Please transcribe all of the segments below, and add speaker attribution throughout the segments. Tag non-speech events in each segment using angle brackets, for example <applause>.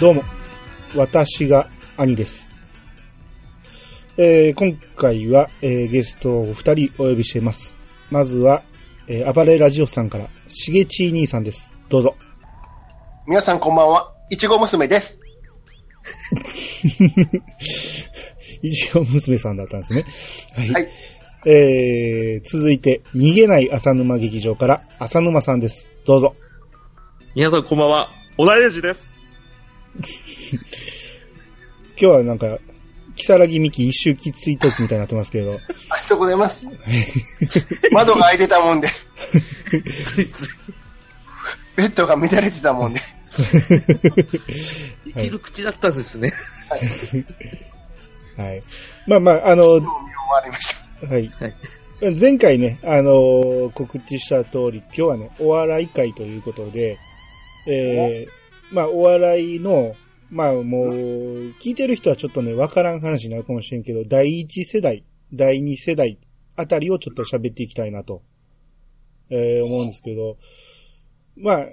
Speaker 1: どうも、私が兄です。えー今回は、えーゲストをお二人お呼びしています。まずは、えー、暴れラジオさんから、しげち兄さんです。どうぞ。
Speaker 2: 皆さんこんばんは。いちご娘です。
Speaker 1: 一応娘さんだったんですね。はい。
Speaker 2: はい。
Speaker 1: えー続いて、逃げない浅沼劇場から、浅沼さんです。どうぞ。
Speaker 3: 皆さんこんばんは、オナレージ <laughs> です。
Speaker 1: 今日はなんか、木更木美希一周きついトークみたいになってますけれど、
Speaker 2: ありがとうございます。窓が開いてたもんで、
Speaker 3: ついつい、
Speaker 2: ベッドが乱れてたもんで。
Speaker 3: 生きる口だったんですね。
Speaker 1: はい。まあまあ、あの、
Speaker 2: もう見終わりました。
Speaker 1: はい。
Speaker 3: はい
Speaker 1: <laughs> 前回ね、あのー告知した通り、今日はね、お笑い会ということで、えー、まあ、お笑いの、まあもう、聞いてる人はちょっとね、わからん話になるかもしれんけど、第一世代、第二世代あたりをちょっと喋っていきたいなと、えー思うんですけど、まあ、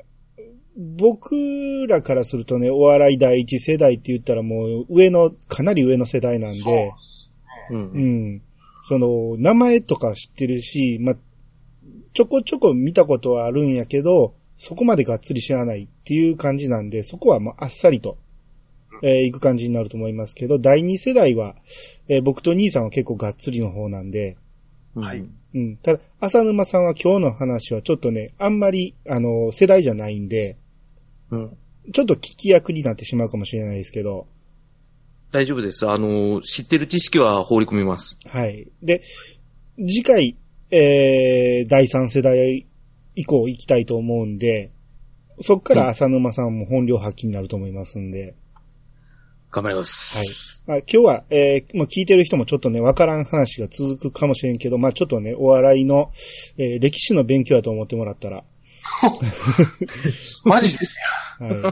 Speaker 1: 僕らからするとね、お笑い第一世代って言ったらもう上の、かなり上の世代なん
Speaker 2: そう
Speaker 1: で、
Speaker 3: う。
Speaker 1: うんん。その、名前とか知ってるし、ま、ちょこちょこ見たことはあるんやけど、そこまでがっつり知らないっていう感じなんで、そこはもうあっさりと、えーいく感じになると思いますけど、第二世代は、えー僕と兄さんは結構がっつりの方なんで、
Speaker 2: はい
Speaker 1: うん。ただ、浅沼さんは今日の話はちょっとね、あんまり、あの、世代じゃないんで、
Speaker 3: うん。
Speaker 1: ちょっと聞き役になってしまうかもしれないですけど、
Speaker 3: 大丈夫です。あのー、知ってる知識は放り込みます。
Speaker 1: はい。で、次回、えー、第3世代以降行きたいと思うんで、そっから浅沼さんも本領発揮になると思いますんで、
Speaker 3: 頑張ります。
Speaker 1: まあ、今日は、えー、まあ、聞いてる人もちょっとね、わからん話が続くかもしれんけど、まあ、ちょっとね、お笑いの、えー歴史の勉強だと思ってもらったら、
Speaker 2: マジですよ。
Speaker 1: はい。今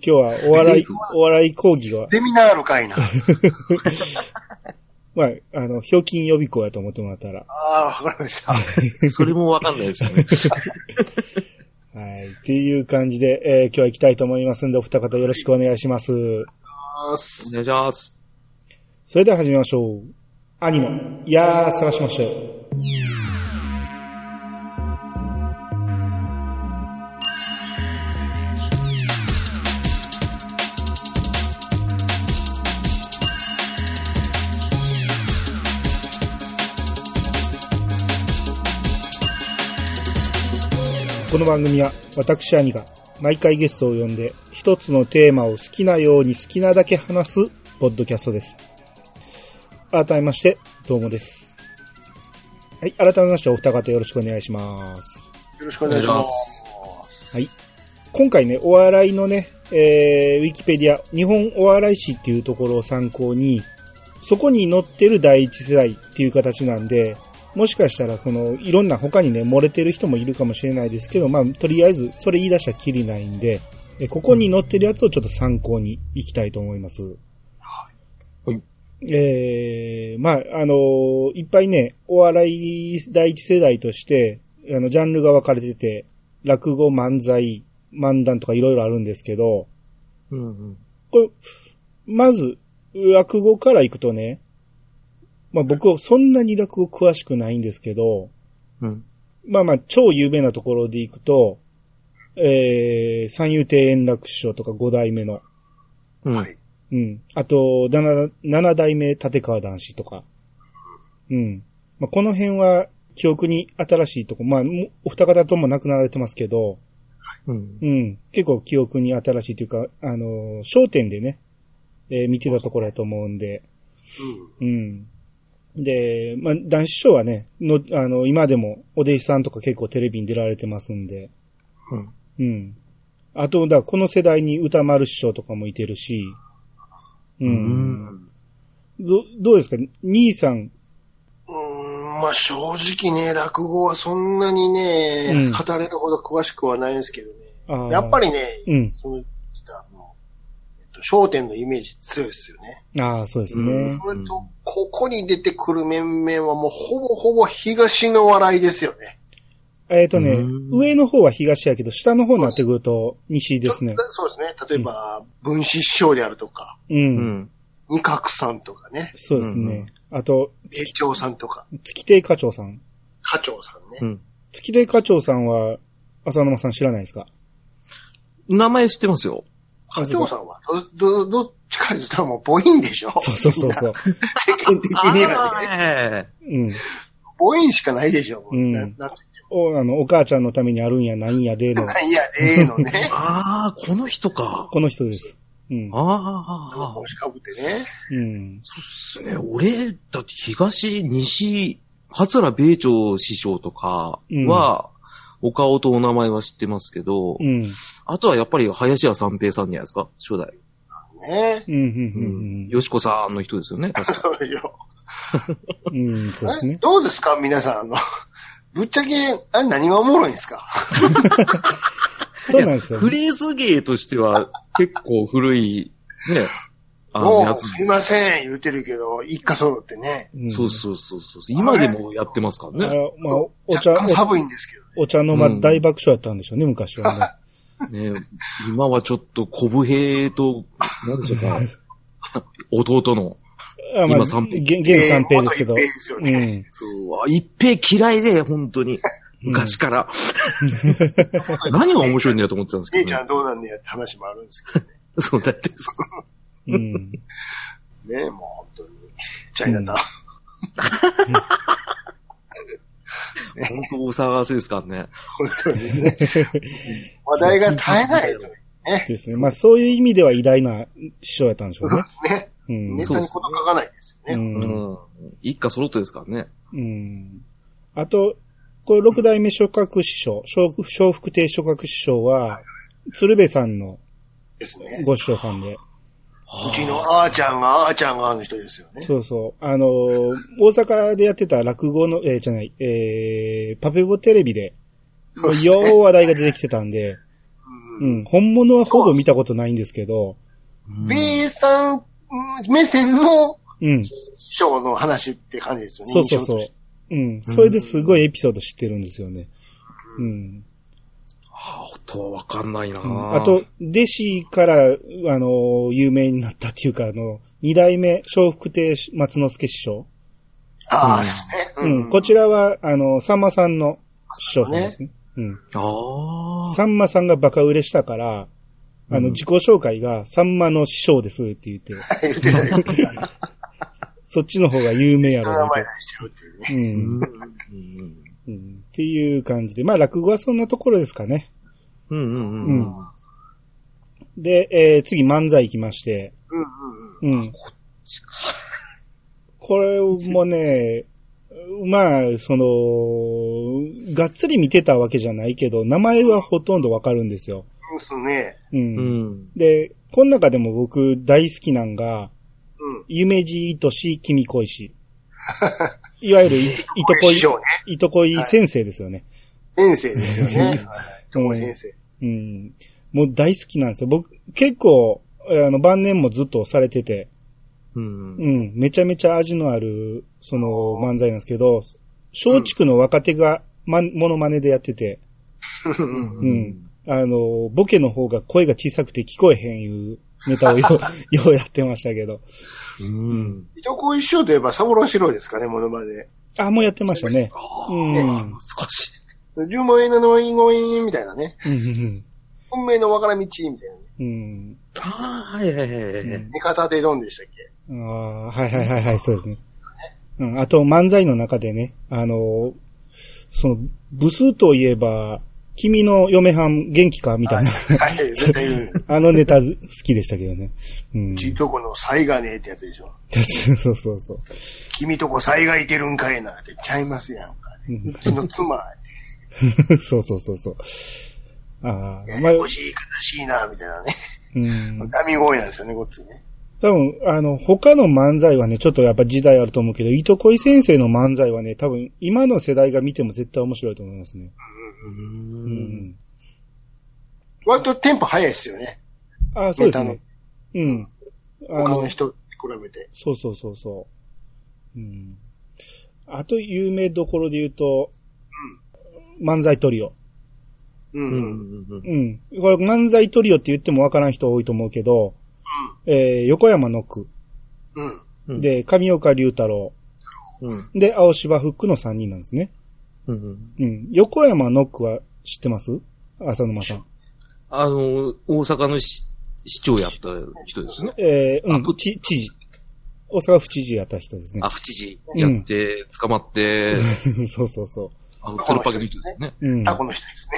Speaker 1: 日はお笑い、お笑い講義が、
Speaker 2: ゼミナールかいな。
Speaker 1: まあ、あの、表金予備校やと思ってもらったら、
Speaker 2: ああ、わかりました。
Speaker 3: それもわかんないですよ <laughs> ね。
Speaker 1: はい。っていう感じで、えー、今日は行きたいと思いますんで、お二方よろしくお願いします。
Speaker 3: お願いします。
Speaker 1: それでは始めましょう。兄の、いやー、探しましたよ。この番組は、私兄が、毎回ゲストを呼んで、一つのテーマを好きなように好きなだけ話す、ポッドキャストです。改めまして、どうもです。はい、改めましてお二方よろしくお願いします。
Speaker 2: よろしくお願いしま
Speaker 3: お願い
Speaker 2: す。
Speaker 1: 今回ね、お笑いのね、えー、ウィキペディア、日本お笑い史っていうところを参考に、そこに載ってる第一世代っていう形なんで、もしかしたら、この、いろんな他にね、漏れてる人もいるかもしれないですけど、まあ、とりあえず、それ言い出したらきりないんで、えここに載ってるやつをちょっと参考にいきたいと思います。
Speaker 3: はい。
Speaker 1: えー、まあ、あのーいっぱいね、お笑い第一世代として、あの、ジャンルが分かれてて、落語、漫才、漫談とかいろいろあるんですけど、
Speaker 3: うんうん。
Speaker 1: これ、まず、落語から行くとね、まあ僕、そんなに落語詳しくないんですけど、
Speaker 3: うん。
Speaker 1: まあまあ、超有名なところで行くと、えー、三遊亭円楽師匠とか五代目の、
Speaker 3: うん。
Speaker 2: はい
Speaker 1: うん。あと、七、七代目立川男子とか。うん。まあ、この辺は、記憶に新しいとこ。まあ、もうお二方とも亡くなられてますけど、
Speaker 3: うん。
Speaker 1: うん。結構記憶に新しいというか、あのー、焦点でね、えー見てたところやと思うんで、うん。で、まあ、男子師匠はね、の、あの、今でもお弟子さんとか結構テレビに出られてますんで、
Speaker 3: うん。
Speaker 1: うん。あと、だからこの世代に歌丸師匠とかもいてるし、う。
Speaker 3: うんん。
Speaker 1: ど、どうですか兄さん。
Speaker 2: うん。うん、まあ正直ね、落語はそんなにね、
Speaker 1: うん
Speaker 2: 語れるほど詳しくはないんですけどね。
Speaker 1: あー
Speaker 2: やっぱ。りね、
Speaker 1: うん。
Speaker 2: その、あの、えっと、焦点のイメージ強いですよね。
Speaker 1: ああ、そうです
Speaker 3: う
Speaker 1: ね
Speaker 3: ん。
Speaker 2: これと、ここに出てくる面々はもうほぼほぼ東の笑いですよね。
Speaker 1: えっ、とね
Speaker 3: う、ん
Speaker 1: 上の方は東やけど、下の方になってくると西ですね
Speaker 2: ちょ。そうですね。例えば、分子師匠であるとか、
Speaker 1: う。
Speaker 3: うんん。
Speaker 2: 二角さんとかね、
Speaker 1: そうですね。あと、
Speaker 2: 米朝さんとか、
Speaker 1: 月亭課長さん。
Speaker 2: 課長さんね。
Speaker 3: うん。
Speaker 1: 月亭課長さんは、浅沼さん知らないですか
Speaker 3: 名前知ってますよ。
Speaker 2: 課長さんは、ど、ど、どっちかというともう、ボインでしょ
Speaker 1: そうそうそうそう。
Speaker 2: 世間的にはね。
Speaker 3: ね。
Speaker 1: うん。
Speaker 2: ボインしかないでしょも
Speaker 1: うん
Speaker 2: なな
Speaker 1: お、あの、お母ちゃんのためにあるんや、ないんや、での、
Speaker 2: なんや、ええのね。
Speaker 3: ああ、この人か。
Speaker 1: この人です。うん。
Speaker 3: ああ、
Speaker 2: 帽子かぶってね。
Speaker 1: うん。
Speaker 3: そうっすね。俺、だって東、西、桂米朝師匠とかは、お顔とお名前は知ってますけど、
Speaker 1: うん。うん、
Speaker 3: あとはやっぱり林家三平さんじゃないですか、初代。
Speaker 2: ね。
Speaker 1: うん、
Speaker 3: うん。よしこさんの人ですよね、確か。
Speaker 2: そうよ。
Speaker 1: うん、うん。うん、そうです
Speaker 2: え
Speaker 1: ね。
Speaker 2: どうですか皆さん、あの、ぶっちゃけ、あれ何がおもろいんですか
Speaker 1: そうなんですよ
Speaker 3: フ。レーズ芸としては結構古い、ね、あの
Speaker 2: も
Speaker 3: や
Speaker 2: う、
Speaker 3: つ。
Speaker 2: すいません、言うてるけど、一家揃ってね。
Speaker 1: うん
Speaker 3: そうそうそうそう。今でもやってますから
Speaker 1: あ
Speaker 3: ね。
Speaker 1: まあ、おお茶、
Speaker 2: 若干寒いんですけど。
Speaker 1: おお茶の間大爆笑やったんでしょうね、昔はね。
Speaker 3: ね今はちょっと小武平と、なんでしょ
Speaker 1: <laughs>
Speaker 3: うか、弟の。
Speaker 1: あまあ、
Speaker 3: 今三平
Speaker 1: 現現三平ですけど。
Speaker 2: 元一平ですよ
Speaker 1: う
Speaker 2: ね。
Speaker 1: ん。
Speaker 3: そう、あ一平嫌いで、本当に。昔から。 <laughs> 何が面白いんだよと思ってたんですけ
Speaker 2: 姉
Speaker 3: ど
Speaker 2: ち
Speaker 3: ね、
Speaker 2: ゃんどうなんだよって話もあるんですけど
Speaker 3: そう、だって、そ
Speaker 1: うん。
Speaker 2: ね。ね、もう本当に。チャイナだ。
Speaker 3: う本当お騒がせですからね。
Speaker 2: 本当にね。話題が絶えないと
Speaker 1: ですね。まあ、そういう意味では偉大な師匠やったんでし <laughs> ょうね。
Speaker 2: ね。
Speaker 1: うん
Speaker 2: ネ。タにこと書かないですよ
Speaker 1: う。
Speaker 2: ね。
Speaker 3: うんん。一家揃ってですからね。
Speaker 1: うん。あと、これ六代目諸閣師匠、小福小福亭諸閣師匠は、鶴瓶さんの
Speaker 2: ですね。
Speaker 1: ご師匠さんで。
Speaker 2: うちのあーちゃんがあーちゃんがあの人ですよね。
Speaker 1: そうそう。あのー大阪でやってた落語の、えーじゃない、えー、パペボテレビで、
Speaker 2: そうですね
Speaker 1: よう話題が出てきてたん
Speaker 2: <laughs>
Speaker 1: で、
Speaker 2: う
Speaker 1: うんん、本物はほぼ見たことないんですけど、
Speaker 3: うん
Speaker 2: B さん目線の
Speaker 1: うん、
Speaker 2: 師匠の話って感じですよね。。
Speaker 1: そうそうそうう。うん、それですごいエピソード知ってるんですよね。うん。
Speaker 3: あ音はわかんないな
Speaker 1: あと、、弟子から、あのー、有名になったっていうか、あの、二代目、笑福亭松之助師匠。
Speaker 2: ああ、です
Speaker 1: う
Speaker 2: ね。
Speaker 1: ん。こちらは、あの、さんまさんの師匠さんですね。
Speaker 3: あ
Speaker 1: う
Speaker 3: あ
Speaker 1: ん。。さんまさんがバカ売れしたから、あ
Speaker 3: うん
Speaker 1: の、自己紹介が、さんまの師匠ですって言って、
Speaker 2: 言ってたよ。
Speaker 1: そっちの方が有名や
Speaker 2: 人の
Speaker 1: ろ
Speaker 2: 名
Speaker 1: みた
Speaker 2: 前
Speaker 1: い
Speaker 2: 出しちゃうっていうね。
Speaker 3: <laughs>
Speaker 1: な。う
Speaker 3: う
Speaker 1: ん。
Speaker 3: んうん
Speaker 1: うんっていう感じで。まあ、落語はそんなところですかね。
Speaker 3: うんうんうん
Speaker 1: う
Speaker 3: うんん。
Speaker 1: で、えー次、漫才行きまして、
Speaker 2: うんうんう
Speaker 1: う
Speaker 2: ん。
Speaker 1: ん。これもね、まあ、その、がっつり見てたわけじゃないけど、名前はほとんどわかるんですよ。
Speaker 2: ですね。
Speaker 1: うん。
Speaker 3: うん。
Speaker 1: で、この中でも僕大好きなんが、
Speaker 2: うん。
Speaker 1: 夢じいとし、君恋 <laughs> し。いわゆるい、いとこ
Speaker 2: 師
Speaker 1: い、
Speaker 2: 匠ね。
Speaker 1: いとこい先生ですよね。
Speaker 2: 遠征ですよね。友遠征。
Speaker 1: うん。もう大好きなんですよ。僕、結構、あの、晩年もずっとされてて、
Speaker 3: うん。
Speaker 1: うん、めちゃめちゃ味のある、その、漫才なんですけど、松竹の若手が、ま、モノマネでやってて、
Speaker 2: うん
Speaker 1: うん。あの、ボケの方が声が小さくて聞こえへんいうネタを <laughs> よようやってましたけど。
Speaker 3: うん。
Speaker 2: いとこ一緒といえばサボロンシロイですかね、モノマネ。
Speaker 1: あ、もうやってましたね。
Speaker 3: あ
Speaker 1: う
Speaker 3: あ。
Speaker 1: ん。うん
Speaker 3: 少し。
Speaker 2: 10万円なのインゴインみたいなね。
Speaker 1: うん
Speaker 2: 運命の分から道みたいなね。
Speaker 1: うん。
Speaker 3: ああ、はいはいはいは
Speaker 1: う
Speaker 3: いはい。
Speaker 1: ん
Speaker 2: 味方でどんでしたっけ
Speaker 1: ああ、はいはいはいはい、そうですね。うん、あと漫才の中でね、あの、その、部数といえば、君の嫁はん元気かみたいな、
Speaker 2: はい、 <laughs> 絶対言う。
Speaker 1: あのネタ好きでしたけどね。うん。
Speaker 2: ちとこの災がねえってやつでしょ。
Speaker 1: <laughs> そうそうそう。
Speaker 2: 君とこ災害いてるんかいなってちゃいますやんか。
Speaker 1: うん
Speaker 2: うちの妻、
Speaker 1: そう <laughs> そうそうそう。ああ、まあ、
Speaker 2: 欲しい、悲しいな、みたいなね。
Speaker 1: うん。
Speaker 2: ダミ声なんですよね、ごっついね。
Speaker 1: 多分、あの、他の漫才はね、ちょっとやっぱ時代あると思うけど、いとこい先生の漫才はね、多分、今の世代が見ても絶対面白いと思いますね。
Speaker 3: う。
Speaker 1: うんん。
Speaker 2: 割とテンポ早いですよね。
Speaker 1: ああ、そうですね。うん。あ
Speaker 2: 他
Speaker 1: の
Speaker 2: の、人に比べて。
Speaker 1: そうそうそうそう。うん。あと、有名どころで言うと、漫才トリオ。
Speaker 2: うん
Speaker 3: う
Speaker 2: うんん。
Speaker 3: うんうん。
Speaker 1: うん。これ漫才トリオって言ってもわからん人多いと思うけど、えー、横山の句。
Speaker 2: うん。
Speaker 3: うん
Speaker 1: で、上岡龍太郎。
Speaker 3: うん。
Speaker 1: で、青芝フックの3人なんですね。
Speaker 3: うんうん。
Speaker 1: うん。横山の句は知ってます浅沼さん。
Speaker 3: あの、大阪の市市長やった人ですね。
Speaker 1: えー、う
Speaker 3: あ
Speaker 1: ん、ち、知事。大阪府知事やった人ですね
Speaker 3: あ、。府知事やって、捕まって、
Speaker 1: <laughs> そうそうそ
Speaker 3: あの、つるっぱげの人ですよね。
Speaker 1: う。うん。
Speaker 2: タコの人です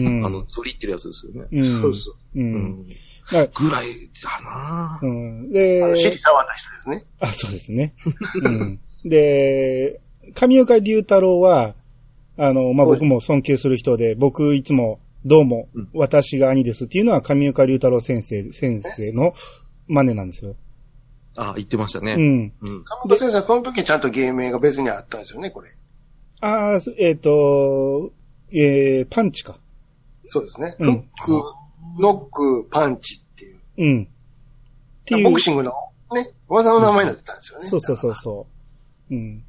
Speaker 2: ね。
Speaker 1: うん。
Speaker 3: あの、ゾリってるやつですよね。
Speaker 1: うん、
Speaker 2: そうそう。
Speaker 1: う。
Speaker 3: うんん。
Speaker 1: はい
Speaker 3: ぐらいだなぁ
Speaker 1: うん。
Speaker 2: あの、シ
Speaker 1: で
Speaker 2: ェリ、触った人ですね。
Speaker 1: あ、そうですね。うん。で、上岡龍太郎は、あの、まあ、
Speaker 2: はい
Speaker 1: 僕も尊敬する人で、僕いつも、どうも
Speaker 3: うん、
Speaker 1: 私が兄ですっていうのは上岡龍太郎先生、先生の真似なんですよ。
Speaker 3: あ、言ってました
Speaker 1: う
Speaker 3: ね。
Speaker 1: ん。
Speaker 3: う
Speaker 2: 神
Speaker 3: ん。
Speaker 2: 本先生はその時ちゃんと芸名が別にあったんですよね、これ。
Speaker 1: ああ、えっ、と、えー、パンチか。
Speaker 2: そうですね。
Speaker 1: うん
Speaker 2: フック、ノック、パンチっていう。
Speaker 1: うん。っていう。
Speaker 2: ボクシングのね、技の名前になってたんですよね。
Speaker 1: そうそうそうそう。うん。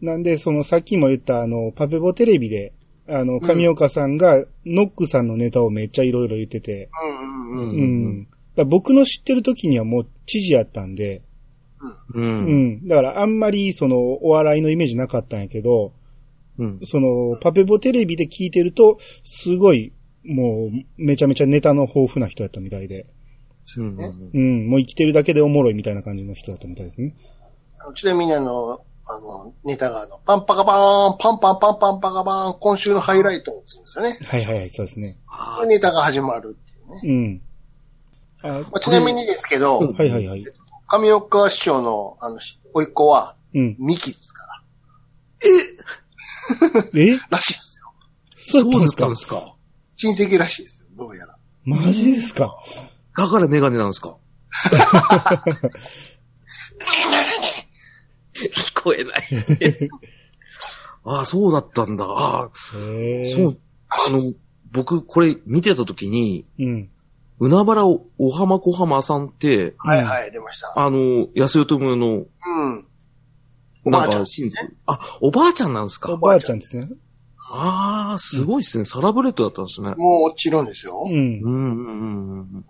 Speaker 1: なんで、そのさっきも言った、あの、パペボテレビで、あの、上岡さんが、ノックさんのネタをめっちゃいろいろ言ってて、
Speaker 2: うんうんうん。
Speaker 1: う。
Speaker 3: うんん
Speaker 1: だから僕の知ってる時にはもう知事やったんで、う
Speaker 3: う
Speaker 1: ん。
Speaker 3: ん。
Speaker 1: だからあんまり、その、お笑いのイメージなかったんやけど、
Speaker 3: うん。
Speaker 1: その、パペボテレビで聞いてると、すごい、もう、めちゃめちゃネタの豊富な人やったみたいで、
Speaker 3: うん。
Speaker 1: うん、もう生きてるだけでおもろいみたいな感じの人だったみたいですね。
Speaker 2: あのちなみにあの、あの、ネタがあの、パンパカバーン、パンパンパンパンパカバーン、今週のハイライトをするんですよね。
Speaker 1: はいはいはい、そうですね。
Speaker 3: あー
Speaker 2: ネタが始まるっていうね。
Speaker 1: うん。あ、
Speaker 2: まあ、ちなみにですけど、
Speaker 3: うん
Speaker 1: はいはいはい。
Speaker 2: 上岡師匠の、あの、し甥っ子は、
Speaker 1: うん。
Speaker 2: ミキですから。
Speaker 1: え
Speaker 2: らしいですよ。
Speaker 3: そうだった
Speaker 1: か
Speaker 3: んですか。
Speaker 2: 親戚らしいですよ、どうやら。
Speaker 1: マジですか
Speaker 3: だからメガネなんです <laughs> か。聞こえない。ああ、そうだったんだ。ああ、
Speaker 1: へえ。
Speaker 3: そう。あの、僕、これ見てたときに、
Speaker 1: うん。
Speaker 3: 海原お浜小浜さんって、
Speaker 2: はいはい、出ました。
Speaker 3: あの、安代友の、
Speaker 2: うん。おば
Speaker 3: な
Speaker 2: あ
Speaker 3: ん
Speaker 2: ちゃん
Speaker 3: か、親族あ、おばあちゃんなんです
Speaker 1: お
Speaker 3: か。
Speaker 1: ばあちゃんですね。
Speaker 3: ああ、すごいですね。サラブレッドだったんですね。
Speaker 2: もう落ちるんですよ。
Speaker 1: うん。
Speaker 3: うんうんうんうん。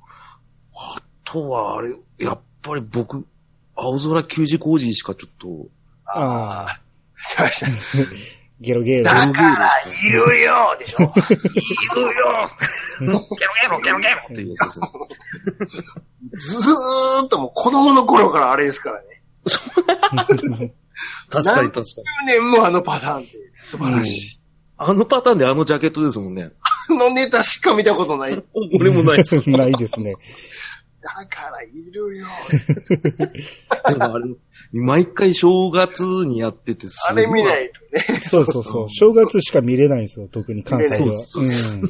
Speaker 3: あとは、あれ、やっぱり僕、青空球児工事しかちょっと、
Speaker 2: ああ。出ました。
Speaker 1: ゲロゲロ。
Speaker 2: だから、いるよでしょ。
Speaker 3: いるよゲロゲロゲロゲロっていうやつですね。
Speaker 2: ずーっともう子供の頃からあれですからね。
Speaker 3: <laughs>
Speaker 1: <laughs>
Speaker 3: 確かに確かに。
Speaker 2: 10年もあのパターンっていう素晴らしい。
Speaker 3: あのパターンであのジャケットですもんね。
Speaker 2: あのネタしか見たことない。だ
Speaker 3: 俺もないです。で
Speaker 1: ないですね。
Speaker 2: から、いるよ。
Speaker 3: もあれ、毎回正月にやっててす
Speaker 2: あ
Speaker 3: ごい
Speaker 2: れ見ないとね。
Speaker 1: そうそうそう。正月しか見れないんですよ、特に関西では。
Speaker 3: そうです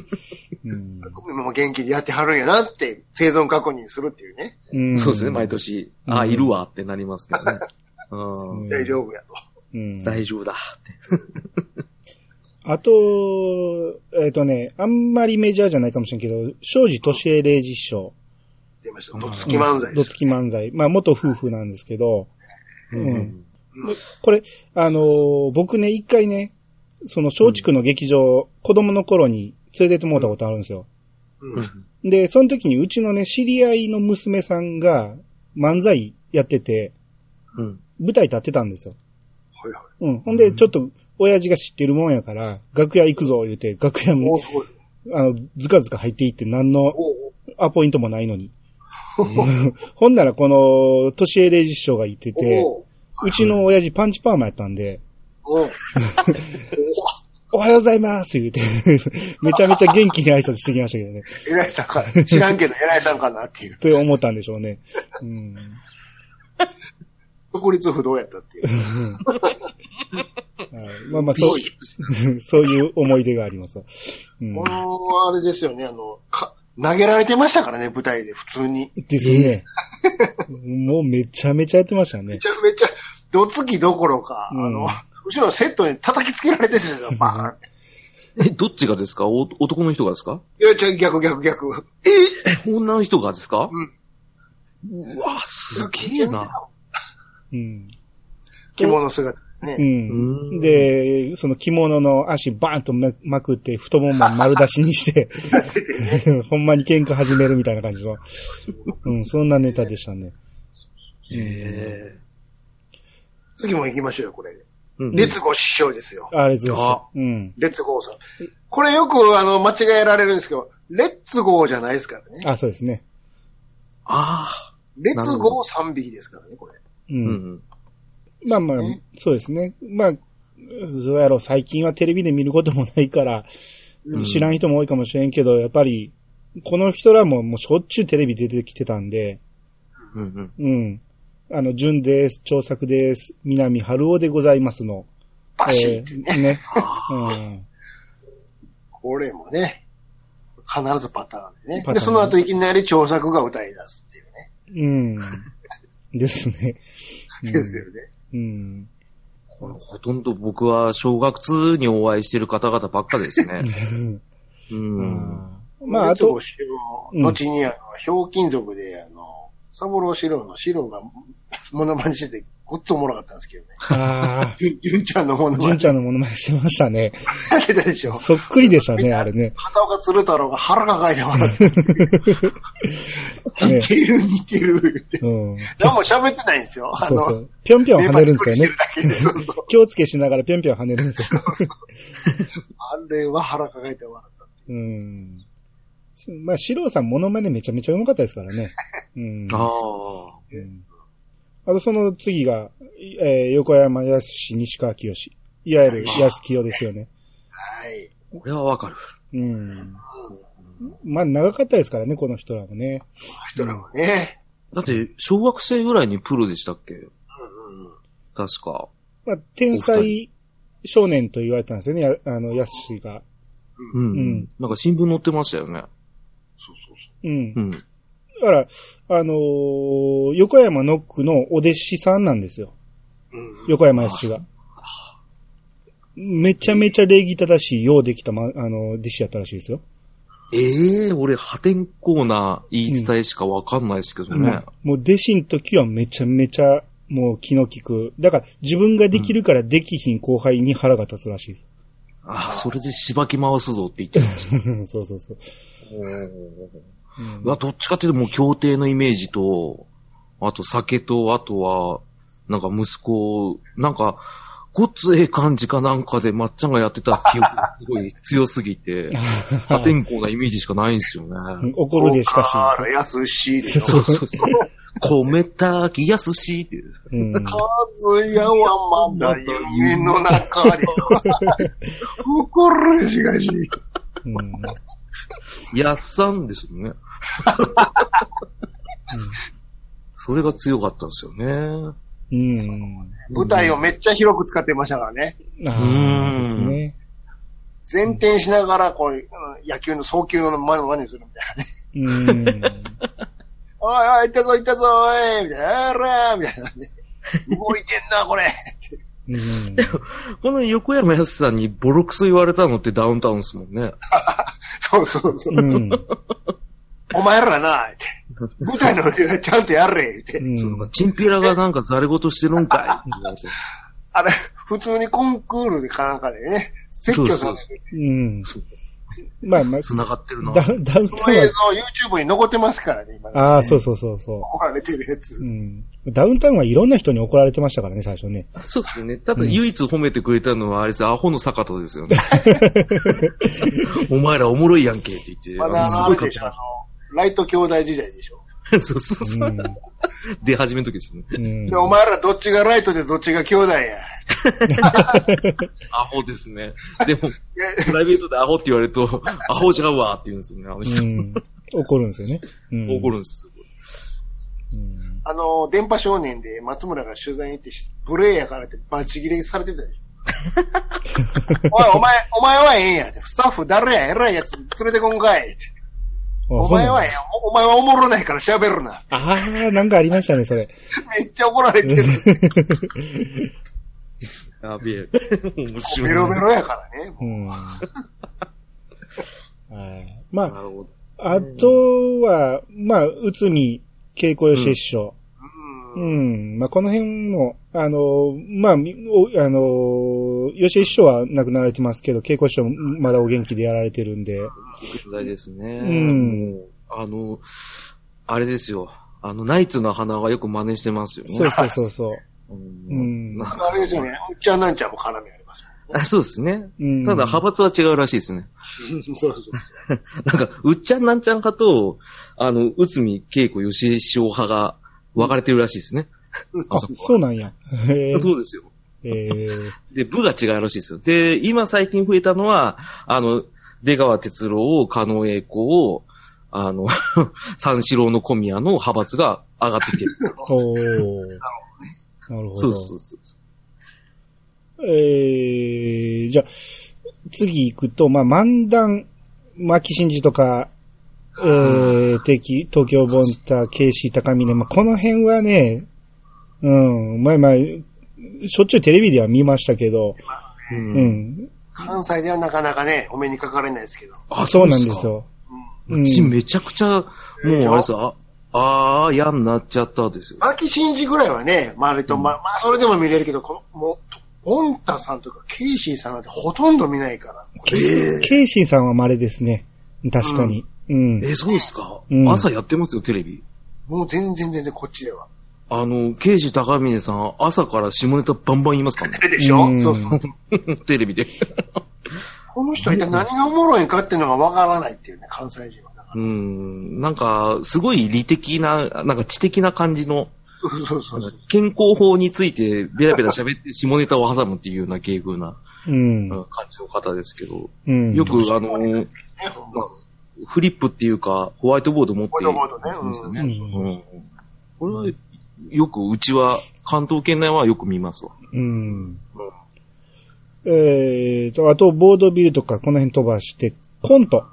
Speaker 1: うん。
Speaker 2: 今も元気でやってはるんやなって、生存確認するっていうね。
Speaker 1: うん。
Speaker 3: <laughs> そうですね、毎年。
Speaker 1: うん
Speaker 3: あ、いるわってなりますけどね。うん
Speaker 1: うん
Speaker 2: 大丈夫やと。
Speaker 1: うん。
Speaker 3: 大丈夫だって。
Speaker 1: あと、えっとね、あんまりメジャーじゃないかもしれんけど、庄司敏江霊実賞。
Speaker 2: 出ました。どつき漫才
Speaker 1: ど
Speaker 2: で
Speaker 1: つ
Speaker 2: す。
Speaker 1: き漫才。まあ、元夫婦なんですけど、ん
Speaker 3: うん
Speaker 1: これ、あのー僕ね、一回ね、その松竹の劇場、子供の頃に連れてってもらったことあるんですよ。
Speaker 2: うん
Speaker 1: で、その時にうちのね、知り合いの娘さんが漫才やってて、
Speaker 3: うん
Speaker 1: 舞台立ってたんですよ。
Speaker 2: はいは
Speaker 1: うん。ほんで、ちょっと、親父が知ってるもんやから、楽屋行くぞ、言うて、楽屋
Speaker 2: い。お
Speaker 1: も、
Speaker 2: ーすごい。
Speaker 1: あの、ずかずか入っていって、何の
Speaker 2: おー
Speaker 1: アポイントもないのに。
Speaker 3: うん
Speaker 1: <laughs> ほんなら、この、年江礼実賞がいて
Speaker 2: お
Speaker 1: て、
Speaker 2: ー
Speaker 1: うちの親父パンチパーマやったんで、
Speaker 2: <laughs> おーおー
Speaker 1: おはようございます言うて、 <laughs> めちゃめちゃ元気に挨拶してきましたけどね。
Speaker 2: 偉いさんか。知らんけど偉いさんかなっていう。
Speaker 1: って思ったんでしょうね。うん。
Speaker 2: 独立不動やったっていう。
Speaker 1: はいまあまあ、
Speaker 3: ビ
Speaker 1: そ
Speaker 3: シッ
Speaker 1: う、 <laughs> そういう思い出があります。うん
Speaker 2: こ。の、あれですよね、あの、か、投げられてましたからね、舞台で、普通に。
Speaker 1: です
Speaker 3: <laughs>
Speaker 1: ね。もうめちゃめちゃやってましたね
Speaker 2: め。ちゃめちゃ、どつきどころか、
Speaker 1: うん
Speaker 2: あの、後ろのセットに叩きつけられてるんですよ、バーンって。
Speaker 3: え、どっちがですかお男の人がですか
Speaker 2: いや、じゃ逆逆逆。
Speaker 3: え女の人がですか
Speaker 2: うん
Speaker 3: うわ、すげえな。
Speaker 1: うん。
Speaker 2: 着物姿。ね。
Speaker 1: うん。
Speaker 3: うん、
Speaker 1: で、その着物の足バーンとままくって、太もも丸出しに
Speaker 3: <laughs>
Speaker 1: して、ほんまに喧嘩始めるみたいな感じの。うん、そんなネタでしたね。
Speaker 3: え
Speaker 2: 次も行きましょうよ、これ。
Speaker 3: ーうん
Speaker 2: 列ゴ師匠ですよ。
Speaker 1: あれです
Speaker 3: あ
Speaker 1: うん。
Speaker 2: レッツゴーさん。これよくあの、間違えられるんですけど、レッツゴーじゃないですからね。
Speaker 1: あ、そうですね。
Speaker 3: ああ。
Speaker 2: レッツゴー3匹ですからね、これ。
Speaker 1: うん。
Speaker 3: うん。
Speaker 1: まあまあ
Speaker 2: ね、
Speaker 1: そうですね。まあ、そうやろう、最近はテレビで見ることもないから、
Speaker 3: うん
Speaker 1: 知らん人も多いかもしれんけど、やっぱり、この人らももうしょっちゅうテレビ出てきてたんで、
Speaker 3: うんうん。
Speaker 1: うん。あの、純です、長作です、南春夫でございますの。
Speaker 2: バシッ
Speaker 1: え
Speaker 2: て
Speaker 1: ー
Speaker 2: ね。
Speaker 1: ね。 <laughs> うん。
Speaker 2: これもね、必ずパターンでね。
Speaker 1: パターン
Speaker 2: で、その後いきなり長作が歌い出すっていうね。
Speaker 1: うん。ですね。うん
Speaker 2: ですよね。
Speaker 1: うん。
Speaker 3: これほとんど僕は小学通にお会いしてる方々ばっかですね。うん。
Speaker 1: まあ、あ
Speaker 2: レッツゴ
Speaker 1: と
Speaker 2: ー、シロー後にあの、ひょうきん族で、あの、サボローシローのシローが <laughs> モノマネしてて、ごっつおもろかったんですけどね。 <laughs>
Speaker 1: あ
Speaker 2: ゆんゆんちゃんのモノ
Speaker 1: あ、
Speaker 2: マ
Speaker 1: 純
Speaker 2: ネ
Speaker 1: ちゃんのものまねしてましたね。
Speaker 2: してたでしょ。
Speaker 1: そっくりでしたね、あれね。
Speaker 2: 片岡鶴太郎が腹抱えて笑ってる。
Speaker 1: ね
Speaker 2: 似
Speaker 1: <laughs>
Speaker 2: てる似てるって。
Speaker 1: うん。
Speaker 2: 何も喋ってないんですよ。
Speaker 1: <laughs>
Speaker 2: あ
Speaker 1: そう
Speaker 2: の
Speaker 1: そう。ぴょんぴょん跳ねるんですよね
Speaker 2: 目ばっ。かりしてるだけでそうそう
Speaker 1: 気をつけしながらぴょんぴょん跳ねるんですよ。
Speaker 2: あれは腹抱えて笑った。
Speaker 1: うん。まあ、シローさんモノマネめちゃめちゃうまかったですからね。うん。
Speaker 3: ああ。
Speaker 1: うんあとその次が、えー横山康西川清。いわゆる安清ですよね。
Speaker 2: はい。
Speaker 3: これはわかる。
Speaker 1: うん。まあ、長かったですからね、この人らもね。
Speaker 2: 人らもね。
Speaker 3: だって、小学生ぐらいにプロでしたっけ
Speaker 2: うんうん
Speaker 3: 確か。
Speaker 1: まあ、天才少年と言われたんですよね、やあの、安が。
Speaker 3: うん。
Speaker 1: うん
Speaker 3: なんか新聞載ってましたよね。
Speaker 2: そうそ
Speaker 1: う
Speaker 2: う
Speaker 1: ん。
Speaker 3: う
Speaker 1: だ
Speaker 3: ん。
Speaker 1: から、あのー横山ノックのお弟子さんなんですよ。
Speaker 2: そう。うんうん
Speaker 1: 横山康が。めちゃめちゃ礼儀正しい、ようできた、ま、あの、弟子やったらしいですよ。
Speaker 3: ええ俺破天荒な言い伝えしかわかんないですけど
Speaker 1: も
Speaker 3: ね
Speaker 1: う。もう弟子の時はめちゃめちゃ、もう気の利く。だから、自分ができるからできひん後輩に腹が立つらしいです。
Speaker 3: ああ、それでしばき回すぞって言ってまし
Speaker 1: <laughs> そうそうそう。
Speaker 3: た。うわどっちかっていうともう協定のイメージと、あと酒と、あとは、なんか息子を、なんか、ごっつええ感じかなんかでまっちゃんがやってた記憶がすごい強すぎて、破天荒なイメージしかないんですよね。
Speaker 1: 怒るでしかし。
Speaker 2: あら、安しいでしょ。
Speaker 3: そうそうそう。米炊きやすしっていう。
Speaker 1: うん。
Speaker 2: 数やわまだ夢の中で。心しかし。
Speaker 1: うん
Speaker 3: やっさんです <laughs> もんね。それが強かったんですよね。
Speaker 1: うん。
Speaker 2: 舞台をめっちゃ広く使ってましたからね。
Speaker 1: ああ、ですね。
Speaker 2: 前転しながら、こう、うん野球の送球の真似真似するみたいなね。
Speaker 1: うん。
Speaker 2: おいおい、行ったぞ行ったぞ、おいみたいな。あらみたいなね。動いてんな、これ。
Speaker 1: うん
Speaker 3: この横山やすさんにボロクソ言われたのってダウンタウンですもんね。
Speaker 2: そうそうそう。
Speaker 3: <laughs>
Speaker 1: うん。
Speaker 2: お前らな、って。舞台の上でちゃんとやれ、って。
Speaker 1: うん
Speaker 3: そうかチンピラがなんかざれ事してるんかいって言われて
Speaker 2: あれ、普通にコンクールでかなんかでね、説教され
Speaker 3: そう
Speaker 2: る。
Speaker 1: うん。まあまあ、
Speaker 3: 繋がってるな。
Speaker 1: ダダウンタ
Speaker 2: その
Speaker 1: ウン
Speaker 2: 映
Speaker 1: は、
Speaker 2: 像 YouTube に残ってますからね、今ね。
Speaker 1: ああ、そうそうそうそ
Speaker 2: 怒られてるやつ
Speaker 1: う。う。ん。ダウンタウンはいろんな人に怒られてましたからね、最初ね。
Speaker 3: <laughs> そうですよね。ただ唯一褒めてくれたのはあれですアホの坂田ですよ <laughs> ね。お前らおもろいやんけって言って、
Speaker 2: ま
Speaker 3: あの
Speaker 2: だ
Speaker 3: す
Speaker 2: あ
Speaker 3: ご
Speaker 2: れ
Speaker 3: い方
Speaker 2: でしょ、あの、ライト兄弟時代でしょ。
Speaker 3: <laughs> そうそう
Speaker 1: う
Speaker 3: そう。
Speaker 1: ん。
Speaker 3: 出始めの時ですね。
Speaker 1: うん
Speaker 2: で、お前らどっちがライトでどっちが兄弟や。いや
Speaker 3: アホですね。でも、プライベートでアホって言われると、アホ違うわって言うんですよね、あの
Speaker 1: う
Speaker 3: 人。
Speaker 1: ん。怒るんですよね。うん
Speaker 3: 怒るんですよ。
Speaker 1: うん
Speaker 2: あの、電波少年で松村が取材に行って、無礼やからってバチ切れされて
Speaker 1: <laughs>
Speaker 2: たでしょ。おい、お前、お前はええんやって。スタッフ誰や、偉いやつ連れてこんかいって。
Speaker 1: あ
Speaker 2: お
Speaker 1: そう
Speaker 2: 前
Speaker 1: なん
Speaker 2: はええ
Speaker 1: だ
Speaker 2: おお前はおもろないから喋るな。
Speaker 1: ああ、なんかありましたね、それ。 <laughs>
Speaker 2: めっちゃ怒られてる。
Speaker 3: やべえ。面白い。
Speaker 2: ベロベロやからね。
Speaker 1: うん。はいま
Speaker 3: な
Speaker 1: あ、
Speaker 3: るほど。
Speaker 1: あとは、まあ、内海恵子よし師匠。
Speaker 2: う。
Speaker 1: うんうん。まあ、この辺も、あのー、まあ、みおあのー、吉井師匠は亡くなられてますけど、稽古師匠もまだお元気でやられてるんで。
Speaker 3: 現在ですね。
Speaker 1: うん
Speaker 3: もうあの、あれですよ。あの、ナイツの花はよく真似してますよね。
Speaker 1: そうそうそうそう。
Speaker 3: う
Speaker 1: うん
Speaker 3: ん。な
Speaker 2: あれですよね。うっちゃんなんちゃんも絡みあります
Speaker 3: あそうですね。
Speaker 1: うん
Speaker 3: ただ、派閥は違うらしいですね。
Speaker 2: もん。そうそうそう。
Speaker 3: なんか、うっちゃんなんちゃんかと、あの、うつみけいこよししお派が分かれてるらしいですね。
Speaker 1: あ、そうなんや。へえ。
Speaker 3: そうですよ。
Speaker 1: えー
Speaker 3: で、部が違うらしいですよ。で、今最近増えたのは、あの、出川哲郎、加納栄子を、あの、 <laughs> 三四郎の小宮の派閥が上がってきてる。
Speaker 1: おーなるほど。
Speaker 3: そうそうそう。
Speaker 1: えー、じゃあ、次行くと、まあ、漫談、牧真司とか、えー、敵、東京ボンタ、ケイシー高峰、まあ、この辺はね、うん、まあまあ、しょっちゅうテレビでは見ましたけど、
Speaker 3: う
Speaker 1: うんん。
Speaker 2: 関西ではなかなかね、お目にかかれないですけど。
Speaker 3: あ
Speaker 1: そうなんです
Speaker 3: か
Speaker 1: よ。うん
Speaker 3: うちめちゃくちゃ、もう、あ
Speaker 2: でしょ
Speaker 3: れさ、ああー、嫌になっちゃったですよ。
Speaker 2: 秋真二ぐらいはね、割と、まあ、まあ、それでも見れるけど、この、もう、ボンタさんとかケイシーさんなんてほとんど見ないから。
Speaker 1: ケイシー、ケイシーさんは稀ですね。確かに。うん。
Speaker 3: え、そうですか、
Speaker 1: うん
Speaker 3: 朝やってますよ、テレビ。
Speaker 2: もう全然全然こっちでは。
Speaker 3: あの、刑事高峰さん、朝から下ネタバンバン言いますから
Speaker 2: でしょ、
Speaker 1: うん
Speaker 2: そうそう。
Speaker 3: <laughs> ね。テレビで。
Speaker 2: この人は一体何がおもろいんかっていうのがわからないっていうね、関西人は。だか
Speaker 3: うん。なんか、すごい理的な、なんか知的な感じの、
Speaker 2: らそうそうそう。
Speaker 3: 健康法についてベラベラ喋って下ネタを挟むっていうような芸風な
Speaker 1: うん。
Speaker 3: うん感じの方ですけど、
Speaker 1: うん。
Speaker 3: よくあの、
Speaker 2: ね、ほん
Speaker 3: ま
Speaker 2: ま
Speaker 3: あフリップっていうか、ホワイトボード持って
Speaker 2: ホワイトボードね
Speaker 3: やってましたね。
Speaker 1: う
Speaker 3: うんこれは、よく、うちは、関東圏内はよく見ますわ。
Speaker 1: うん。えーと、あと、ボードビルとか、この辺飛ばして、コント。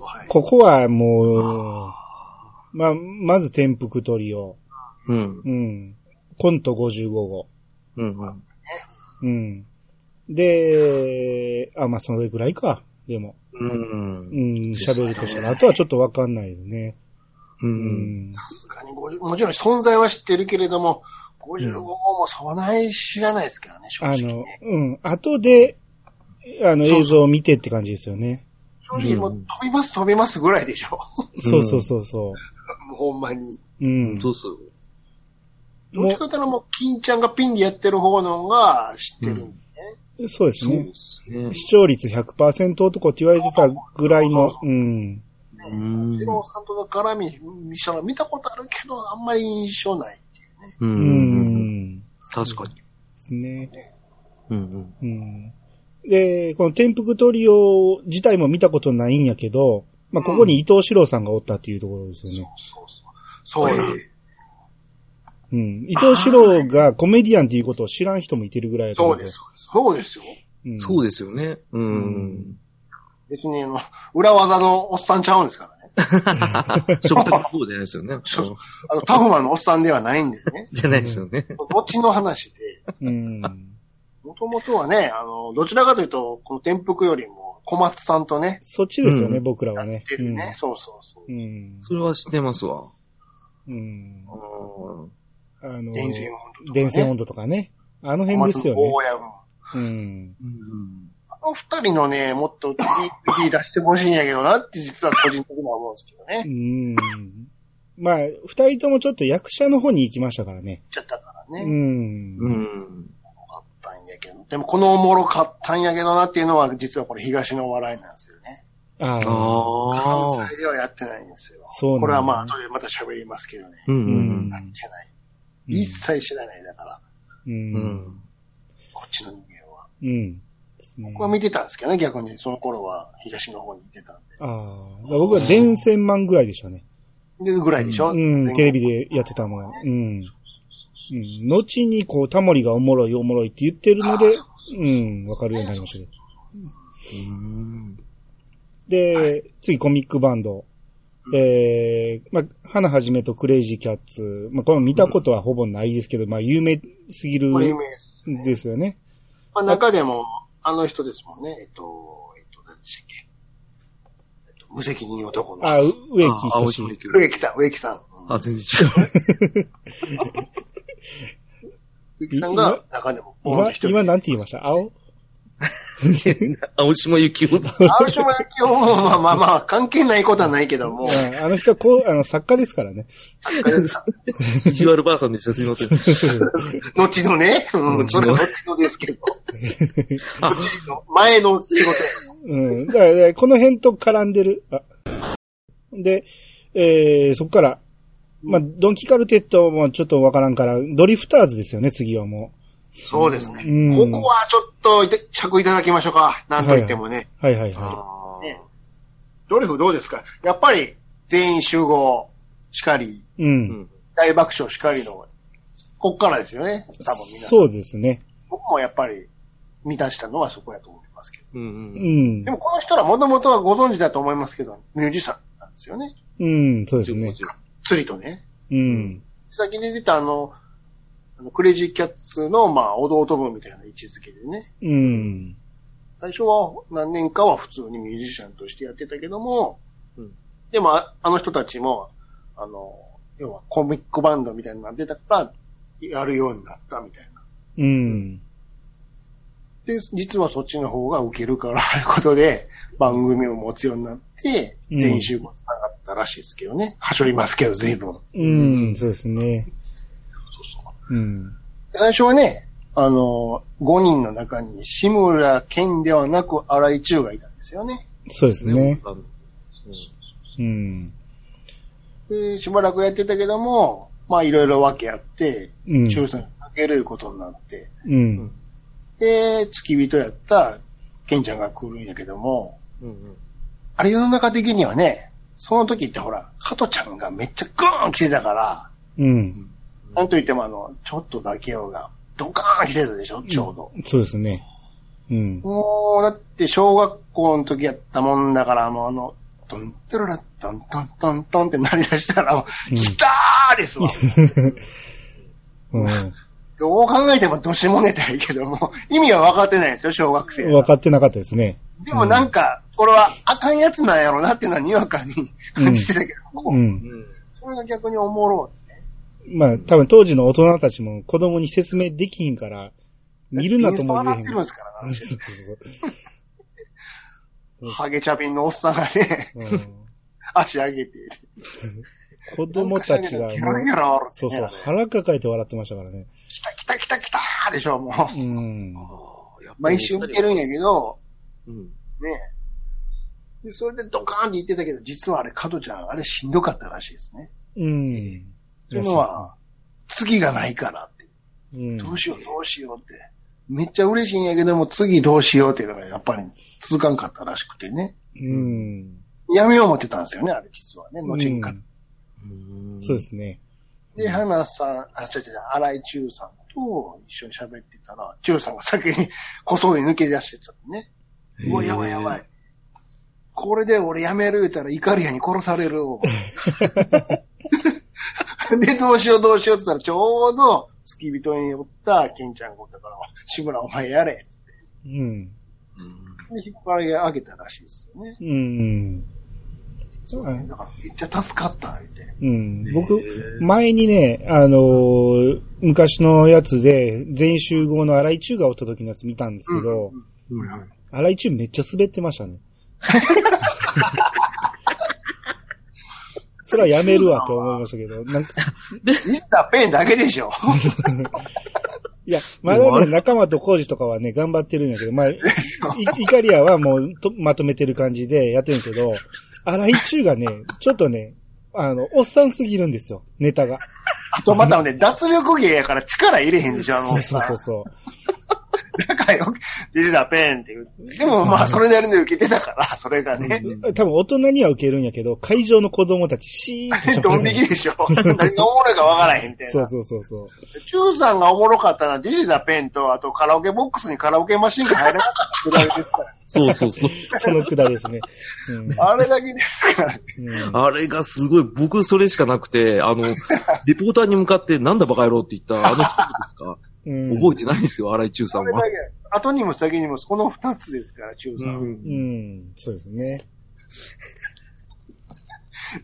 Speaker 2: はい。
Speaker 1: ここはもう、まあ、まず転覆トリオ。
Speaker 3: うん。
Speaker 1: うん。コント55号。
Speaker 3: うんうん。
Speaker 1: うん。で、あ、まあ、それぐらいか。でも。
Speaker 3: うん
Speaker 1: う。ん、喋るとしたら。あとはちょっとわかんないよね。
Speaker 3: う。
Speaker 1: うんん。
Speaker 2: さすがに50、もちろん存在は知ってるけれども、55号もそない知らないですからね、正
Speaker 1: あ
Speaker 2: 直
Speaker 1: の
Speaker 2: ね。、
Speaker 1: うん。後で、あの、映像を見てって感じですよね。
Speaker 2: 正直もう飛びます飛びますぐらいでしょ。
Speaker 1: そうそうそうそ
Speaker 2: もうほんまに。
Speaker 1: う。うん。
Speaker 3: そうそう。
Speaker 2: どっちかっていうともう、金ちゃんがピンでやってる方のが知ってるんでね。
Speaker 1: そうです
Speaker 3: そう
Speaker 1: ね
Speaker 3: で。すね。
Speaker 1: 視聴率100%とかって言われてたぐらいの、うん。
Speaker 3: うん
Speaker 2: ジローさんとの絡み、見したの見たことあるけど、あんまり印象ない。
Speaker 3: う。
Speaker 1: うんん。で
Speaker 3: 確かに。
Speaker 1: すね。
Speaker 3: うん
Speaker 1: う
Speaker 3: うん。
Speaker 1: ん。で、この天覆トリオ自体も見たことないんやけど、まあ、ここに伊藤四郎さんがおったっていうところですよね。
Speaker 2: そうそう。そうなん
Speaker 1: うん。伊藤四郎がコメディアンっていうことを知らん人もいてるぐらいやと
Speaker 2: そ
Speaker 1: 思
Speaker 2: うです、そうです。そうですよ。
Speaker 1: うん
Speaker 3: そうですよね。うん。
Speaker 2: 別に、あの、裏技のおっさんちゃうんですからね。
Speaker 3: 食卓の方じゃないですよ <laughs> ね。うん。
Speaker 2: あの、タフマンのおっさんではないんですね
Speaker 3: じゃないですよね。
Speaker 2: 後の話で、
Speaker 1: うん。
Speaker 2: もともとはね、あの、どちらかというと、この転覆よりも、小松さんとね、
Speaker 1: そっちですよね、
Speaker 3: うん
Speaker 1: 僕らは
Speaker 2: やっ
Speaker 1: ね。
Speaker 2: てるね。そうそうそうう。
Speaker 1: ん。
Speaker 3: それは知ってますわ。
Speaker 1: うん。うん
Speaker 3: あ。ー
Speaker 1: あの、
Speaker 2: 電線温度。
Speaker 1: 電線温度とかね。あの辺ですよ
Speaker 2: 小松
Speaker 1: ね
Speaker 2: の。大家分
Speaker 1: うん。
Speaker 3: うん
Speaker 2: あの二人のね、もっとリリー出してほしいんやけどなって、実は個人的には思うんですけどね。
Speaker 1: う
Speaker 2: 言っ
Speaker 1: ん。まあ、二人ともちょっと役者の方に行きましたからね。
Speaker 2: ちゃったからね。
Speaker 1: うん。
Speaker 3: うん。
Speaker 2: かったんやけど。でも、このおもろかったんやけどなっていうのは、実はこれ東のお笑いなんですよね。
Speaker 1: あ
Speaker 3: あ
Speaker 1: あ。
Speaker 3: あ
Speaker 2: 関。西ではやってないんですよ。
Speaker 1: そうなんだ
Speaker 2: これはまあ、後でまた喋りますけどね。
Speaker 3: うんう
Speaker 1: うん
Speaker 3: ん
Speaker 2: やってない。一切知らないだから、
Speaker 1: う。
Speaker 3: うんん。
Speaker 2: こっちの人間は。
Speaker 1: うん。ですね
Speaker 2: 僕。は見てたんですけどね、逆に。その頃は東の方に行ってたん
Speaker 1: ああ。だから僕は電線マンぐらいでしたね。
Speaker 2: で。で、ぐらいでしょ
Speaker 1: うん、テレビ
Speaker 2: で。
Speaker 1: でやってたのは。うん。うん、後に、こう、タモリがおもろいおもろいって言ってるので、うん、わかるようになりましたけど。
Speaker 3: うん
Speaker 1: で、次、コミックバンド。えー、まあ、花はじめとクレイジーキャッツ。まあ、この見たことはほぼないですけど、まあ、有名すぎる
Speaker 2: これ有名です。
Speaker 1: ですよね。
Speaker 2: まあ、中でも、あの人ですもんね。えっと、えっと、何でしたっけ。えっと無責任男の。
Speaker 1: あ、う植木
Speaker 3: あ青
Speaker 1: 仁志。
Speaker 3: 島行く
Speaker 2: 植木さん、植木さん。うん
Speaker 3: あ、全然違う。
Speaker 2: ゆきさんが中でも、ボンと
Speaker 1: 今
Speaker 2: 一、人。
Speaker 1: 今なんて言いました青
Speaker 3: 青島由紀夫。
Speaker 2: 青島焼きも、まあまあまあ、関係ないことはないけども、
Speaker 1: ああの人はこう、あの、作家ですからね。
Speaker 3: 意地悪ばあさんでした。すみません。
Speaker 2: 後のね、う
Speaker 3: 後
Speaker 2: ん、
Speaker 3: の
Speaker 2: それは後のですけど、後の前の仕事や
Speaker 1: うん。だから、だからこの辺と絡んでる。あで、えー、そっから、まあ、ドンキカルテットもちょっとわからんから、ドリフターズですよね、次はも
Speaker 2: そうですね。
Speaker 1: うん
Speaker 2: ここはちょっといた、着いただきましょうか。なんといってもね。
Speaker 1: う。はいはい
Speaker 2: あ
Speaker 1: は
Speaker 2: ーねドリフどうですかやっぱり、全員集合しかり、
Speaker 1: い。うん。
Speaker 2: 大爆笑しかりの、こっからですよね。多分みんな。
Speaker 1: そうですね。
Speaker 2: 僕もやっぱり、満たしたのはそこやと思いますけど。
Speaker 3: うん
Speaker 1: う
Speaker 3: うん。
Speaker 1: ん
Speaker 2: で。もこの人らもともとはご存知だと思いますけど、ミュージシャンなんですよね。
Speaker 1: うん、そうですね。
Speaker 2: 釣りとね。
Speaker 1: うん。
Speaker 2: 先に出たあの、あのクレイジーキャッツの、まあ、弟分みたいな位置づけでね。
Speaker 1: うん。
Speaker 2: 最初は何年かは普通にミュージシャンとしてやってたけども、
Speaker 3: うん
Speaker 2: でもああの人たちも、あの、要はコミックバンドみたいになってたから、やるようになったみたいな。
Speaker 1: うん。
Speaker 2: で、実はそっちの方がウケるから、ということで、番組を持つようになって、
Speaker 1: うん
Speaker 2: 全員集合繋がったらしいですけどね。はしょりますけど、随分。
Speaker 1: うん、そうですね。うん。
Speaker 2: 最初はね、あの、5人の中に志村健ではなく荒井中がいたんですよね。
Speaker 1: そうですね。
Speaker 3: あの。
Speaker 1: うん。
Speaker 2: で、しばらくやってたけども、まあいろいろ分け合って、
Speaker 1: うん。
Speaker 2: 抽選かけることになって、
Speaker 1: うん。
Speaker 2: で、付き人やったケンちゃんが来るんやけども、
Speaker 3: うんうん
Speaker 2: あれ世の中的にはね、その時ってほら、加トちゃんがめっちゃグーン来てたから、
Speaker 1: うん。
Speaker 2: なんといってもあの、ちょっとだけよが、ドカーン来てたでしょ、ちょうど。
Speaker 1: そうですね。うん。
Speaker 2: もう、だって小学校の時やったもんだから、もうあの、トントロラ、トントントントンって鳴り出したら、もう来たーで
Speaker 1: <laughs>
Speaker 2: すわ。
Speaker 1: うん。
Speaker 2: どう考えてもどしもネタやけども、意味は分かってないんですよ、小学生。
Speaker 1: 分かってなかったですね。
Speaker 2: でもなんか、これはあかんやつなんやろなっていうのはにわかに感じてたけど、も
Speaker 1: うん。
Speaker 3: うん
Speaker 2: それが逆におもろい。
Speaker 1: まあ、多分当時の大人たちも子供に説明できひんから、見るなとも言え
Speaker 2: イ
Speaker 1: へん
Speaker 2: ンスタになって。るんですからな。
Speaker 1: そうそう
Speaker 2: ハゲチャビンのおっさんが
Speaker 1: <laughs>
Speaker 2: ね、
Speaker 1: そううん
Speaker 2: 足上げて。
Speaker 1: 子供たちが
Speaker 2: なんかし
Speaker 1: も
Speaker 2: ら
Speaker 1: う
Speaker 2: けどギョロギョロ笑って
Speaker 1: そう
Speaker 2: ね
Speaker 1: そう、腹抱えて笑ってましたからね。
Speaker 2: 来た来た来た来たーでしょ、もう。
Speaker 1: うん。
Speaker 2: 毎週見てるんやけど、
Speaker 3: う
Speaker 2: ね
Speaker 3: ん。
Speaker 2: え。で、それでドカーンって言ってたけど、実はあれ、加トちゃん、あれしんどかったらしいですね。
Speaker 1: うん。
Speaker 2: というのは、次がないからって。
Speaker 1: うん、
Speaker 2: どうしよう、どうしようって。めっちゃ嬉しいんやけども、次どうしようっていうのがやっぱり続かんかったらしくてね。
Speaker 1: うん。
Speaker 2: やめよう思ってたんですよね、あれ実はね。後にか、
Speaker 1: うん
Speaker 3: うん
Speaker 1: そうで。すね。
Speaker 2: で、花さん、あ、違う違う、荒井中さんと一緒に喋ってたら、中さんが先にこそり抜け出してたのね。うわ、やばいやばい。これで俺やめる言うたら、イカリアに殺される。
Speaker 1: <laughs>
Speaker 2: で、どうしようどうしようって言ったら、ちょうど、付き人におった、ケンちゃんがおったから、志村お前やれ。
Speaker 1: うん。
Speaker 2: で、引っ張り上げたらしいですよね。
Speaker 1: うん。
Speaker 2: そう
Speaker 1: はい
Speaker 2: だから、めっちゃ助かった、言うて。
Speaker 1: うん。
Speaker 3: へ
Speaker 1: 僕、
Speaker 3: ー
Speaker 1: 前にね、あのー昔のやつで、全集合の荒井中がおった時のやつ見たんですけど、荒井中めっちゃ滑ってましたね。 <laughs> それはやめるわと思いましたけど、なんか、
Speaker 2: ミスターペンだけ
Speaker 1: <laughs>
Speaker 2: でしょ。
Speaker 1: いや、まだね、仲間と工事とかはね、頑張ってるんやけど、まあ、
Speaker 2: <laughs>
Speaker 1: いイカリアはもうとまとめてる感じでやってるけど、荒井中がね、ちょっとね、あの、おっさんすぎるんですよ、ネタが。
Speaker 2: あとまたね、脱力芸やから力入れへんでしょ、あの。
Speaker 1: そうそうそうそう。
Speaker 2: だからよ、ミスターペンって言う。でもまあ、それなりに受けてたから、それがね。
Speaker 1: 多分大人には受けるんやけど、会場の子供たちシーンとしてま
Speaker 2: ド
Speaker 1: す
Speaker 2: ン
Speaker 1: ね
Speaker 2: 引きでしょ。何がおもろいかわからへんみたいな。
Speaker 1: そうそうそうそう。
Speaker 2: チューさんがおもろかったのは、ディジザペンと、あとカラオケボックスにカラオケマシンが入らなかったぐらいですか
Speaker 3: そうそうそう。
Speaker 1: そのくだりですね。うん。
Speaker 2: ら。あれだけですから、ね、
Speaker 1: うん
Speaker 3: あれがすごい、僕それしかなくて、あの、リポーターに向かってなんだバカ野郎って言ったあの人ですか、
Speaker 1: うん。
Speaker 3: 覚えてないんですよ、荒井中さ
Speaker 2: あ
Speaker 3: ん
Speaker 2: れだ
Speaker 3: は
Speaker 2: け。。後にも先にも、この二つですから、チューさんは。
Speaker 3: うん
Speaker 1: うん。そうですね。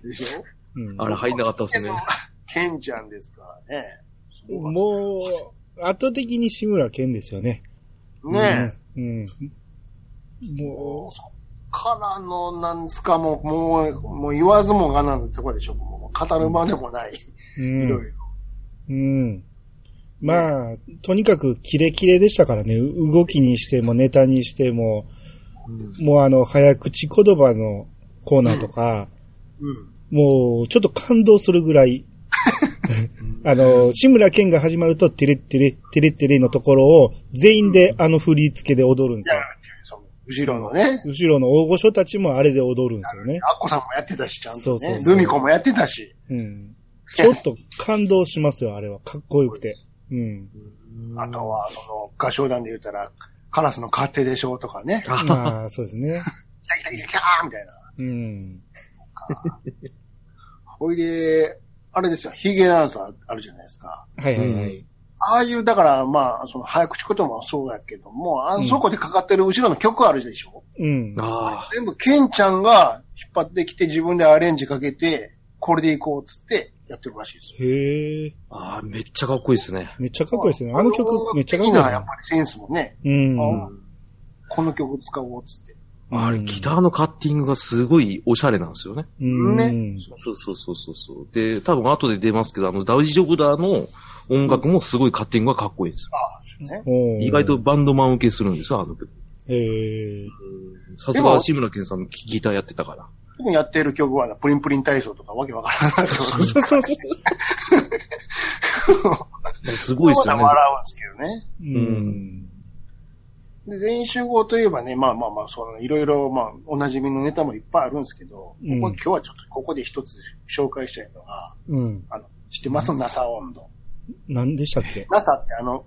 Speaker 2: でしょ
Speaker 1: うん
Speaker 3: あれ入んなかったですね。
Speaker 2: ケンちゃんですからね。
Speaker 1: もう、圧倒的に志村けんですよね。
Speaker 2: ね
Speaker 1: う
Speaker 2: え。
Speaker 1: ん。うん。
Speaker 2: も
Speaker 1: も、
Speaker 2: うそっからの、なんですか、もう、もう、もう言わずもがなのとこでしょ。もう語るまでもない。いう
Speaker 1: うん。
Speaker 2: ろいろ。
Speaker 1: うん。まあ、とにかくキレキレでしたからね。う動きにしてもネタにしても、もうあの、早口言葉のコーナーとか、
Speaker 2: うん。
Speaker 1: もうちょっと感動するぐらい、 <laughs> あの、志村けんが始まると、テレッテレ、テレッテレのところを、全員であの振り付けで踊るんで
Speaker 2: じ
Speaker 1: す
Speaker 2: ゃあ
Speaker 1: よ。、
Speaker 2: その、後ろのね、
Speaker 1: 後ろの大御所たちもあれで踊るんですよね。
Speaker 2: アッコさんもやってたし、ちゃん
Speaker 1: そ
Speaker 2: と
Speaker 1: うそう
Speaker 2: ね。
Speaker 1: そう
Speaker 2: ルミ子もやってたし。
Speaker 1: うん。ちょっと感動しますよ、あれは。かっこよくて。
Speaker 2: <laughs>
Speaker 1: うん。
Speaker 2: あとは、その、合唱団で言ったら、カラスの勝手でしょとかね。キャ
Speaker 1: まあ、そうですね。
Speaker 2: ーキャーキャーキャーみたいな。
Speaker 1: うん。
Speaker 2: ほいで、あれですよ、ヒゲダンサーあるじゃないですか。
Speaker 1: はいはいはい。
Speaker 2: ああいう、だから、まあ、その、早口言葉もそうやけども、あそこでかかってる後ろの曲あるでしょ、
Speaker 1: うん。
Speaker 3: あ
Speaker 2: 全部、ケンちゃんが引っ張ってきて自分でアレンジかけて、これでいこうっつってやってるらしいですよ。
Speaker 1: へえ、
Speaker 3: あ、ああ、めっちゃかっこいいですね。
Speaker 1: めっちゃかっこいいですね。あの曲めっちゃかっこいい
Speaker 2: で
Speaker 1: ですす
Speaker 2: やっ
Speaker 1: ね
Speaker 2: ぱ。りセンスもね、
Speaker 1: うん。
Speaker 2: あこの曲使おうっつって。
Speaker 3: あれ、ギターのカッティングがすごいおしゃれなんですよね。
Speaker 1: うん。
Speaker 2: ね
Speaker 3: そうそうそうそうそう。で、多分後で出ますけど、あの、ダウジ・ジョブダーの音楽もすごいカッティングがかっこいいんですよ。
Speaker 2: ああ、そうね。
Speaker 1: おー
Speaker 3: 意外と。バンドマン受けするんですよ、あの曲。
Speaker 1: へえ。
Speaker 3: さすが志村けんさんのギターやってた <laughs> から。
Speaker 2: 特にやってる曲は、プリンプリン体操とかわけわからない。そう
Speaker 1: そうそうそう。
Speaker 3: すごいですよね。
Speaker 2: 笑うんですけどね。
Speaker 1: うん。
Speaker 2: で、全員集合といえばね、まあまあまあ、その、いろいろ、まあ、おなじみのネタもいっぱいあるんですけど、
Speaker 1: うん
Speaker 2: ここ今日はちょっと、ここで一つ紹介したいのが、
Speaker 1: うん。
Speaker 2: あの、知ってます、?NASA 温度。
Speaker 1: 何でしたっけ
Speaker 2: NASA ってあの、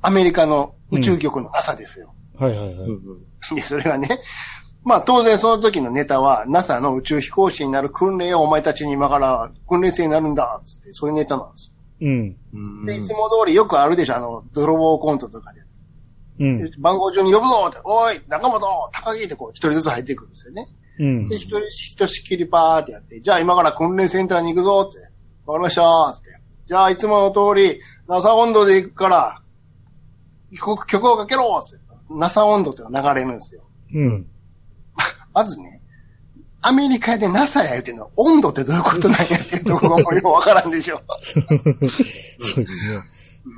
Speaker 2: アメリカの宇宙局の NASA ですよ。
Speaker 1: はいはいは
Speaker 3: う
Speaker 1: い。
Speaker 3: んうん
Speaker 2: で、それはね、まあ当然その時のネタは、NASA の宇宙飛行士になる訓練をお前たちに今から訓練生になるんだ、つって、そういうネタなんです
Speaker 1: うん。
Speaker 3: うん
Speaker 2: よ。で、いつも通りよくあるでしょ、あの、泥棒コントとかで。
Speaker 1: うん。
Speaker 2: 番号順に呼ぶぞって、おい、中本、高木ってこう、一人ずつ入ってくるんですよね。
Speaker 1: うん
Speaker 2: で、。一人、ひとしきりパーってやって、じゃあ今から訓練センターに行くぞって、わかりましたーって。じゃあいつもの通り、NASA 温度で行くから、曲曲をかけろって。NASA 温度ってのが流れるんですよ。
Speaker 1: うん。
Speaker 2: まずね、アメリカで NASA や言うてんのは温度ってどういうことなんやっていうとこがもうよくわからんでしょ。
Speaker 1: そうですね。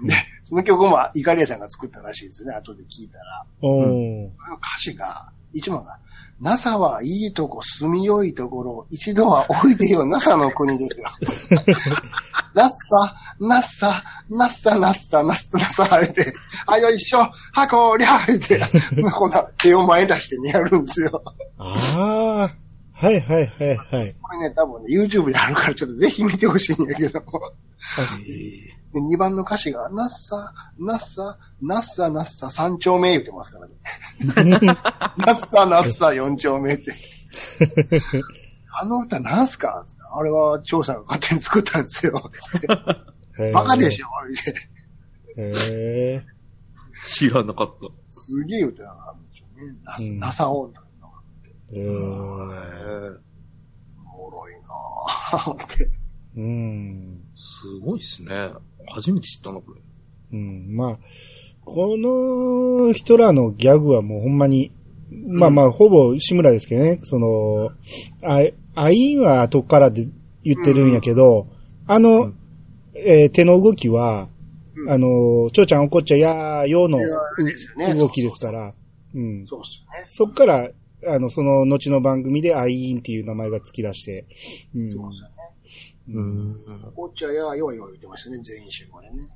Speaker 2: で、その曲もイカリアさんが作ったらしいですよね、後で聞いたら。
Speaker 1: おー。
Speaker 2: 歌詞が、一番が、NASA はいいとこ、住みよいところ、一度はおいでよ、NASA の国ですよ。 <laughs> ナッサ、ナッサ、ナッサ、ナッサ、ナッサ、ナッサ、あれて、あ、よいしょ、はこりゃ、言って、こんな手を前出してね、やるんですよ。こ
Speaker 1: ああ。はいはいはいはい。
Speaker 2: れね、多分ね、YouTube であるから、ちょっとぜひ見てほしいんやけど。で、2番の歌詞が、ナッサ、ナッサ、ナッサ、ナッサ、3丁目言ってますからね。
Speaker 1: <laughs>
Speaker 2: ナッサ、ナッサ、4丁目って。あの歌なんすかあれは、張さんが勝手に作ったんです
Speaker 1: <laughs>
Speaker 2: よ。
Speaker 1: へー
Speaker 2: バカでしょ言うて
Speaker 1: へえ。
Speaker 3: 知らなかった。
Speaker 2: すげえ歌なんですよね。ナ
Speaker 1: う
Speaker 2: ッ
Speaker 1: ん
Speaker 2: ナサ音楽の
Speaker 1: うーん
Speaker 2: おもろいな
Speaker 1: <laughs>
Speaker 2: ぁ。って
Speaker 1: うん。
Speaker 3: すごいですね。初めて知ったな、これ。
Speaker 1: うん、まあ、この人らのギャグはもうほんまに、まあまあ、ほぼ志村ですけどね、その、あ、あいんは後からで言ってるんやけど、あの、
Speaker 3: うん
Speaker 1: えー手の動きは、
Speaker 2: うん
Speaker 1: あの、ちょうちゃん怒っちゃやーよーの
Speaker 2: いやあれですよね
Speaker 1: 動きですから、うん。
Speaker 2: そうっすよね。
Speaker 1: そっから、あの、その後の番組であいんっていう名前が突き出して、うん。
Speaker 2: そうですよね。
Speaker 3: うん。
Speaker 2: お茶や、よいよい言ってましたね。全員集合でね。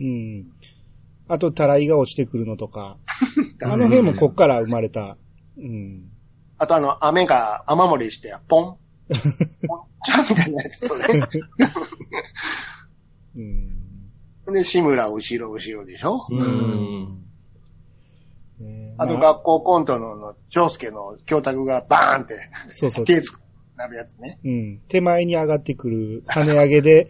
Speaker 1: うん。あと、たらいが落ちてくるのと
Speaker 2: <laughs>
Speaker 1: か、
Speaker 2: うん
Speaker 1: あの辺もこっから生まれた。うん。
Speaker 2: あとあの、雨が雨漏りして、ポン。ポンちゃんみたいなやつとね。
Speaker 1: <laughs> うん。
Speaker 2: で、志村後ろ後ろでしょ、
Speaker 3: うん。
Speaker 1: ね
Speaker 2: あと
Speaker 1: ま
Speaker 2: 学校コントの、の長介の教託がバーンって、
Speaker 1: そうそう。
Speaker 2: 手つく、なるやつね。
Speaker 1: うん。手前に上がってくる跳ね上げ
Speaker 2: <laughs>
Speaker 1: で、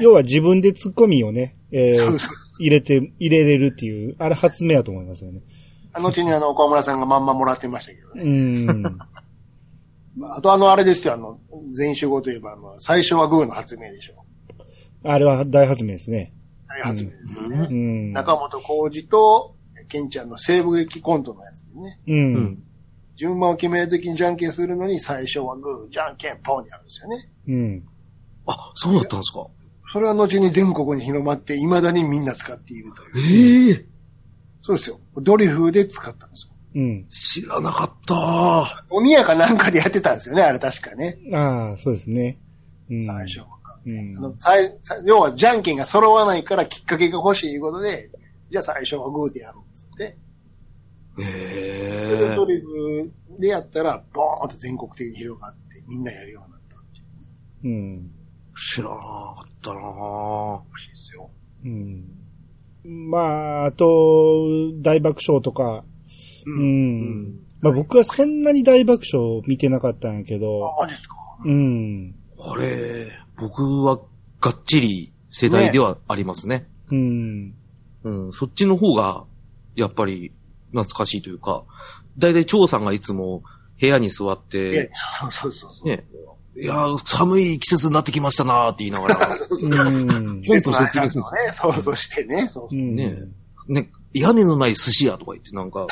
Speaker 1: 要は自分で突っ込みをね、えー
Speaker 2: そうそう
Speaker 1: 入れて、入れれるっていう、あれ発明やと思いますよね。
Speaker 2: <laughs> あのうちにあの、岡村さんがまんまもらってましたけどね。
Speaker 1: うん。
Speaker 2: まああとあの、あれですよ、あの、全員集合といえば、あの、最初はグーの発明でしょ。
Speaker 1: あれは大発明ですね。
Speaker 2: 大発明ですよね。
Speaker 1: うん。
Speaker 2: 中本浩二と、ケンちゃんの西部劇コントのやつでね。
Speaker 1: う。
Speaker 3: うんん。
Speaker 2: 順番を決めるときにじゃんけんするのに、最初はグー、じゃんけん、ポンになるんですよね。
Speaker 1: うん。
Speaker 3: あ、そうだったんですか
Speaker 2: それは後に全国に広まって、未だにみんな使っているという。
Speaker 3: ええ
Speaker 2: そうですよ。ドリフで使ったんですよ。
Speaker 1: うん。
Speaker 3: 知らなかった。
Speaker 2: お宮かなんかでやってたんですよね、あれ確かね。
Speaker 1: ああ、そうですね。うん。
Speaker 2: 最初は。
Speaker 1: うん
Speaker 2: あ。の最最要は、じゃんけんが揃わないからきっかけが欲しいいうことで、じゃあ最初はグーでやろうっつって。
Speaker 3: ええ
Speaker 2: ドリフでやったら、ボーンと全国的に広がって、みんなやるようになったん
Speaker 1: うん。
Speaker 3: 知らなかったな
Speaker 2: ですよ。
Speaker 1: うん。まあ、あと、大爆笑とか。
Speaker 2: う
Speaker 1: うん。
Speaker 3: うん。
Speaker 1: まあ僕はそんなに大爆笑見てなかったんやけど。
Speaker 2: あ、マジですか
Speaker 1: うん。
Speaker 3: あれ、僕はがっちり世代ではありますね。
Speaker 1: うん。
Speaker 3: うん、そっちの方が、やっぱり懐かしいというか、だいたい張さんがいつも部屋に座っ
Speaker 2: いや
Speaker 3: て、、
Speaker 2: そうそうそうそう。
Speaker 3: ね、いやー、寒い季節になってきましたなーって言いながら、
Speaker 1: うん。
Speaker 3: 本当説明す
Speaker 2: す
Speaker 3: る
Speaker 2: る
Speaker 3: ん
Speaker 2: ね。そうそうしてね。そう
Speaker 1: う
Speaker 2: そう。
Speaker 1: ん。
Speaker 3: ねね、屋根のない寿司屋とか言って、なんか、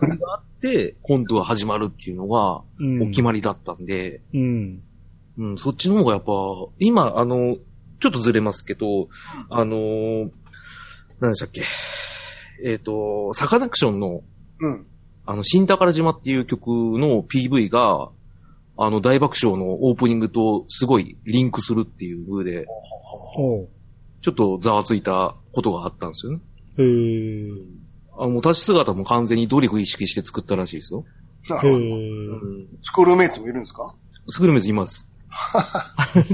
Speaker 3: これがあって、コントが始まるっていうのが、
Speaker 1: うん
Speaker 3: お決まりだったんで、
Speaker 1: うん。
Speaker 3: うん、そっちの方がやっぱ、今、あの、ちょっとずれますけど、あのー、何でしたっけ、えっ、と、サカナクションの、
Speaker 2: うん。
Speaker 3: あの、新宝島っていう曲の PV が、あの、大爆笑のオープニングとすごいリンクするっていう風で、
Speaker 1: おう。
Speaker 3: ちょっとざわついたことがあったんですよね。
Speaker 1: へえ。
Speaker 3: あもう立ち姿も完全にドリフ意識して作ったらしいですよ。
Speaker 2: な
Speaker 1: へ
Speaker 2: るほど。
Speaker 1: え
Speaker 3: う。ん。
Speaker 2: スクールメイツもいるんですか
Speaker 3: スクルメズい <laughs> ます。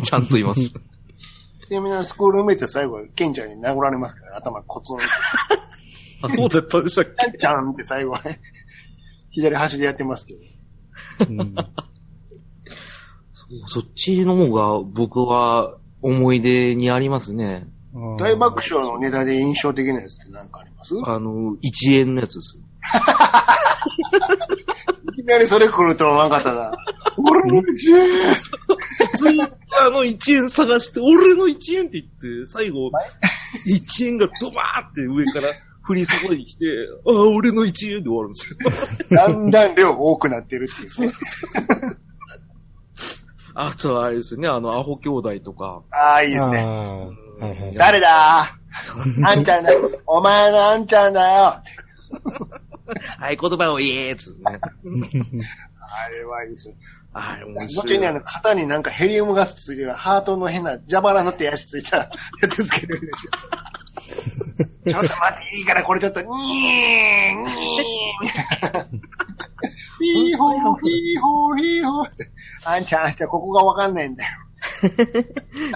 Speaker 3: ちゃんといます。
Speaker 2: ちなみにスクールメイツは最後、ケンちゃんに殴られますから、頭コツン。
Speaker 3: あ、そうだったでしたっけ
Speaker 2: ケンちゃんって最後はね、 <laughs> 左端でやってますけど。 <laughs>
Speaker 1: うん
Speaker 3: そっちの方が僕は思い出にありますね。
Speaker 2: 大爆笑のネタで印象的なやつって何かあります
Speaker 3: あの、1円のやつですよ。
Speaker 2: いきなりそれ来ると思わんかったな。俺の1円
Speaker 3: ツイッターの1円探して、俺の1円って言って、最後、1円がドバーって上から振り注いできて、ああ、俺の1円で終わるんですよ。
Speaker 2: だんだん量多くなってるっていうね。
Speaker 3: <laughs> あとはあれですよね、あの、アホ兄弟とか。
Speaker 2: ああ、いい
Speaker 1: い
Speaker 2: ですね。
Speaker 1: はいはい。
Speaker 2: 誰だーあんちゃんだよ。お前のあんちゃんだよ。
Speaker 3: 合言葉を言えーっつってね。
Speaker 2: あれはいいですよ。
Speaker 3: あれ面白い。
Speaker 2: 後にあの、肩になんかヘリウムガスついてるハートの変な蛇腹の手足つい <laughs> たやつつけてるでしょ。ちょっと待って、いいからこれちょっと、にーにーヒーホー、ヒーホー、ヒーホーって。あんちゃん、あんちゃん、ここがわかんないんだよ。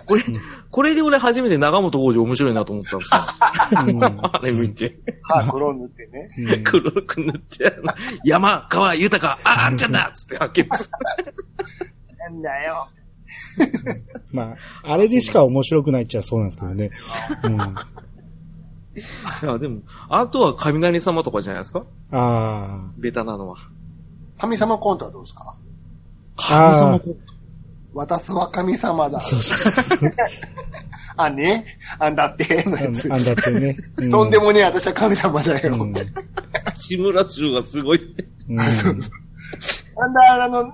Speaker 3: これ、これで俺初めて長本浩二面白いなと思ったんですよ。あれ見て。
Speaker 2: 歯黒塗ってね。
Speaker 3: 黒く塗って、あの山、川、豊か、あ、あんちゃんだっつって、あけます。
Speaker 2: <laughs> なんだよ。
Speaker 1: まあ、あれでしか面白くないっちゃそうなんですけどね。うん、あ
Speaker 3: いや、でも、あとは雷様とかじゃないですか
Speaker 1: あ。
Speaker 3: ベタなのは。
Speaker 2: 神様コントはどうですか
Speaker 1: 神様
Speaker 2: 私は神様だ。
Speaker 1: そうそうそう。
Speaker 2: あ、ね <laughs> あんだって、の
Speaker 1: あ
Speaker 2: やつ
Speaker 1: ん。あんだってね。う
Speaker 2: とんでもねえ、私は神様だよ。
Speaker 1: うん
Speaker 3: 志村衆がすごい。
Speaker 1: う
Speaker 2: なんだ、あの、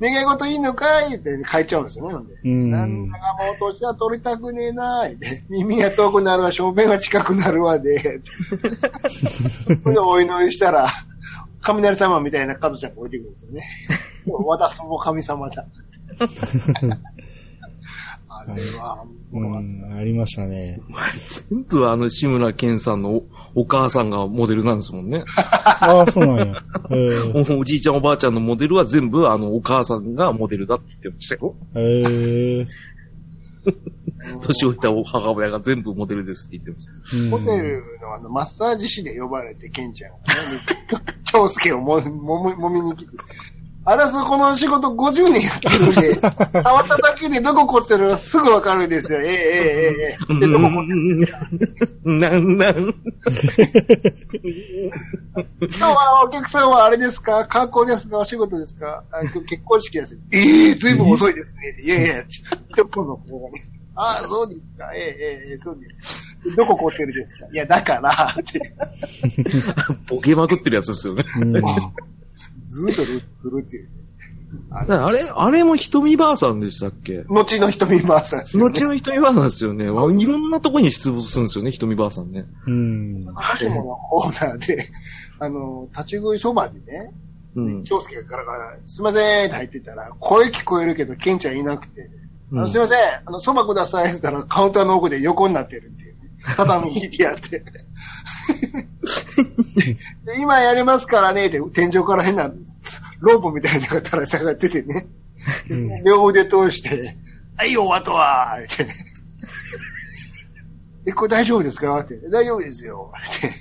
Speaker 2: 願い事いいのかいって書いちゃうんですよね、ほんで。
Speaker 1: ん。う
Speaker 2: なん
Speaker 1: ん
Speaker 2: だ。かもう年は取りたくねえなーって。 <laughs> 耳が遠くなるわ、正面が近くなるわで。 <laughs> それでお祈りしたら、雷様みたいな角ちゃんが降りてくるんですよ
Speaker 1: <laughs>
Speaker 2: ね。でも私も神様だ。あれは、も
Speaker 1: う。
Speaker 2: うん
Speaker 1: ありましたね。
Speaker 3: 全部あの志村けんさんのおお母さんがモデルなんですもんね。
Speaker 1: ああ、そう <laughs> なんや。えー、
Speaker 3: おおじいちゃんおばあちゃんのモデルは全部あのお母さんがモデルだって言ってましたよ。
Speaker 1: えー。
Speaker 3: 年老いたお母親が全部モデルですって言ってました。
Speaker 1: うん
Speaker 2: ホテルのあの、マッサージ師で呼ばれて、ケンちゃんがね、長介をも、もみ、もみに来て、私、この仕事50年やってるんで、触っただけでどこ凝ってるかすぐわかるんですよ。ええええええ。で、どこ凝ってる
Speaker 3: なんなん。
Speaker 2: 今日はお客さんはあれですか観光ですかお仕事ですかあ今日結婚式です。ええずいぶん遅いですね。いやいや、ちょっとの方がね。ああ、そうですか。ええええええそうです。どこ凝ってるですかいや、だから、って。
Speaker 3: ボケまくってるやつですよね。
Speaker 1: うん。
Speaker 2: ずっとループるっていう。
Speaker 3: あれ、あれも瞳ばあさんでしたっけ
Speaker 2: 後の瞳回さんですよ <laughs> ね
Speaker 3: 後の瞳ばあさんですよね。わいろんなとこに出没するんですよね、瞳ばあさんね。
Speaker 1: うん。
Speaker 2: カシモのオーナーで、あの、立ち食いそばにね、
Speaker 3: うん。
Speaker 2: 京介がガラガラ、すいませんって入ってたら、声聞こえるけど、ケンちゃんいなくて、あの
Speaker 3: うん
Speaker 2: すいません、あの、そばくださいって言ったら、カウンターの奥で横になってるっていう、ね。畳引いてや
Speaker 3: <laughs>
Speaker 2: って。で今やりますからね、って、天井から変なロープみたいなのが垂れ下がっててね。両腕通して、はいよ、あとは、って。え、これ大丈夫ですかって。大丈夫ですよ。って。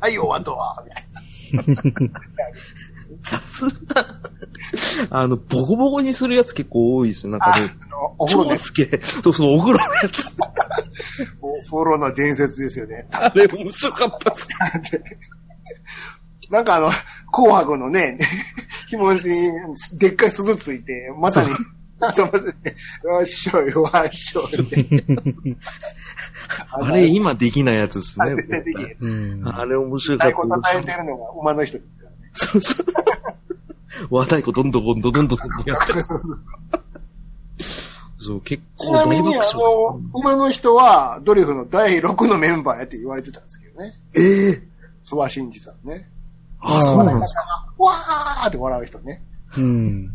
Speaker 2: はいよ、あとは、みたいな。
Speaker 3: 雑な。 <laughs> あの、ボコボコにするやつ結構多いですよ。なんかね、
Speaker 2: あの、お風呂
Speaker 3: 長
Speaker 2: で
Speaker 3: 介、そうそう、お風呂のやつ。
Speaker 2: お風呂の伝説ですよね。 <laughs>
Speaker 3: あれ面白かったっす。
Speaker 2: なんかあの、紅白のね、 <laughs> 紐にでっかい鈴ついて、まさに、頭で、わっしょい、わっしょいって。
Speaker 3: <laughs> あれ今できないやつですね。
Speaker 2: 絶対的に。
Speaker 1: うん。
Speaker 3: あれ面白か
Speaker 2: 太
Speaker 3: っ
Speaker 2: 鼓
Speaker 3: た
Speaker 2: 叩い。てるのが馬の人ですからね。
Speaker 3: そうそう。和太鼓どんどんどんどんどんどんどんや <laughs> って。そう、結
Speaker 2: ち
Speaker 3: 構
Speaker 2: な
Speaker 3: 大
Speaker 2: み
Speaker 3: 爆
Speaker 2: に、あ
Speaker 3: 笑。
Speaker 2: の、馬の人はドリフの第6のメンバーやって言われてたんですけどね。
Speaker 3: ええ
Speaker 2: 諏訪真二さんね。
Speaker 3: あ、そうなんですか。
Speaker 2: わーって笑う人ね。
Speaker 1: うん。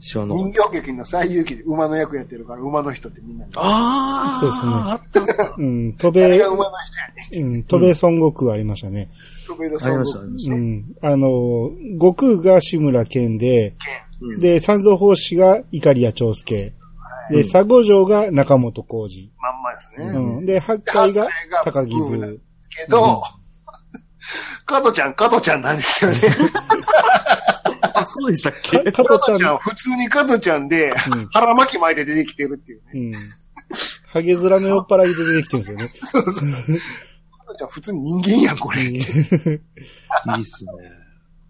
Speaker 3: 知らなかっ
Speaker 2: 人形劇の最優秀で馬の役やってるから、馬の人ってみんなに。
Speaker 3: た。あ
Speaker 1: そうですね
Speaker 3: あ、あったあった。
Speaker 1: うん。飛
Speaker 2: あれ
Speaker 1: べ、
Speaker 2: が馬の人やね。
Speaker 1: うん。飛べ孫悟空ありましたね。
Speaker 2: 飛べる
Speaker 3: ありました、ありまし
Speaker 1: うん。あの、悟空が志村けんで、
Speaker 3: うん
Speaker 1: で、三蔵法師がイカリア長介。で、佐護城が中本浩二。
Speaker 2: まんまですね。
Speaker 1: うん。で、八海が高木
Speaker 2: うん
Speaker 1: 部。
Speaker 2: けど、加藤ちゃん、加藤ちゃんなんですよね。
Speaker 3: た。あ、そうでしたっけ
Speaker 1: か、加
Speaker 2: 加
Speaker 1: 藤ちゃ
Speaker 2: 藤
Speaker 1: ん
Speaker 2: ちゃん、普通に加藤ちゃんで、
Speaker 1: ん
Speaker 2: 腹巻き巻いて出てきてるっていう
Speaker 1: う
Speaker 2: ね。
Speaker 1: ん。ハゲ面の酔っ払いで出てきてるんですよね。
Speaker 2: 加藤ちゃん、普通に人間やん、これ。
Speaker 3: いいっすね。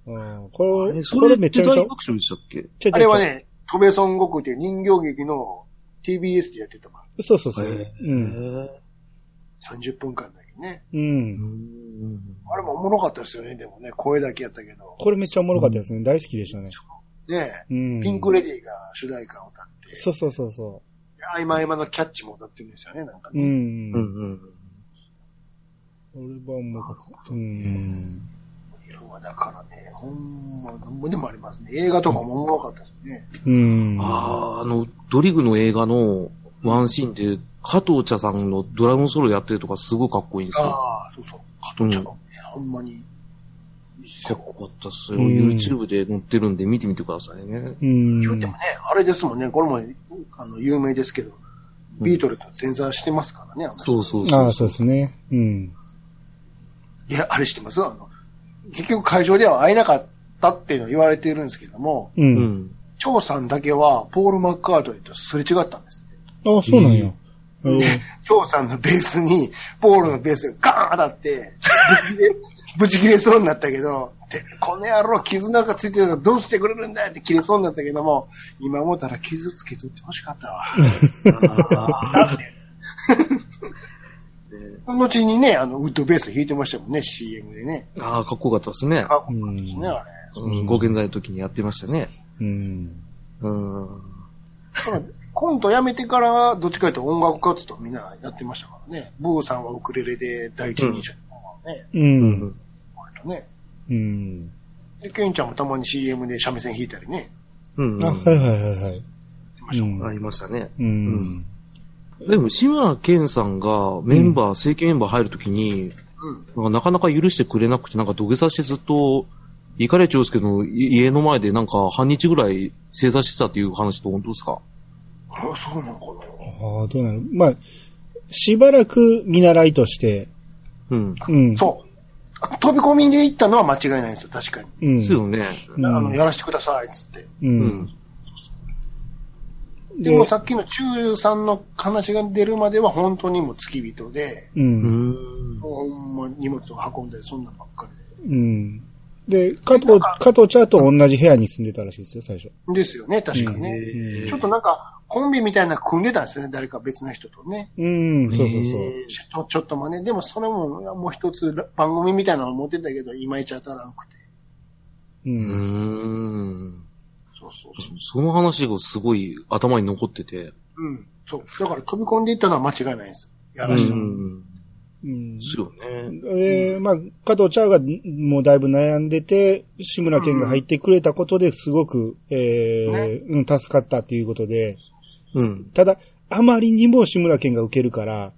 Speaker 1: うん、こ
Speaker 3: え
Speaker 1: れ、
Speaker 3: そ
Speaker 1: こ
Speaker 3: れ
Speaker 1: れ
Speaker 3: め
Speaker 1: め
Speaker 3: っち
Speaker 1: ち
Speaker 3: ゃ
Speaker 1: ゃ
Speaker 3: め
Speaker 1: めち
Speaker 3: ちゃ
Speaker 1: ゃ
Speaker 3: 大。爆笑でしたっけ
Speaker 1: ちゃち
Speaker 2: あ
Speaker 1: ゃ
Speaker 2: れは。ね、トベソン悟空っていう人形劇の TBS でやってた番
Speaker 1: そうそうそう。
Speaker 3: へ
Speaker 1: う
Speaker 3: え
Speaker 1: ん。
Speaker 2: 組。30分間だけどね。
Speaker 1: うん。
Speaker 2: あれもおもろかったですよね、でもね、声だけやったけど。
Speaker 1: これめっちゃおもろかったですね。大好きでしたね。
Speaker 2: ね、
Speaker 1: うん。
Speaker 2: ピンクレディーが主題歌を歌って、
Speaker 1: そうそうそうそ
Speaker 2: 合間合間のキャッチも歌ってるんですよね、なんか
Speaker 1: う。う
Speaker 2: ね。
Speaker 1: ん。
Speaker 3: う
Speaker 1: うん。
Speaker 3: んうん。
Speaker 1: これはおもろかった。うん。
Speaker 2: 色はだからね、ほんま、なんぼでもありますね。映画とかもおもろかったですね。
Speaker 1: うん。
Speaker 3: ああ、あの、ドリグの映画のワンシーンで、加藤茶さんのドラゴンソロやってるとかすごいかっこいいんですよ。
Speaker 2: ああ、そうそう。加藤ちゃんのね、ほんまに。いいっす
Speaker 3: かっ
Speaker 2: よ
Speaker 3: こよかったっすよ。
Speaker 1: うん
Speaker 3: YouTube で載ってるんで見てみてくださいね。
Speaker 1: うん。
Speaker 2: でもね、あれですもんね、これも、あの、有名ですけど、ビートルと前座してますからね、あの人
Speaker 3: そうそう
Speaker 1: あ
Speaker 3: そ
Speaker 1: あ、
Speaker 3: う。
Speaker 1: そうですね。うん。
Speaker 2: いや、あれしてますあの、結局会場では会えなかったっていうのを言われているんですけども、
Speaker 1: う。
Speaker 3: うんん。
Speaker 2: 張さんだけは、ポール・マッカートリーとすれ違ったんですって。
Speaker 1: ああ、そうなんや。うん。
Speaker 2: 張さんのベースに、ポールのベースがガーン当た <laughs> って、ぶち切れ、ぶち切れそうになったけど、てこの野郎傷なんかついてるのどうしてくれるんだよって切れそうになったけども、今思ったら傷つけとってほしかったわ。なん <laughs> で後にね、あの、ウッドベース弾いてましたもんね、CM でね。
Speaker 3: ああ、かっこよかったですね。
Speaker 2: かっこよかったですね、あれ。
Speaker 3: うんご健在の時にやってましたね。
Speaker 1: うん。
Speaker 3: うん。
Speaker 2: だからコントやめてから、どっちかというと音楽活動みんなやってましたからね。ブーさんはウクレレで第一人者の方がね、
Speaker 1: うん。
Speaker 2: 割とね。
Speaker 1: うん。
Speaker 2: で、ケンちゃんもたまに CM で三味線弾いたりね。
Speaker 3: うん。
Speaker 1: あ、はいはいはいはい。うん
Speaker 3: ありましたね。
Speaker 1: うん。
Speaker 3: でも、志村けんさんがメンバー、正規メンバー入るときに、なんかなかなか許してくれなくて、なんか土下座してずっと、イカレチョウスケの家の前でなんか半日ぐらい正座してたっていう話と本当ですか
Speaker 2: ああ、そうなのか
Speaker 1: ああ、どうなるまあ、しばらく見習いとして、
Speaker 3: うん。
Speaker 1: うん。
Speaker 2: な。そう。飛び込みで行ったのは間違いないんですよ、確かに。
Speaker 1: うん。
Speaker 3: ですよね。
Speaker 1: うん
Speaker 2: あの、やらせてください、つって。
Speaker 1: う。
Speaker 3: うんん。
Speaker 2: でもさっきの中さんの話が出るまでは本当にもう付き人で、
Speaker 1: う。
Speaker 3: うんん。
Speaker 2: もうほんま荷物を運んでそんなんばっかり
Speaker 1: うん。で、加藤、加藤茶と同じ部屋に住んでたらしいですよ、最初。
Speaker 2: で。ですよね、確かね。
Speaker 3: え
Speaker 2: ちょっとなんか、コンビみたいなの組んでたんですよね、誰か別の人とね。
Speaker 1: うん、そうそうそう。
Speaker 2: ちょっと、ちょっともね、でもそれも、もう一つ番組みたいなの持ってたけど、いまいち当たらなくて。
Speaker 1: う。
Speaker 3: うんん。
Speaker 2: そうそうそう。
Speaker 3: その話がすごい頭に残ってて。
Speaker 2: うん。そう。だから飛び込んでいったのは間違いないです。や
Speaker 3: う
Speaker 2: らした。
Speaker 3: ん。
Speaker 1: うん
Speaker 3: ですよね。
Speaker 1: で、まあ、加藤茶がもうだいぶ悩んでて、志村けんが入ってくれたことですごく、えーうん、助かったっていうことで、
Speaker 3: うん。
Speaker 1: ただ、あまりにも志村けんが受けるから、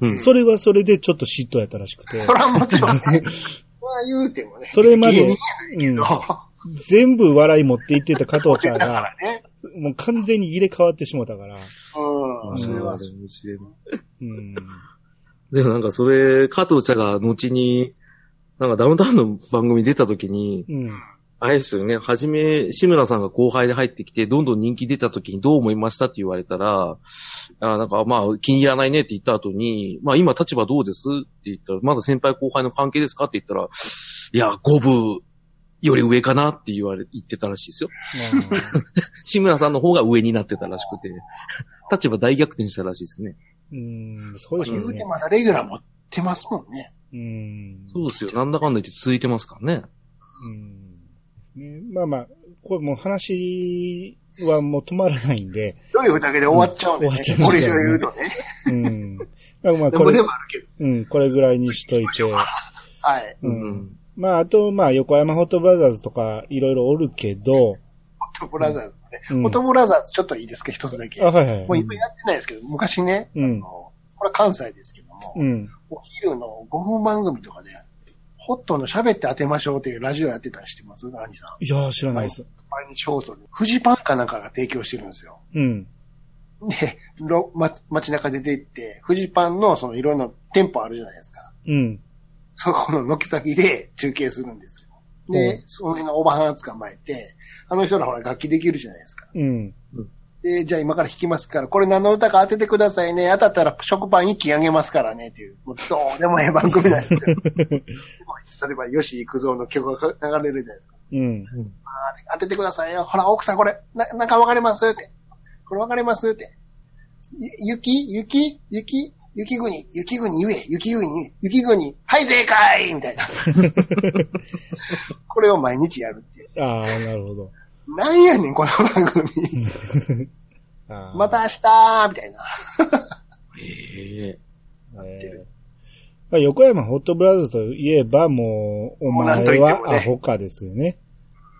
Speaker 3: うん。
Speaker 1: それはそれでちょっと嫉妬やったらしくて
Speaker 2: そ、れはもち
Speaker 1: <laughs>
Speaker 2: ろん、ね、まあ言うてもね。 <laughs>
Speaker 1: それまで
Speaker 2: 芸、
Speaker 1: うん
Speaker 2: 人、だ
Speaker 1: 全部笑い持っていってた加藤
Speaker 2: <laughs>
Speaker 1: 茶
Speaker 2: か
Speaker 1: が
Speaker 2: ら、ね。
Speaker 1: もう完全に入れ替わってしもたから、
Speaker 2: うん。それは、
Speaker 1: うん。
Speaker 3: でもなんかそれ、加藤茶が後に、なんかダウンタウンの番組出た時に、
Speaker 1: うん。
Speaker 3: あれですよね、はじめ、志村さんが後輩で入ってきて、どんどん人気出た時にどう思いましたって言われたら、あなんかまあ気に入らないねって言った後に、まあ今立場どうですって言ったら、まだ先輩後輩の関係ですかって言ったら、いや、五分より上かなって言われ、言ってたらしいですよ。志村さんの方が上になってたらしくて、立場大逆転したらしいですね。
Speaker 1: うん、そうでし
Speaker 2: 言
Speaker 1: ょう
Speaker 2: うて
Speaker 1: ね。
Speaker 2: まだレギュラー持ってますもんね。
Speaker 1: うん。
Speaker 3: そうですよ。なんだかんだ言って続いてますからね。
Speaker 1: うんね、まあまあ、これもう話はもう止まらないんで、
Speaker 2: どういうだけで終わっちゃうんで、
Speaker 1: う
Speaker 2: ね
Speaker 1: ん終わっちゃうん
Speaker 2: これ
Speaker 1: で
Speaker 2: 以
Speaker 1: す
Speaker 2: 上
Speaker 1: よね
Speaker 2: 言うとね。
Speaker 1: うん。まあまあ、
Speaker 2: で
Speaker 1: <laughs> こ
Speaker 2: も
Speaker 1: れ
Speaker 2: で、もあるけど。
Speaker 1: うん、これぐらいにしといて、
Speaker 2: はい。
Speaker 1: う。
Speaker 3: うんん
Speaker 1: まあ、あと、まあ、横山ホットブラザーズとか、いろいろおるけど、
Speaker 2: ホットブラザーズね。
Speaker 1: うん
Speaker 2: ホットブラザーズちょっといいですか、一つだけ。
Speaker 1: あ、はいは
Speaker 2: もう
Speaker 1: い。
Speaker 2: 今やってないですけど、昔ね、
Speaker 1: うん
Speaker 2: あのこれは関西ですけども、
Speaker 1: うん。
Speaker 2: お昼の5分番組とかで、ホットの喋って当てましょうっていうラジオやってたりしてます兄さん。
Speaker 1: いやー、知らないです。
Speaker 2: 毎日放送で。フジパンかなんかが提供してるんですよ。
Speaker 1: うん。
Speaker 2: で、ろま、街中出て行って、フジパンのそのいろんな店舗あるじゃないですか。
Speaker 1: うん。
Speaker 2: そこの軒先で中継するんですよ。で、
Speaker 1: う
Speaker 2: その辺のおばはん捕まえて、あの人らほら楽器できるじゃないですか。
Speaker 1: うん。
Speaker 2: で、じゃあ今から弾きますから、これ何の歌か当ててくださいね。当たったら食パン一気あげますからね、っていう。もうどうでもええ番組なんですよ。例えば、吉幾三の曲が流れるじゃないですか。
Speaker 1: うん。
Speaker 2: 当ててくださいよ。ほら、奥さんこれ、な、なんかわかりますって。これわかりますって。ゆ雪雪雪雪国雪国言え雪国言え雪国はい、正解みた
Speaker 1: <laughs>
Speaker 2: いな。これを毎日やるっていう。
Speaker 1: ああ、なるほど。
Speaker 2: なんやねん、この番組。
Speaker 1: あー
Speaker 2: また明日みたいな。
Speaker 3: へえ。
Speaker 2: ってる
Speaker 1: えーまあ横山ホットブラザーズといえば、もう、お
Speaker 2: もうなん
Speaker 1: 前
Speaker 2: といっても
Speaker 1: は
Speaker 2: ね
Speaker 1: アホかですよね。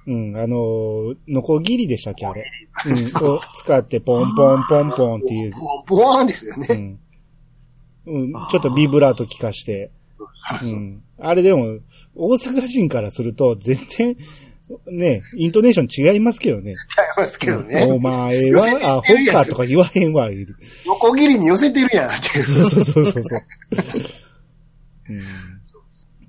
Speaker 1: うん、あのー、ノコギリでしたっけ、あれ。うん、を使ってポンポンポンポンっていう。
Speaker 2: ボボーンですよね。
Speaker 1: うん。うん、ちょっとビブラート聞かして。うん。あれでも、大阪人からすると、全然、ね、イントネーション違いますけどね。
Speaker 2: ちゃいますけど
Speaker 1: お
Speaker 2: ね。
Speaker 1: 前はアホかとか言わへんわ、言うて
Speaker 2: 横切りに寄せてるやんっていう。
Speaker 1: そうそうそうそうそう。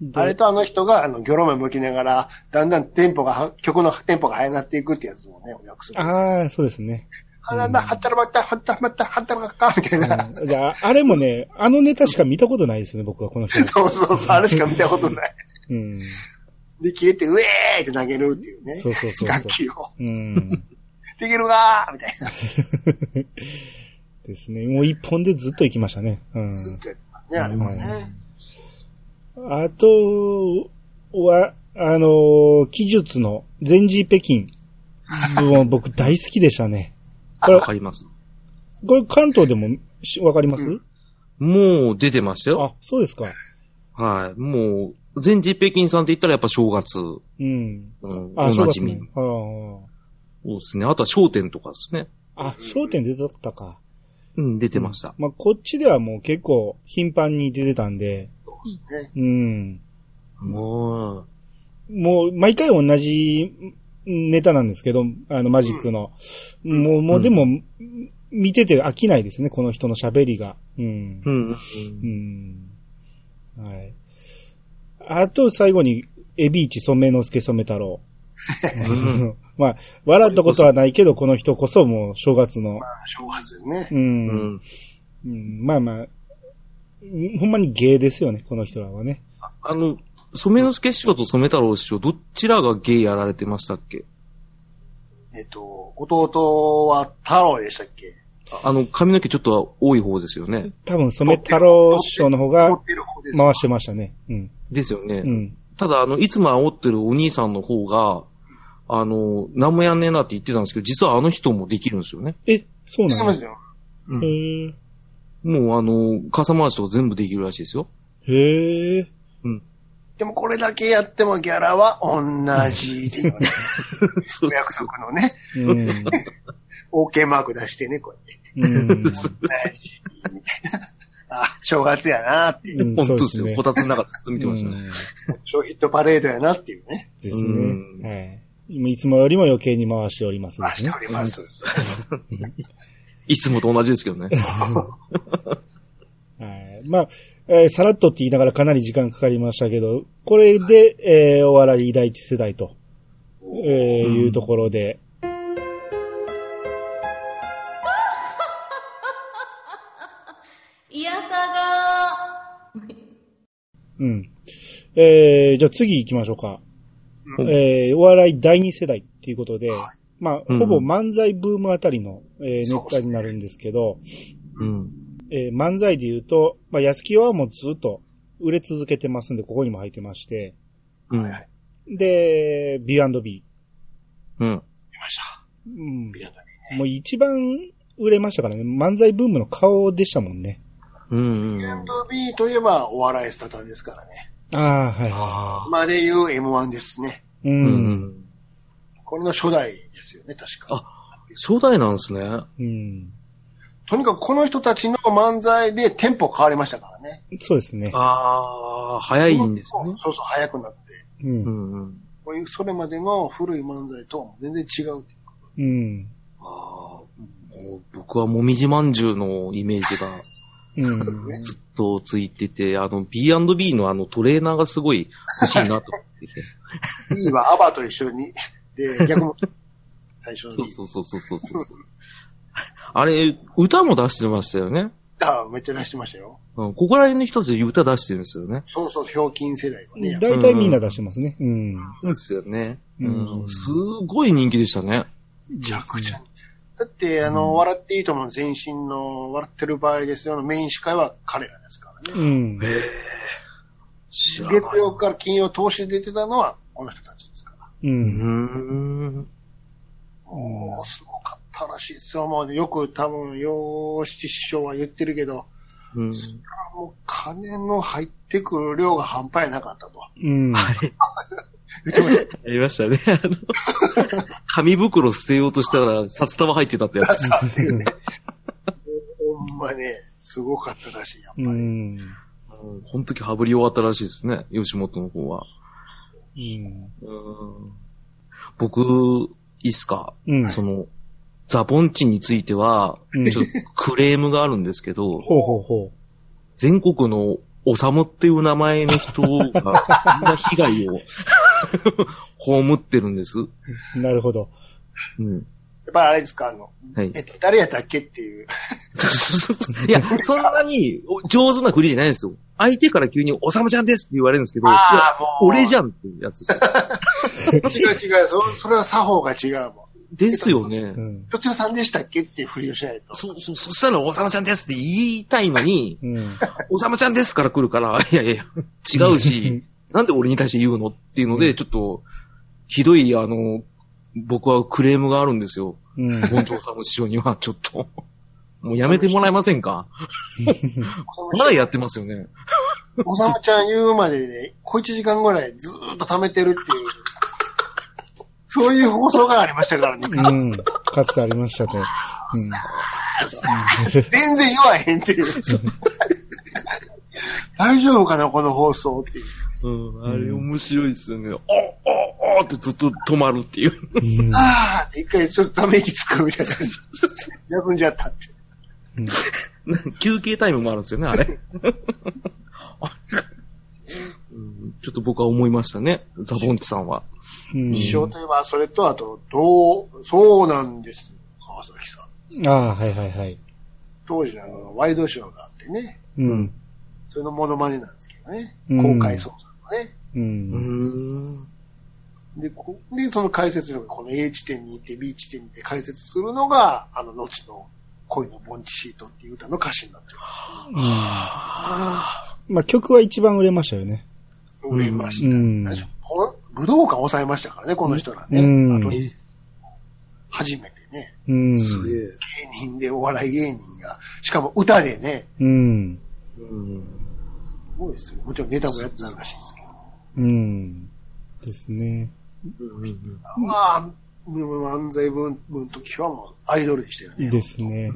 Speaker 1: うん、
Speaker 2: あれとあの人が、あの、ギョロ目向きながら、だんだんテンポがは、曲のテンポが速くなっていくってやつもね、お約束。
Speaker 1: ああ、そうですね。
Speaker 2: あ、なんだ、はったらばった、はったらばった、はったらばった、みたいな。
Speaker 1: うんでああれもね、あのネタしか見たことないですね、僕はこの人。
Speaker 2: そうそうそう、あれしか見たこと
Speaker 1: <laughs>
Speaker 2: ない。
Speaker 1: うん。
Speaker 2: で、切れて、ウェーイって投げるっていうね。
Speaker 1: そう
Speaker 2: <laughs>
Speaker 1: そうそうそう
Speaker 2: 楽器を。
Speaker 1: うん。
Speaker 2: できるわーみたいな。
Speaker 1: ですね。もう一本でずっと行きましたね。うん。
Speaker 2: ずっとやってますね、あれもね。
Speaker 1: あとは、あのー、技術の全治北京。もう僕大好きでしたね。これ
Speaker 3: わ、かります。
Speaker 1: これ関東でもしわかります、
Speaker 2: うん
Speaker 3: もう出てましたよ。
Speaker 1: あ、そうですか。
Speaker 3: はい。もう、全治北京さんって言ったらやっぱ正月、
Speaker 1: うん。
Speaker 3: うん、
Speaker 1: あ、
Speaker 3: お
Speaker 1: そう
Speaker 3: な
Speaker 1: で
Speaker 3: じ
Speaker 1: す
Speaker 3: み
Speaker 1: ね。。あ
Speaker 3: そうですね。あとは商店とかですね。
Speaker 1: あ。あ、商店出とったか。
Speaker 3: うん、出てました。
Speaker 1: まあ、こっちではもう結構頻繁に出てたんで、うん。
Speaker 3: もう、
Speaker 1: もう、毎回同じネタなんですけど、あの、マジックの。もう、もうでも、見てて飽きないですね、この人の喋りが。うん
Speaker 3: う。ん。
Speaker 1: うん。はい。あと最後に、エビーチ染之助染太郎。
Speaker 3: ん
Speaker 1: <laughs> まあ、笑ったことはないけど、この人こそもう正月の
Speaker 2: ま。あ、正月でね。
Speaker 1: うん。
Speaker 3: う
Speaker 1: うん
Speaker 3: ん。
Speaker 1: まあまあ、ほんまに芸ですよね、この人らはね。
Speaker 3: あの、染之助師匠と染太郎師匠、どちらがゲイやられてましたっけ
Speaker 2: えっと、弟は太郎でしたっけ
Speaker 3: あの、髪の毛ちょっと多い方ですよね。
Speaker 1: 多分、染太郎師匠の方
Speaker 2: 取
Speaker 1: が
Speaker 2: ってる方です。
Speaker 1: 回してましたね。うん。
Speaker 3: ですよね。
Speaker 1: うん。
Speaker 3: ただ、あの、いつも煽ってるお兄さんの方が、あの、何もやんねえなって言ってたんですけど、実はあの人もできるんですよね。
Speaker 1: え、そうな
Speaker 2: そう
Speaker 1: の
Speaker 2: で
Speaker 1: へ
Speaker 2: すよ。
Speaker 3: うん
Speaker 1: ー
Speaker 3: もう、あの、傘回しとか全部できるらしいですよ。
Speaker 1: へえ。
Speaker 2: でもこれだけやってもギャラは同じって
Speaker 1: <laughs>
Speaker 2: いうね
Speaker 3: そう
Speaker 2: お約束のね、
Speaker 1: うん。
Speaker 2: OK マーク出してね、こうやって。
Speaker 1: うん。
Speaker 2: 同じみたいな。あ、正月やなっていう。
Speaker 1: うん
Speaker 3: <laughs> 本
Speaker 1: そ
Speaker 3: 当
Speaker 1: う
Speaker 3: ですよ。こたつの中ずっと見てましたね。
Speaker 2: 小ヒットパレードやなっていうね。
Speaker 1: で
Speaker 3: うん
Speaker 1: すね。はい。いつもよりも余計に回しておりますの
Speaker 2: あ、
Speaker 1: で
Speaker 2: して
Speaker 1: ね
Speaker 2: お。ります。
Speaker 3: いつもと同じですけどね。
Speaker 1: はい。まあ、えーさらっとって言いながらかなり時間かかりましたけど、これで、えーお笑い第一世代と、えー
Speaker 3: うん
Speaker 1: いうところで。
Speaker 4: いやさが
Speaker 1: うん。えーじゃあ次行きましょうか。
Speaker 3: うん
Speaker 1: えーお笑い第二世代っていうことで、まあ、
Speaker 3: うん
Speaker 1: ほぼ漫才ブームあたりの、えーネ
Speaker 2: そうです
Speaker 1: タになるんですけど、
Speaker 3: うん。
Speaker 1: えー漫才で言うと、まあ、安木はもうずっと売れ続けてますんで、ここにも入ってまして、
Speaker 3: うん。
Speaker 2: はいはい
Speaker 1: で、B&B。
Speaker 3: うん。
Speaker 2: 見ました。
Speaker 1: うん
Speaker 2: 見。たね
Speaker 1: もう一番売れましたからね。漫才ブームの顔でしたもんね。
Speaker 3: うん。うん
Speaker 2: B&B といえばお笑いスタタンですからね。
Speaker 1: ああ、はいは
Speaker 3: あ
Speaker 2: まあで言う M1 ですね。
Speaker 1: い。う。
Speaker 3: あ。うんん。
Speaker 2: これの初代ですよね、確か。
Speaker 3: 初代なんですね。
Speaker 1: うん。
Speaker 2: とにかくこの人たちの漫才でテンポ変わりましたからね。
Speaker 1: そうですね。
Speaker 3: ああ、早いんですね。
Speaker 2: そうそう、早くなって。
Speaker 1: う。
Speaker 3: うんんうん。
Speaker 2: こういうそれまでの古い漫才とは全然違う。
Speaker 1: うん。
Speaker 3: ああ、もう僕はもみじまんじゅうのイメージが
Speaker 1: うん。
Speaker 3: ずっとついてて、あの B&B のあのトレーナーがすごい欲しいなと思ってて。
Speaker 2: いいはアバと一緒に。で、逆
Speaker 3: <laughs>
Speaker 2: も、最初に。
Speaker 3: そうそうそうそうそうそうそう。あれ、歌も出してましたよね。
Speaker 2: あめっちゃ出してましたよ。
Speaker 3: うん、ここら辺の人たち歌出してるんですよね。
Speaker 2: そうそう、ひょうきん世代はね。
Speaker 1: 大体みんな出してますね。うん。
Speaker 3: そうですよね。
Speaker 1: う
Speaker 3: うんん、すごい人気でしたね。
Speaker 2: めちゃくちゃ。だって、あの、笑っていいと思う前身の、笑ってる場合ですよのメイン司会は彼らですからね。
Speaker 1: うん。
Speaker 3: 知らな
Speaker 2: 月
Speaker 3: い。
Speaker 2: 曜から金曜投資で出てたのは、この人たちですから。
Speaker 1: うん。
Speaker 3: うん。
Speaker 2: もう、すごかったらしいですよ。もう、よく多分、洋七師匠は言ってるけど、
Speaker 3: うん。
Speaker 2: もう、金の入ってくる量が半端やなか <laughs> ったと。
Speaker 1: うん。
Speaker 3: ありましたね。あの、 <laughs> 紙袋捨てようとしたら札束入ってたってや <laughs> つ。
Speaker 2: ほんまね、すごかったらしい、やっぱ
Speaker 1: うん。
Speaker 2: り。
Speaker 3: うんこの時羽振り終わったらしいですね。吉本の方は。
Speaker 1: うん。
Speaker 3: うん僕、いいっすか、
Speaker 1: うん
Speaker 3: その、ザボンチについては
Speaker 1: うん、
Speaker 3: ちょっとクレームがあるんですけ <laughs> ど、
Speaker 1: ほうほうほ
Speaker 3: 全国のおさむっていう名前の人が、こんな被害を <laughs> 被ってるんです。
Speaker 1: う。なるほど。
Speaker 3: うん。
Speaker 2: やっぱりあれですか、あの、
Speaker 3: はい
Speaker 2: え。っと、誰やったっけっていう。
Speaker 3: <laughs> いや、そんなにお上手なふりじゃないんですよ。相手から急におさむちゃんですって言われるんですけど、いや
Speaker 2: ああ、もう。
Speaker 3: 俺じ
Speaker 2: ゃ。
Speaker 3: ゃんっていうやつですよ。
Speaker 2: 違う違う、そそれは作法が違うもん。
Speaker 3: ですよね
Speaker 1: う。ん。
Speaker 2: どちらさんでしたっけっていうふりをしないと。
Speaker 3: <laughs> そ、そ、そしたらおさむちゃんですって言いたいのに、
Speaker 1: うん。
Speaker 3: <laughs> おさむちゃんですから来るから、いやいや、違う <laughs> し、なんで俺に対して言うのっていうので、ちょっと、ひどい、あの、僕はクレームがあるんですよ。
Speaker 1: うん。
Speaker 3: 本当さんの師匠には、ちょっと。もうやめてもらえません <laughs> かまだやってますよね。
Speaker 2: おさむちゃん言うまでで、小一時間ぐらいずーっと溜めてるっていう。そういう放送がありましたか
Speaker 1: <laughs>
Speaker 2: らね。
Speaker 1: うん。かつてありましたね。
Speaker 2: 全然言わへんっていう。 <laughs> 大丈夫かな、この放送っていう。
Speaker 3: うん、あれ面白いですよね。おおおってずっと止まるっていう。
Speaker 1: うん。うん
Speaker 2: ああって一回ちょっとため息つくみたいな。 <laughs> 休んじゃったって。
Speaker 3: 休憩タイムもあるんですよね、あれ。うんちょっと僕は思いましたね。ザボンチさんは。
Speaker 1: うん
Speaker 2: 一生といえば、それと、あと、どう、そうなんです、川崎さん。
Speaker 1: ああ、はいはいはい。
Speaker 2: 当時のあのワイドショーがあってね、
Speaker 1: うん。
Speaker 2: それのモノマネなんですけどね、
Speaker 1: うん
Speaker 2: 公開捜査のね。
Speaker 1: うん。
Speaker 3: うん。
Speaker 2: で、こで、その解説のこの A 地点に行って B 地点に行って解説するのが、あの、後の恋のボンチシートっていう歌の歌詞になって
Speaker 1: まあ曲は一番売れましたよね。
Speaker 2: る売れました。
Speaker 1: うん
Speaker 2: 大丈夫この武道館抑えましたからね、この人らね。
Speaker 1: うん
Speaker 2: あと
Speaker 3: え、
Speaker 2: 初めてね、
Speaker 1: うん。
Speaker 3: すげえ。
Speaker 2: 芸人でお笑い芸人が、しかも歌でね、
Speaker 1: うん。
Speaker 3: うん。
Speaker 2: すごいですよ。もちろんネタもやってたらしいですけど。
Speaker 1: うん。ですね。
Speaker 3: うん。
Speaker 2: まあ、漫才ブームの時はもうアイドルでしたよね。
Speaker 1: ですね。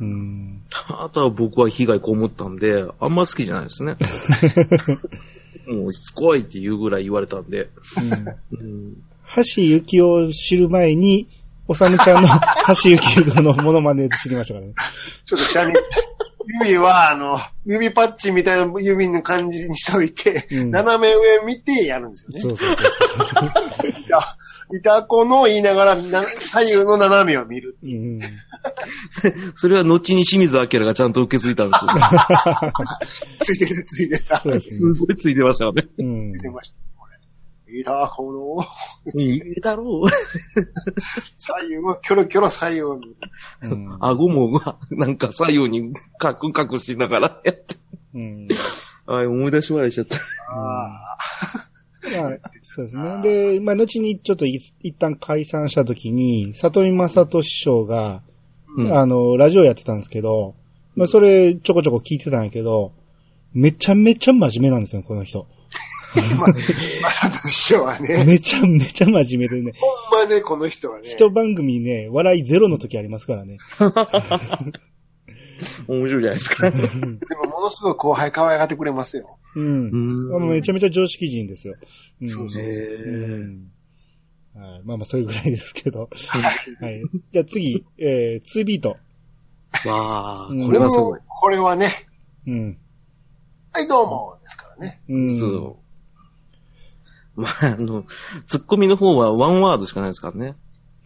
Speaker 1: うん。
Speaker 3: あとは僕は被害こもったんで、あんま好きじゃないです <laughs> ね。もうしつこいっていうぐらい言われたんで。うん。
Speaker 1: 橋幸夫を知る前に、おさむち <laughs> ゃんの橋幸夫のモノマネで知りましたからね。
Speaker 2: ちょっとち
Speaker 3: <laughs>
Speaker 2: なみに、指は、あの、指パッチンみたいな指の感じにしといて、
Speaker 1: うん
Speaker 2: 斜め上見てやるんですよね。
Speaker 1: そうそうそうそう。
Speaker 2: 板板子の言いながら、な左右の斜めを見る。
Speaker 1: うん、
Speaker 3: それは後に清水明がちゃんと受け継いだんですよ。
Speaker 2: ついてる、ついてた。
Speaker 1: そうですすね。
Speaker 3: ごいついてましたよね。
Speaker 1: うん
Speaker 2: 出。ました。これ板子の
Speaker 3: うん、いいだろう。
Speaker 2: 左右を、キョロキョロ左右を見る。
Speaker 1: うん
Speaker 3: 顎も、うわなんか左右にカクンカクンしながらやって。
Speaker 1: うん
Speaker 3: はい、思い出し笑いしちゃった。
Speaker 2: ああ、
Speaker 1: まあ、そうですね。で、まあ、後にちょっとい一旦解散した時に、里見正人師匠が、
Speaker 3: うん
Speaker 1: あの、ラジオやってたんですけど、まあ、それちょこちょこ聞いてたんやけど、めちゃめちゃ真面目なんですよ、この人。
Speaker 2: まさと師匠はね、
Speaker 1: めちゃめちゃ真面目でね。
Speaker 2: ほんまね、この人はね、
Speaker 1: 一番組ね、笑いゼロの時ありますからね。
Speaker 3: 面白いじゃないですか。
Speaker 2: でもものすごい後輩可愛がってくれますよ。
Speaker 1: うん。あのめちゃめちゃ常識人ですよ。うん
Speaker 2: そう
Speaker 3: へ
Speaker 1: う
Speaker 3: え。
Speaker 1: んはいまあまあ、それぐらいですけど。はい。じゃあ次、えー、2ビート。
Speaker 3: わあ、
Speaker 1: うん
Speaker 3: これはすごい。
Speaker 2: これはね、
Speaker 1: うん。
Speaker 2: はい、どうも、ですからね。
Speaker 1: うん。
Speaker 3: そう。まあ、あの、ツッコミの方はワンワードしかないですからね。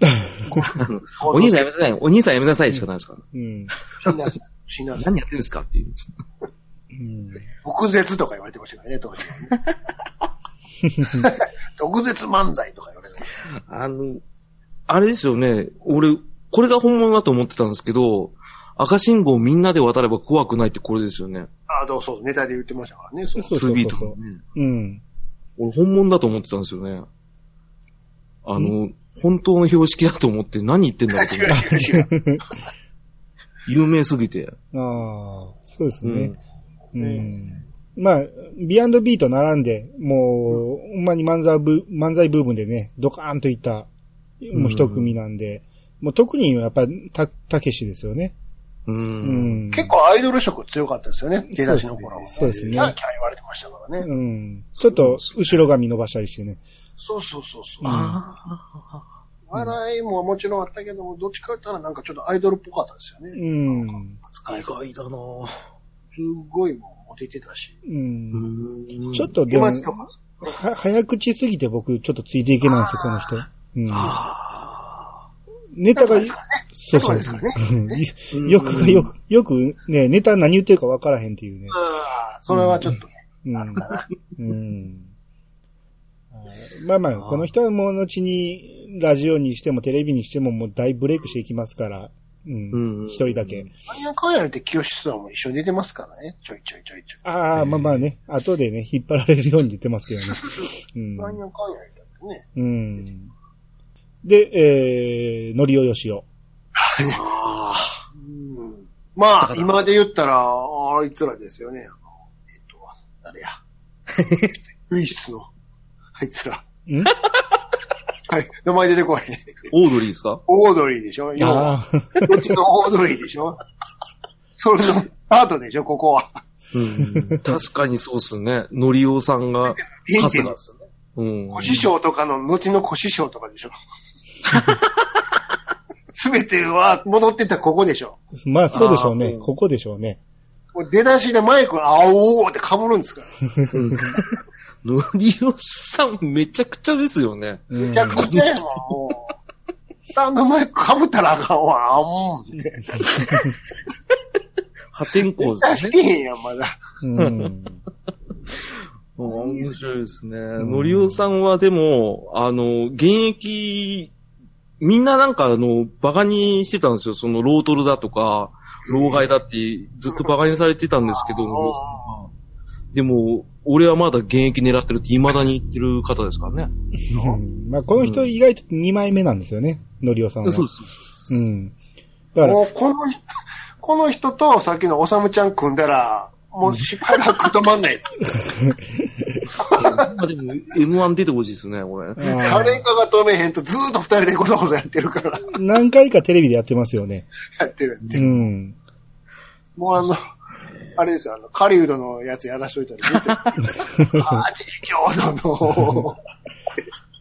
Speaker 3: あのお兄さんやめなさい、お兄さんやめなさいしかないですから。
Speaker 1: うん。
Speaker 2: 死なず、死なず。
Speaker 3: 何やってるんですかっていう。
Speaker 1: うん。
Speaker 2: 毒舌とか言われてましたからね、当時はね。 <laughs> 毒舌漫才とか言われてまし
Speaker 3: あの、あれですよね、俺、これが本物だと思ってたんですけど、赤信号みんなで渡れば怖くないってこれですよね。
Speaker 2: た。ああ、どうそう、ネタで言ってましたからね、そう。
Speaker 1: そうそうそうそ
Speaker 3: 2ビートもね
Speaker 1: う。 <laughs> うん。
Speaker 3: 俺本物だと思ってたんですよね。あの、本当の標識だと思って何言ってんだろうと思っ
Speaker 2: <laughs> 違
Speaker 3: て。
Speaker 2: う違う違う。
Speaker 3: 有名すぎて。
Speaker 1: ああ、そうですね。うん。まあ、ビアンドビート並んで、もう、ほんまに漫才ブ漫才ブームでね、ドカーンといった、もう一組なんで、もう特にやっぱ、た、たけしですよね。
Speaker 3: う。
Speaker 1: うんん。
Speaker 2: 結構アイドル色強かったですよね、出だしの頃は、
Speaker 1: そうですね
Speaker 2: キャーキャー言われてましたからね。
Speaker 1: うん。ちょっと、後ろ髪伸ばしたりしてね。
Speaker 2: そうそうそうそう。
Speaker 3: あ
Speaker 2: 笑いももちろんあったけども、どっちか言ったらなんかちょっとアイドルっぽかったですよ
Speaker 1: う
Speaker 2: ね。
Speaker 1: ん。
Speaker 3: あ、
Speaker 2: 扱
Speaker 3: 意
Speaker 2: いが。
Speaker 3: 外だなぁ
Speaker 2: すごいもうモテてたし。
Speaker 1: うん。
Speaker 3: うん
Speaker 1: ちょっと
Speaker 2: 出
Speaker 1: でも、
Speaker 2: 待ちとか
Speaker 1: は、、早口すぎて僕、ちょっとついていけないんですよ、この人。うん。ネタが、そうそう。
Speaker 2: ですからね。
Speaker 1: うん <laughs> よく、よく、よくね、ネタ何言ってるか分からへんっていうね。
Speaker 2: ああ、それはちょっとね、 <laughs>
Speaker 1: うん。うん。まあまあ、この人はもう後に、ラジオにしてもテレビにしてももう大ブレイクしていきますから、うん。
Speaker 3: うん
Speaker 1: 一人だけ。
Speaker 2: 何やかんや言って清志さんも一緒に出てますからね。ちょいちょいちょいちょい。
Speaker 1: ああ、まあまあね、後でね、引っ張られるように出てますけど
Speaker 3: <laughs>
Speaker 1: ね。うん。
Speaker 2: 何やかんや言ったってね。
Speaker 1: うん。で、えー、のりおよしお。
Speaker 3: ああ
Speaker 2: うんまあ、今で言ったら、あいつらですよね。あの、えっと、誰や。ウイスの、あいつら。
Speaker 1: ん
Speaker 2: <laughs> はい、名前出てこない。
Speaker 3: オードリーですか
Speaker 2: オードリーでしょ要は
Speaker 1: ああ、
Speaker 2: こっちのオードリーでしょそれの、アートでしょここは。
Speaker 3: うん。確かにそうっすね。のりおさんが、
Speaker 2: ピン
Speaker 3: 春
Speaker 2: ク
Speaker 3: 日
Speaker 2: の
Speaker 3: っすね。うん。
Speaker 2: 小師匠とかの、後の小師匠とかでしょ <laughs> すべては戻ってたここでしょ
Speaker 1: <laughs> まあそうでしょう
Speaker 3: あー
Speaker 1: ね
Speaker 3: う。ん
Speaker 1: ここでしょうね。
Speaker 2: もう出だしでマイク、あおーって被るんですから。
Speaker 3: のりおさんめちゃくちゃですよね。
Speaker 1: うん
Speaker 2: めちゃくちゃやわ、もう。スタンドマイク被ったらあかんわ、あもう。
Speaker 3: 破天荒で
Speaker 2: 出
Speaker 3: す
Speaker 2: し
Speaker 3: ね。
Speaker 2: てへんやん、まだ。
Speaker 1: うん。
Speaker 3: <laughs> 面白いですね。
Speaker 1: ん
Speaker 3: のりおさんはでも、あの、現役、みんななんかあの、バカにしてたんですよ。その、ロートルだとか、老害だって、ずっとバカにされてたんですけど、のりおさんは。でも、俺はまだ現役狙ってるって未だに言ってる方ですからね。
Speaker 1: うんまあ、この人意外と2枚目なんですよね、のりおさんは。
Speaker 3: そうそうそう。
Speaker 1: うん。だから、
Speaker 2: もうこの人、この人とさっきのおさむちゃん組んだら、もうしばらく止まんないです。
Speaker 3: <laughs> まあでも、M1 出てほしいですね、こ <laughs> れ。
Speaker 1: あー
Speaker 2: 誰かが止めへんとずーっと二人でごとごとやってるから、
Speaker 1: 何回かテレビでやってますよね。
Speaker 2: やってるんで。
Speaker 1: うん。
Speaker 2: もうあの、あれですよ、あの、狩人のやつやらしといたら見て、ああ、ちょうどの、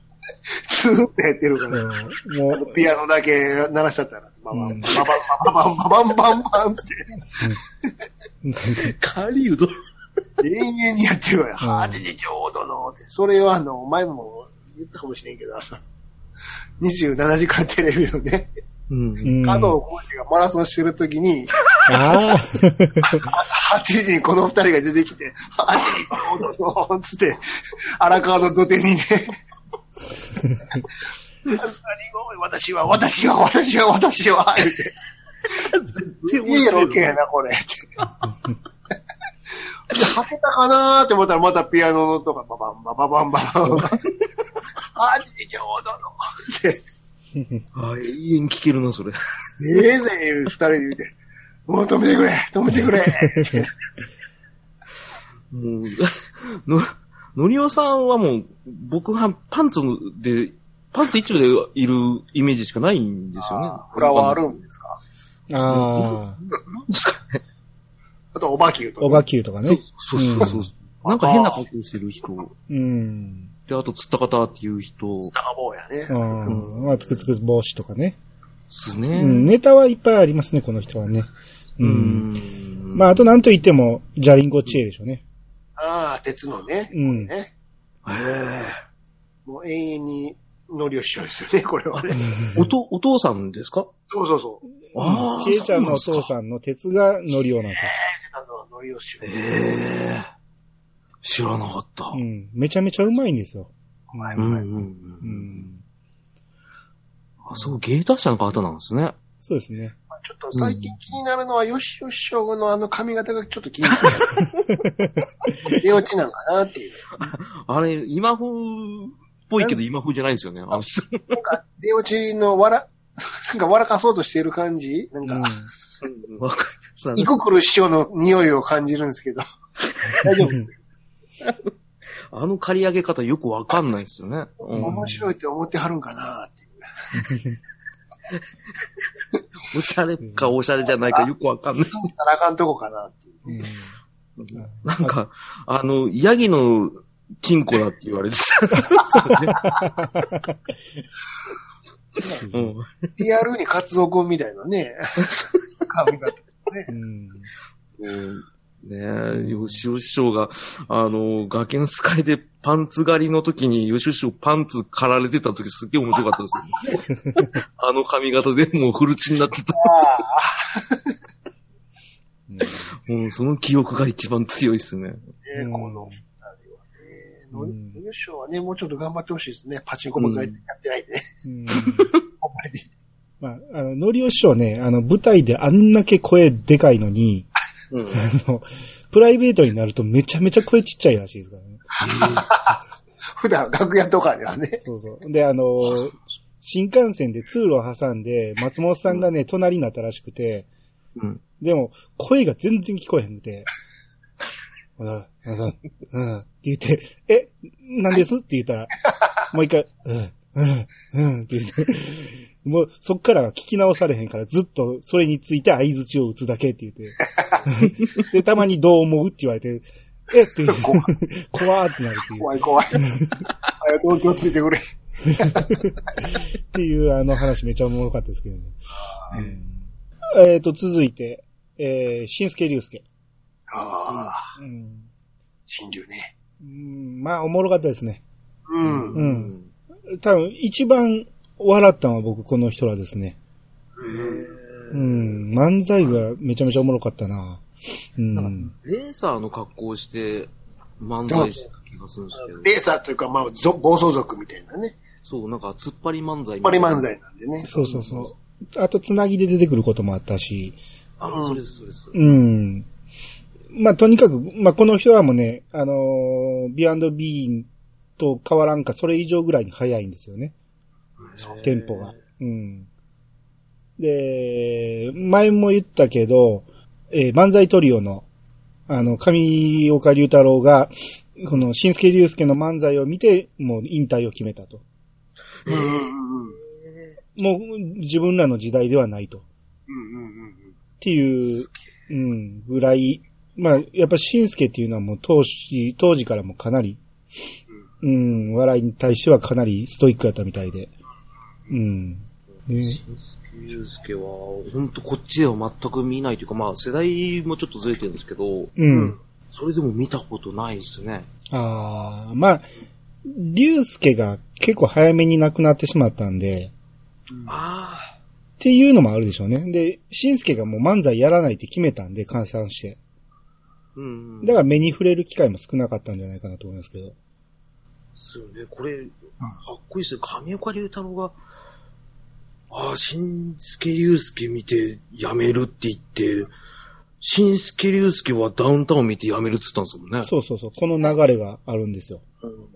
Speaker 2: <laughs> ずーっとやってるから。
Speaker 1: も
Speaker 2: あの
Speaker 1: う、
Speaker 2: ピアノだけ鳴らしちゃったら、ババ
Speaker 1: う
Speaker 2: ン、
Speaker 1: ん
Speaker 2: ババン、ババン、ババン、ババン、バンっ
Speaker 3: カリウド。
Speaker 2: て、永遠にやってるわよ。8時ちょうどのって。それはあの、前も言ったかもしれんけど、あの27時間テレビのね、
Speaker 3: うん。
Speaker 1: うん、
Speaker 2: 加藤
Speaker 1: あ
Speaker 2: 浩二がマラソンしてるときに、
Speaker 1: あー、 <laughs>
Speaker 2: 朝8時にこの二人が出てきて、8時ちょうどのつって、荒川の土手にね、私は、私は、私は、私は、言って。いいロケやな、これ。で、はけたかなーって思ったら、またピアノの音がババンバババンババン。マジでちょうどの。って、
Speaker 3: あ、永遠聞けるな、それ。
Speaker 2: ええぜ、言う二人で言うて。もう止めてくれ止めて <laughs> くれって
Speaker 3: もう、 <laughs> の、のりおさんはもう、僕はパンツで、パンツ一丁でいるイメージしかないんですよね。
Speaker 2: フラワール
Speaker 3: ル
Speaker 2: ームですか
Speaker 1: ああ、
Speaker 3: ですかね。
Speaker 2: あと、おばきゅうと。
Speaker 1: オバキューとかね。
Speaker 3: そうそうそう。なんか変な格好してる人。
Speaker 1: うん。
Speaker 3: で、あと、つった方っていう人で
Speaker 2: 高坊やね
Speaker 1: あ。あ、まあ、つくつく帽子とかね。
Speaker 3: す
Speaker 1: う
Speaker 3: ね
Speaker 1: ん、。ネタはいっぱいありますね、この人はね。
Speaker 3: う
Speaker 1: うん。
Speaker 3: ん。
Speaker 1: まあ、あとなんと言っても、ジャリンコ知恵でしょうね。
Speaker 2: ああ、鉄のね。
Speaker 1: うん
Speaker 2: ね
Speaker 3: あ、へ
Speaker 2: もう永遠に乗りをしようですよね、これはね。
Speaker 3: え。おと、お父さんですか
Speaker 2: そうそうそう。
Speaker 3: ああ。
Speaker 1: 知恵ちゃんのお
Speaker 3: そうな
Speaker 1: 父
Speaker 3: んですか。
Speaker 1: さんの鉄がのりおなんですよ。
Speaker 2: あの、乗りをしよう。
Speaker 3: ええ。知らなかった。
Speaker 1: う。
Speaker 3: うん
Speaker 1: めちゃめちゃうまいんですよ。
Speaker 2: 前
Speaker 3: んう
Speaker 2: 前
Speaker 3: んう。
Speaker 1: うんん。
Speaker 3: あ、そう、芸達者の方なんですね。
Speaker 1: そうですね。
Speaker 2: ちょっと最近気になるのは、よしよし将軍のあの髪型がちょっと気になる。出落ちなんかなっていう。
Speaker 3: あれ、今風っぽいけど今風じゃないんですよね。あの人
Speaker 2: なんか、出落ちのわら、なんか笑かそうとしてる感じなん
Speaker 1: う
Speaker 2: か、
Speaker 1: ん。
Speaker 3: <laughs> わかる。
Speaker 2: イククル師匠の匂いを感じるんですけど。大丈夫、
Speaker 3: あの借り上げ方よくわかんないですよね。うん、
Speaker 2: 面白いって思ってはるんかなっていう。
Speaker 3: おしゃれかおしゃれじゃないかよくわかんない。
Speaker 2: そうしたらあかんとこかなってい
Speaker 1: うん
Speaker 2: う。
Speaker 3: なんか、あの、ヤギのチンコだって言われてたんですよね。 <laughs> うん
Speaker 2: リアルに活動君みたいなね。髪型。
Speaker 1: うん。
Speaker 3: うんねえ、吉尾師匠が、あの、崖の使いでパンツ狩りの時に、吉尾師匠パンツ狩られてた時すっげえ面白かったですよ。あの髪型でもうフルチンになってた。うん、その記憶が一番強いですね。
Speaker 2: ね、この二人はね。のりお師匠はね、もうちょっと頑張ってほしいですね。パチンコばっかりやってないで。
Speaker 1: うん。
Speaker 2: ほんまに
Speaker 1: まあ、あの、のりお師匠ね、あの、舞台であんだけ声でかいのに、
Speaker 3: う
Speaker 1: あ
Speaker 3: ん。
Speaker 1: の、プライベートになるとめちゃめちゃ声ちっちゃいらしいですからね。
Speaker 2: 普段楽屋とかでは
Speaker 1: <laughs>
Speaker 2: ね。
Speaker 1: そうそう。で、あのー新幹線で通路を挟んで、松本さんがね、隣になったらしくて、
Speaker 3: うん。
Speaker 1: でも、声が全然聞こえへんくて、 <laughs> うん、うん、うん、って言って、え、なんですって言ったら、もう一回、うん、うん、うん、って言って、もう、そっからは聞き直されへんから、ずっとそれについて相槌を打つだけって言って。 <laughs> で、たまにどう思うって言われて、えって言って、怖ーってなるっていう。
Speaker 2: 怖い怖い。あれ東京ついてくれ。
Speaker 1: っていうあの話めちゃおもろかったですけどね。えっ、と、続いて、えー、しんすけりゅうすけ。
Speaker 2: ああ、
Speaker 1: うん。
Speaker 2: 真珠ね。
Speaker 1: うんまあ、おもろかったですね。
Speaker 2: うん。
Speaker 1: う。多分、一番笑ったのは僕、この人らですね。うん。漫才がめちゃめちゃおもろかったな。うん。
Speaker 3: レーサーの格好をして漫才してた気がするんですけど、
Speaker 2: レーサーというか、まあ、ぞ暴走族みたいなね。
Speaker 3: そう、なんか突っ張り漫才
Speaker 2: やっぱり漫
Speaker 3: 才。
Speaker 2: 才なんでね。
Speaker 1: そうそうそう。あと、つなぎで出てくることもあったし。
Speaker 3: あ、それです、それです。
Speaker 1: うん。まあ、とにかく、まあ、この人らもね、あのー、B&B と変わらんか、それ以上ぐらいに早いんですよね。テンポが。うん。で、前も言ったけど、えー漫才トリオの、あの、上岡龍太郎が、この、新助龍介の漫才を見て、もう引退を決めたと。
Speaker 2: うんうんうん。
Speaker 1: もう、自分らの時代ではないと。っ
Speaker 2: うんうんうんうん。
Speaker 1: ていう、うん、ぐらい。まあ、やっぱ新助っていうのはもう当時、当時からもかなり、うん、笑いに対してはかなりストイックやったみたいで。うん。ね
Speaker 3: ゆうすけは、ほんとこっちでは全く見ないというか、まあ世代もちょっとずれてるんですけど、
Speaker 1: うん。
Speaker 3: それでも見たことないですね。
Speaker 1: ああ、まあ、竜介が結構早めに亡くなってしまったんで、
Speaker 3: あ
Speaker 1: っていうのもあるでしょうね。で、新介がもう漫才やらないって決めたんで、換算して。
Speaker 3: あ、うん。
Speaker 1: だから目に触れる機会も少なかったんじゃないかなと思いますけど。
Speaker 3: ですよね。これ、かっこいいですね。上岡龍太郎が、ああ、新助龍介見て辞めるって言って、新助龍介はダウンタウン見て辞めるって言ったんですもんね。
Speaker 1: そうそうそう、この流れがあるんですよ。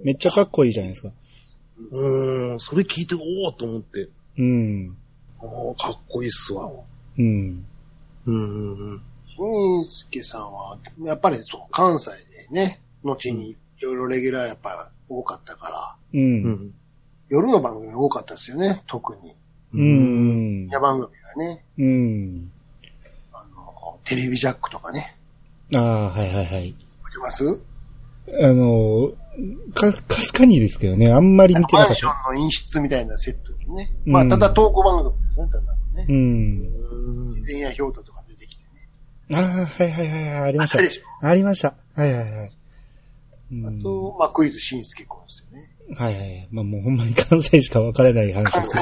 Speaker 1: めっちゃかっこいいじゃないですか。
Speaker 3: うーん、それ聞いて、おおと思って、
Speaker 1: うん。
Speaker 3: ああ、かっこいいっすわ。
Speaker 1: うん。
Speaker 3: うんうんうん。
Speaker 2: 新助さんは、やっぱりそう、関西でね、後にいろいろレギュラーやっぱ多かったから、
Speaker 1: う。
Speaker 3: うんん。
Speaker 2: 夜の番組が多かったですよね、特に。
Speaker 1: う。ん。
Speaker 2: 夜番組がね、
Speaker 1: うん。
Speaker 2: あの、テレビジャックとかね。
Speaker 1: ああ、はいはいはい。
Speaker 2: 覚えてます
Speaker 1: あの、か、かすかにですけどね、あんまり見てな
Speaker 2: マ
Speaker 1: か
Speaker 2: ン
Speaker 1: っ
Speaker 2: シ
Speaker 1: た。
Speaker 2: ョンの演出みたいなセットにね。
Speaker 1: うん
Speaker 2: まあ、ただ投稿番組ですね、ただね
Speaker 1: う。ん。
Speaker 3: うん
Speaker 2: 前夜氷太とか出てきてね。
Speaker 1: ああ、はいはいはいはい、ありました
Speaker 2: あったでし。
Speaker 1: ありました。はいはいはい。うん
Speaker 2: あと、まあ、クイズ新助君ですよね。
Speaker 1: はいはいはい。まあもうほんまに関西しか分からない話で
Speaker 2: 関
Speaker 1: すけ
Speaker 2: 西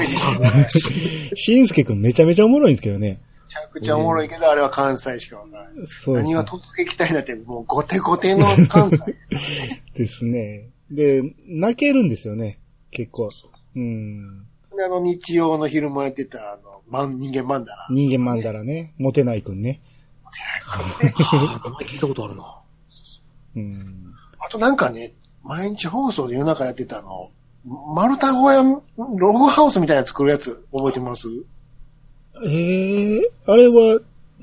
Speaker 2: で
Speaker 1: ど。しんすけくんめちゃめちゃおもろいんですけどね。
Speaker 2: <laughs> めちゃくちゃおもろいけど、あれは関西しかわからない。
Speaker 1: そうで
Speaker 2: 何は突撃隊だって、もう、ゴテゴテの関西。 <laughs>
Speaker 1: すね。ですね。で、泣けるんですよね。結構。うん。
Speaker 2: あの、日曜の昼間やってた、あの、まん、人間マンダラ。
Speaker 1: 人間マンダラね。モテないくんね。
Speaker 3: ああ、名前聞いたことあるな。
Speaker 1: うん。
Speaker 2: あとなんかね、毎日放送で夜中やってたあの、丸太小屋、ログハウスみたいなの作るやつ、覚えてます
Speaker 1: ええあれは、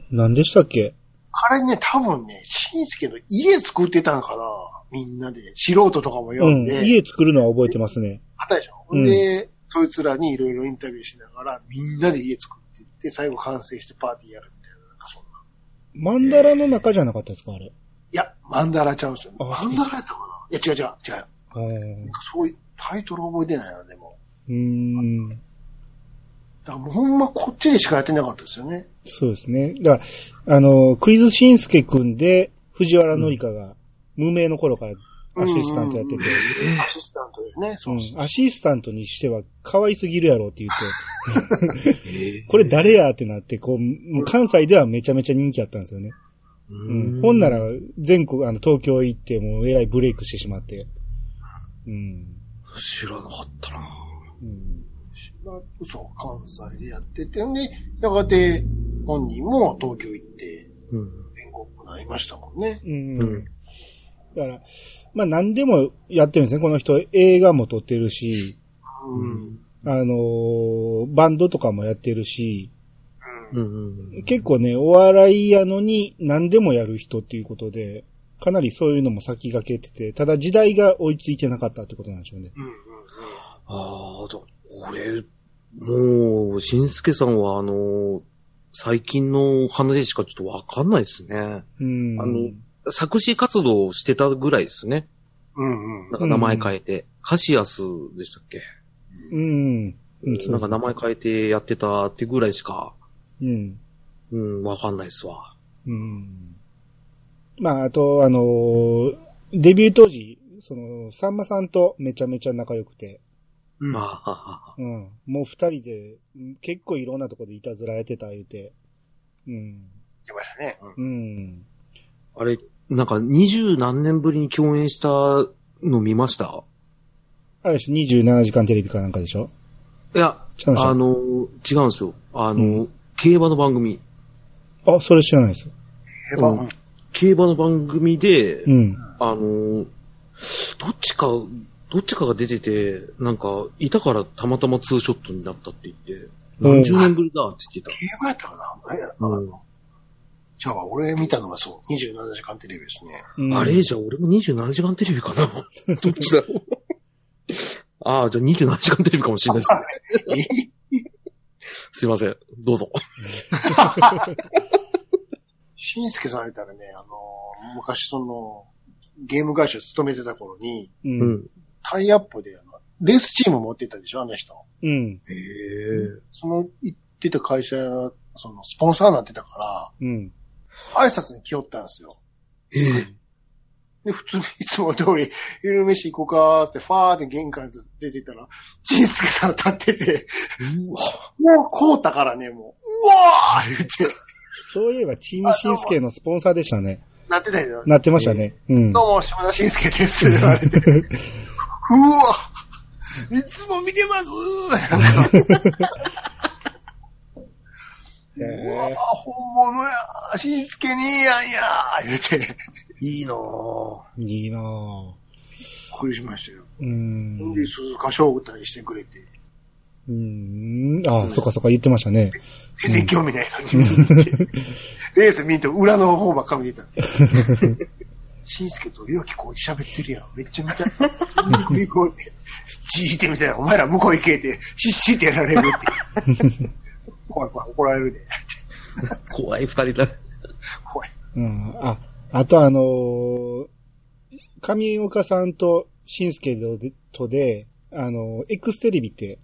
Speaker 1: 何でしたっけ
Speaker 2: あれね、多分ね、しんすけの家作ってたんかなみんなで。素人とかも呼
Speaker 1: うんん。
Speaker 2: で。
Speaker 1: 家作るのは覚えてますね。
Speaker 2: あったでしょ、ほん、で、そいつらにいろいろインタビューしながら、みんなで家作っていって、最後完成してパーティーやるみたいな。なんかそんな。
Speaker 1: マンダラの中じゃなかったですかあれ。
Speaker 2: いや、マンダラちゃうんですよ。
Speaker 1: あ
Speaker 2: マンダラやったかないや、違う違う、違う。
Speaker 1: あー
Speaker 2: そういうタイトル覚えてないな、でも。
Speaker 1: うん。
Speaker 2: だからもうほんまこっちでしかやってなかったですよね。
Speaker 1: そうですね。だから、あの、クイズしんすけくんで、藤原紀香が、無名の頃からアシスタントやってて、
Speaker 2: アシスタントでね、そうそう。
Speaker 1: うんアシスタントにしては可愛すぎるやろって言って、
Speaker 3: ええ
Speaker 1: これ誰やってなって、こう、もう関西ではめちゃめちゃ人気あったんですよね。うんほんなら、全国、あの、東京行って、もうえらいブレイクしてしまって。うん。
Speaker 3: 知らなかったな。
Speaker 1: うん
Speaker 2: まあそう、関西でやってて、んで、やがて本人も東京行って、
Speaker 3: うん。
Speaker 2: 全国区になりましたもんね。
Speaker 1: う
Speaker 3: うんん。
Speaker 1: だから、まあ何でもやってるんですね。この人映画も撮ってるし、
Speaker 2: うん。
Speaker 1: あのーバンドとかもやってるし、
Speaker 3: うん。
Speaker 1: 結構ね、お笑いやのに何でもやる人っていうことで、かなりそういうのも先駆けてて、ただ時代が追いついてなかったってことなんでしょうね。
Speaker 2: うん。うん。
Speaker 3: ああ、だ俺、もう、しんすけさんは、あの、最近の話しかちょっとわかんないですね。
Speaker 1: うん。
Speaker 3: あの、作詞活動をしてたぐらいですね。
Speaker 2: うん。うん
Speaker 3: なんか名前変えて。カシアスでしたっけ
Speaker 1: うん。うん、そう
Speaker 3: なんか名前変えてやってたってぐらいしか、
Speaker 1: うん。
Speaker 3: うん、わかんないっすわ。
Speaker 1: うん。まあ、あと、あのーデビュー当時、その、さんまさんとめちゃめちゃ仲良くて、
Speaker 2: うん。
Speaker 3: まあ、
Speaker 1: うん。もう二人で、うん結構いろんなとこでいたずらやってた言うて、うん。
Speaker 2: 来ましたね。
Speaker 1: うん。
Speaker 3: あれ、なんか二十何年ぶりに共演したの見ました
Speaker 1: あれでしょ、27時間テレビかなんかでしょ
Speaker 3: いや、
Speaker 1: ちゃいました
Speaker 3: あの、違うんですよ。あの、
Speaker 1: う
Speaker 3: 競馬の番組。
Speaker 1: あ、それ知らないです。
Speaker 2: ヘバ、
Speaker 3: う
Speaker 2: うんん、
Speaker 3: 競馬の番組で、
Speaker 1: うん。
Speaker 3: あの、どっちか、どっちかが出てて、なんか、いたからたまたまツーショットになったって言って、
Speaker 1: うん
Speaker 3: 何十年ぶりだって言って
Speaker 2: 競馬やったかなえ、
Speaker 3: た。
Speaker 2: あじゃあ、俺見たのはそう、27時間テレビで
Speaker 1: <laughs>
Speaker 2: すね。
Speaker 1: うん
Speaker 3: あれじゃ俺も27時間テレビかなどっちだ <laughs> ろうああ、じゃあ27時間テレビかもしれないですね。すいません。どうぞ。
Speaker 2: しんすけさん言ったらね、あの、昔その、ゲーム会社勤めてた頃に、
Speaker 1: う。
Speaker 3: うんん。
Speaker 2: タイアップで、あの、レースチーム持ってたでしょ、あの人。
Speaker 1: うん。
Speaker 3: へえ。
Speaker 2: その、行ってた会社、その、スポンサーになってたか
Speaker 1: うん。
Speaker 2: ら、挨拶に来よったんですよ。で、普通にいつも通り、昼飯行こうかーって、ファーって玄関で出てったら、しんすけさん立ってて、
Speaker 3: うわ
Speaker 2: もうこうたからね、もう、うわー言って、
Speaker 1: そういえば、チームシンスケのスポンサーでしたね。
Speaker 2: なってたよ。
Speaker 1: なってましたね。うん。
Speaker 2: どうも、島田紳介です。 <laughs> うわいつも見てます
Speaker 1: へ
Speaker 2: うわ
Speaker 1: え
Speaker 2: <laughs> 本物や紳介兄やんや言うて、びっ
Speaker 3: いいなぁ。
Speaker 1: いいなぁ。
Speaker 2: くりしましたよ。
Speaker 1: うん。
Speaker 2: ほんで、鈴鹿翔歌にしてくれて、
Speaker 1: うん。あ、そっかそっか言ってましたね。
Speaker 2: 全然興味ないのに見に行って、レース見んと裏の方ばっか見てた。紳介と良き子喋ってるやん。めっちゃ見たい。 <laughs> じーってみたいな。お前ら向こう行けって、しっしってやられるって。怖い怖い、怒られるで。
Speaker 3: 怖い二人だ。
Speaker 2: 怖い。
Speaker 1: うん。あ、あとあのー上岡さんと新助とで、とで、あのー、X テレビって、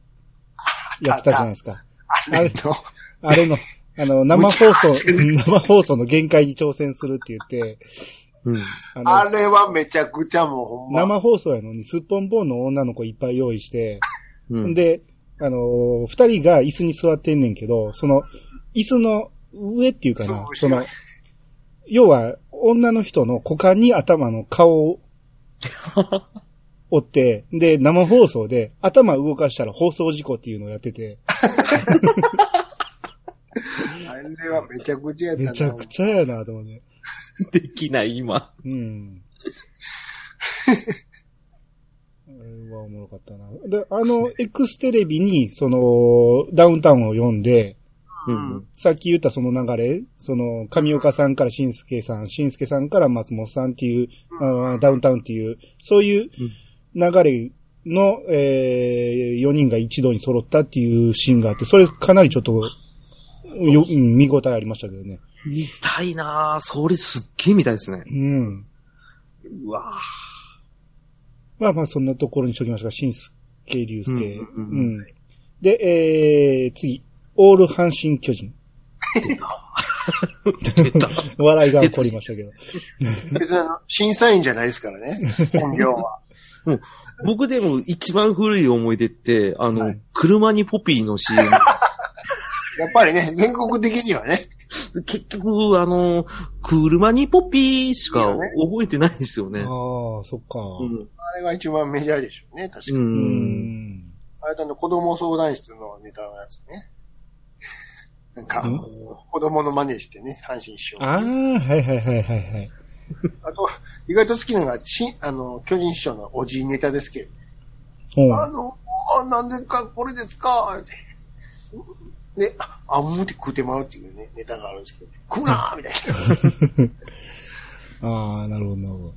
Speaker 1: やってたじゃないですか。
Speaker 2: あれと、
Speaker 1: あれの、あの、生放送、生放送の限界に挑戦するって言って、
Speaker 3: うん。
Speaker 1: あの、
Speaker 2: あれはめちゃくちゃもうほんま。
Speaker 1: 生放送やのにすっぽんぼんの女の子いっぱい用意して、
Speaker 3: うん。
Speaker 1: で、あのー二人が椅子に座ってんねんけど、その、椅子の上っていうかな、そ
Speaker 2: そ
Speaker 1: うの、要は、女の人の股間に頭の顔を、折って、で、生放送で、頭動かしたら放送事故っていうのをやってて、
Speaker 2: あれはめちゃくちゃやったな
Speaker 1: めちゃくちゃやなと思って。
Speaker 3: できない、今。
Speaker 1: うん。あれはおもろかったな。で、あの、X テレビに、その、ダウンタウンを読んで、
Speaker 3: うん。
Speaker 1: さっき言ったその流れ、その、上岡さんから新助さん、新助さんから松本さんっていう、あーダウンタウンっていう、そういう流れの、え4人が一度に揃ったっていうシーンがあって、それかなりちょっと、よ、うん、見応えありましたけどね。
Speaker 3: 見たいなぁ。それすっげえ見たいですね
Speaker 1: う。ん。
Speaker 3: うわぁ。
Speaker 1: まあまあ、そんなところにしときましょうか。新助、竜介。
Speaker 3: う
Speaker 1: うん
Speaker 3: うんう
Speaker 1: ん。
Speaker 3: ん
Speaker 1: で、えー、次。オール阪神巨人。
Speaker 3: 出 <laughs> た。
Speaker 1: 笑いが起こりましたけど。
Speaker 2: 別にあの審査員じゃないですからね。本業は。
Speaker 3: 僕でも一番古い思い出って、あの、
Speaker 1: はい
Speaker 3: 車にポピーの CM。 <laughs>
Speaker 2: やっぱりね、全国的にはね。
Speaker 3: 結局、あの、車にポピーしか
Speaker 2: いいよ
Speaker 3: 覚
Speaker 2: ね
Speaker 3: <laughs> えてないですよね。
Speaker 1: ああ、そっか。
Speaker 3: うん
Speaker 2: あれが一番メジャーでしょうね、確かに。
Speaker 3: う。
Speaker 1: うんん。
Speaker 2: あれだの子供相談室のネタのやつね。 <laughs> なんか、子供の真似してね、阪神師匠。
Speaker 1: ああ、はいはいはいはいはい。
Speaker 2: あと、意外と好きなのが、しあの、巨人師匠のおじいネタですけど。
Speaker 1: うん
Speaker 2: あの、あなんでか、これですかってで、あ、あんもて食うてまうっていうね、ネタがあるんですけど、食うなーみたいな。
Speaker 1: ああ、なるほど、なるほど。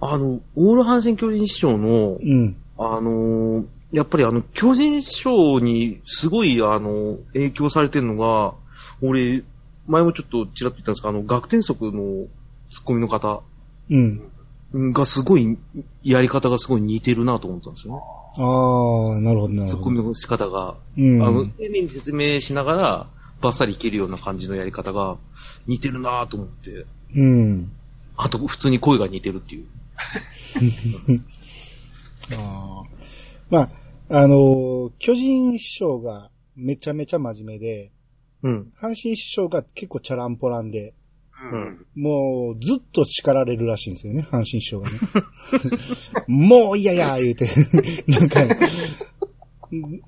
Speaker 3: あの、オール阪神巨人師匠の、
Speaker 1: うん。
Speaker 3: あのーやっぱりあの、巨人師匠にすごい、あの、影響されてるのが、俺、前もちょっとちらっと言ったんですが、あの、学天則のツッコミの方
Speaker 1: うん。
Speaker 3: がすごい、やり方がすごい似てるなと思ったんですよね。
Speaker 1: ああ、なるほど、なる
Speaker 3: ツッ
Speaker 1: ほ
Speaker 3: コ
Speaker 1: ど。
Speaker 3: ミの仕方が。
Speaker 1: うん。
Speaker 3: あの、丁寧に説明しながら、バッサリ切るような感じのやり方が似てるなと思って。
Speaker 1: うん。
Speaker 3: あと、普通に声が似てるっていう。
Speaker 1: あーまあ、あのー巨人師匠がめちゃめちゃ真面目で、
Speaker 3: うん。
Speaker 1: 阪神師匠が結構チャランポランで、
Speaker 2: う
Speaker 3: うん
Speaker 2: ん。
Speaker 1: もうずっと叱られるらしいんですよね、阪神師匠がね。 <laughs> もう嫌や言うて、 <laughs> なんか、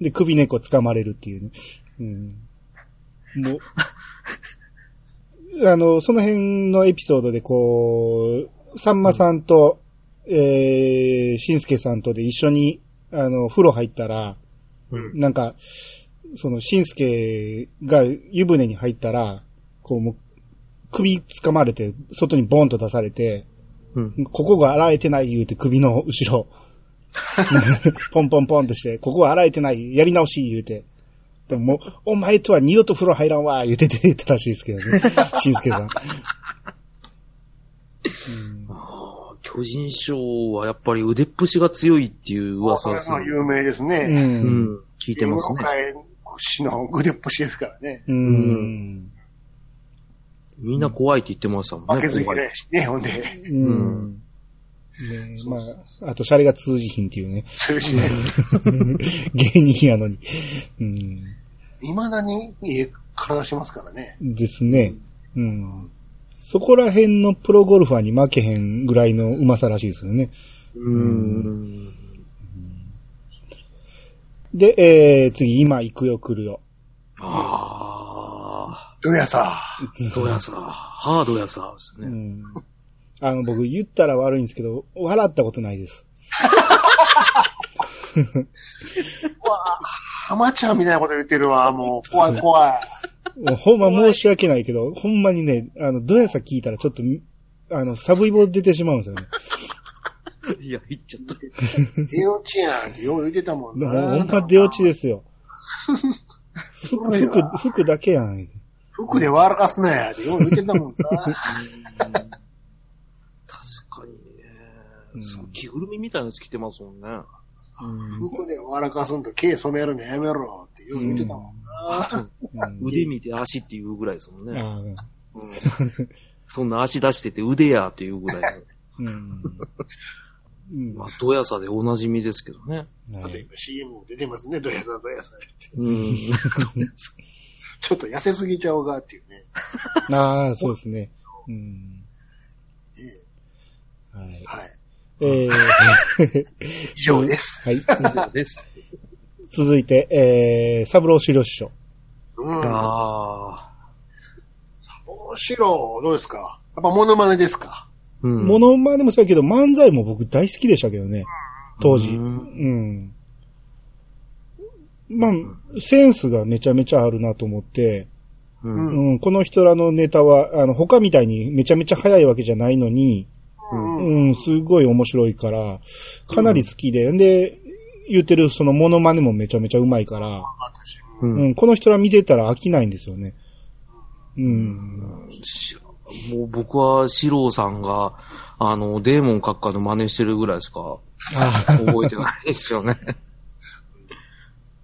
Speaker 1: で、首根っこ掴まれるっていうね。うん、もう、あの、その辺のエピソードでこう、さんまさんと、えー、しんすけさんとで一緒に、あの、風呂入ったら、
Speaker 3: うん
Speaker 1: なんか、その、しんすけが湯船に入ったら、こう、もう、首掴まれて、外にボンと出されて、
Speaker 3: うん。
Speaker 1: ここが洗えてない言うて首の後 <laughs> ろ、ポンポンポンとして、ここは洗えてない、やり直し言うて。でももう、お前とは二度と風呂入らんわ、言うててたらしいですけど <laughs> ね。しんすけさん。
Speaker 3: あー巨人師匠はやっぱり腕っぷしが強いっていう噂
Speaker 2: そ
Speaker 3: で
Speaker 2: れ
Speaker 3: す
Speaker 2: は有名ですね。
Speaker 1: うん。
Speaker 3: う
Speaker 1: うん。
Speaker 3: ん。聞いてますね。
Speaker 2: 芸能界屈指の腕っぷしですからね。
Speaker 1: うん。
Speaker 3: みんな怖いって言ってましたもん
Speaker 2: 負
Speaker 3: ね。
Speaker 2: けず嫌
Speaker 3: 怖
Speaker 2: い
Speaker 3: い
Speaker 2: やしね、ほんで。
Speaker 1: うん。ねまあ、あと、シャレが通じひんっていうね。
Speaker 2: そういうしね。
Speaker 1: <laughs> 芸人やのに。うん。
Speaker 2: 未だに、ええ体してますからね。
Speaker 1: ですね。うん。そこら辺のプロゴルファーに負けへんぐらいのうまさらしいですよね。
Speaker 3: うん。
Speaker 1: で、えー、次、今行くよ来るよ。
Speaker 3: あ
Speaker 2: どうやさ。
Speaker 3: あ、ドヤさ、ハードやさです
Speaker 1: う
Speaker 3: ね。
Speaker 1: ん。あの、僕言ったら悪いんですけど、笑ったことないです。
Speaker 2: 浜ちゃんみたいなこと言ってるわ、もう。怖い怖い。
Speaker 1: もうほんま申し訳ないけど、ほんまにね、あの、どやさ聞いたらちょっと、あの、サブイボ出てしまうんですよね。
Speaker 3: いや、言っちゃった。
Speaker 2: 出落ちやんってよう言ってたもん
Speaker 1: も
Speaker 2: な。
Speaker 1: うほんま出落ちです <laughs> よ。服、服、服だけやん。
Speaker 2: 服で笑かすなやってよう言ってたもんな。
Speaker 3: 確かに
Speaker 1: うん
Speaker 3: ね。そう着ぐるみみたいなやつ着てますもんね。
Speaker 1: うん
Speaker 2: 服で笑かすんと毛染めるのやめろってよう言ってたもんな。
Speaker 1: うん
Speaker 3: 腕見て足っていうぐらいですもんね。
Speaker 1: あー
Speaker 3: うんそんな足出してて腕やっていうぐらいの。
Speaker 1: うん。うん
Speaker 3: <laughs> まあ、ドヤさでおなじみですけどね。
Speaker 2: あ
Speaker 1: は
Speaker 2: と
Speaker 1: い
Speaker 2: 今 CM も出てますね、どやさどやさ。
Speaker 3: うん。
Speaker 2: ちょっと痩せすぎちゃうがっていうね。
Speaker 1: ああ、そうですね。うん。はい。
Speaker 2: はい。
Speaker 1: えー、
Speaker 2: 以上です。
Speaker 1: はい。
Speaker 3: です。
Speaker 1: <laughs> 続いて、えー、三郎修了師匠。
Speaker 2: うん。
Speaker 3: ああ。
Speaker 2: 白、どうですかやっぱモノマネですか
Speaker 3: うん
Speaker 1: モノマネもそうやけど、漫才も僕大好きでしたけどね。当時。
Speaker 3: う
Speaker 1: うん。まあ、センスがめちゃめちゃあるなと思って、
Speaker 3: う。
Speaker 2: うん
Speaker 1: うん、この人らのネタは、あの、他みたいにめちゃめちゃ早いわけじゃないのに、
Speaker 3: うん。
Speaker 1: うん、すごい面白いから、かなり好きで、で、言ってるそのモノマネもめちゃめちゃうまいから、
Speaker 2: 私も
Speaker 3: う。
Speaker 1: うんん、この人ら見てたら飽きないんですよね。うん。
Speaker 3: しもう僕は、四郎さんが、あの、デーモン閣下の真似してるぐらいしか、
Speaker 1: ああ、
Speaker 3: 覚えてないですよね。 <laughs>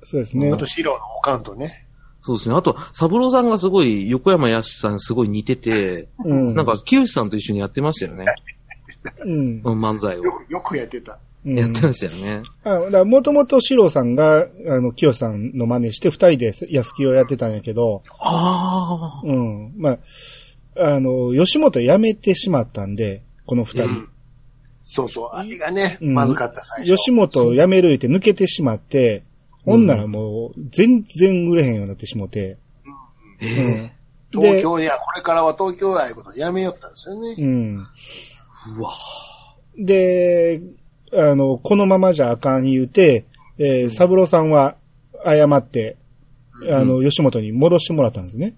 Speaker 1: そうですね
Speaker 2: あ。と白のおかんとね。
Speaker 3: そうですね。あと、三郎さんがすごい、横山やしさんにすごい似てて、
Speaker 1: うん
Speaker 3: なんか、清さんと一緒にやってましたよね。
Speaker 1: うん。
Speaker 3: うん漫才を。
Speaker 2: よく、よくやってた。
Speaker 1: うん
Speaker 3: やってましたよね。
Speaker 1: あ、だからもともとシローさんが、あの、キヨさんの真似して二人で安木をやってたんやけど、
Speaker 3: ああ。
Speaker 1: うん。まあ、あの、吉本辞めてしまったんで、この二
Speaker 2: う
Speaker 1: 人。
Speaker 2: ん。そうそう。あれがね、
Speaker 1: うん
Speaker 2: まずかった最初。
Speaker 1: 吉本を辞めるって抜けてしまって、ほんならもう、全然売れへんようになってしもて。
Speaker 3: え
Speaker 1: うん
Speaker 3: え。
Speaker 2: 東京や、これからは東京やいうことをやめよったんですよね。
Speaker 1: うん。
Speaker 3: うわ。
Speaker 1: で、あの、このままじゃあかん言うて、えー、サブローさんは謝って、あの、吉本に戻してもらったんですね。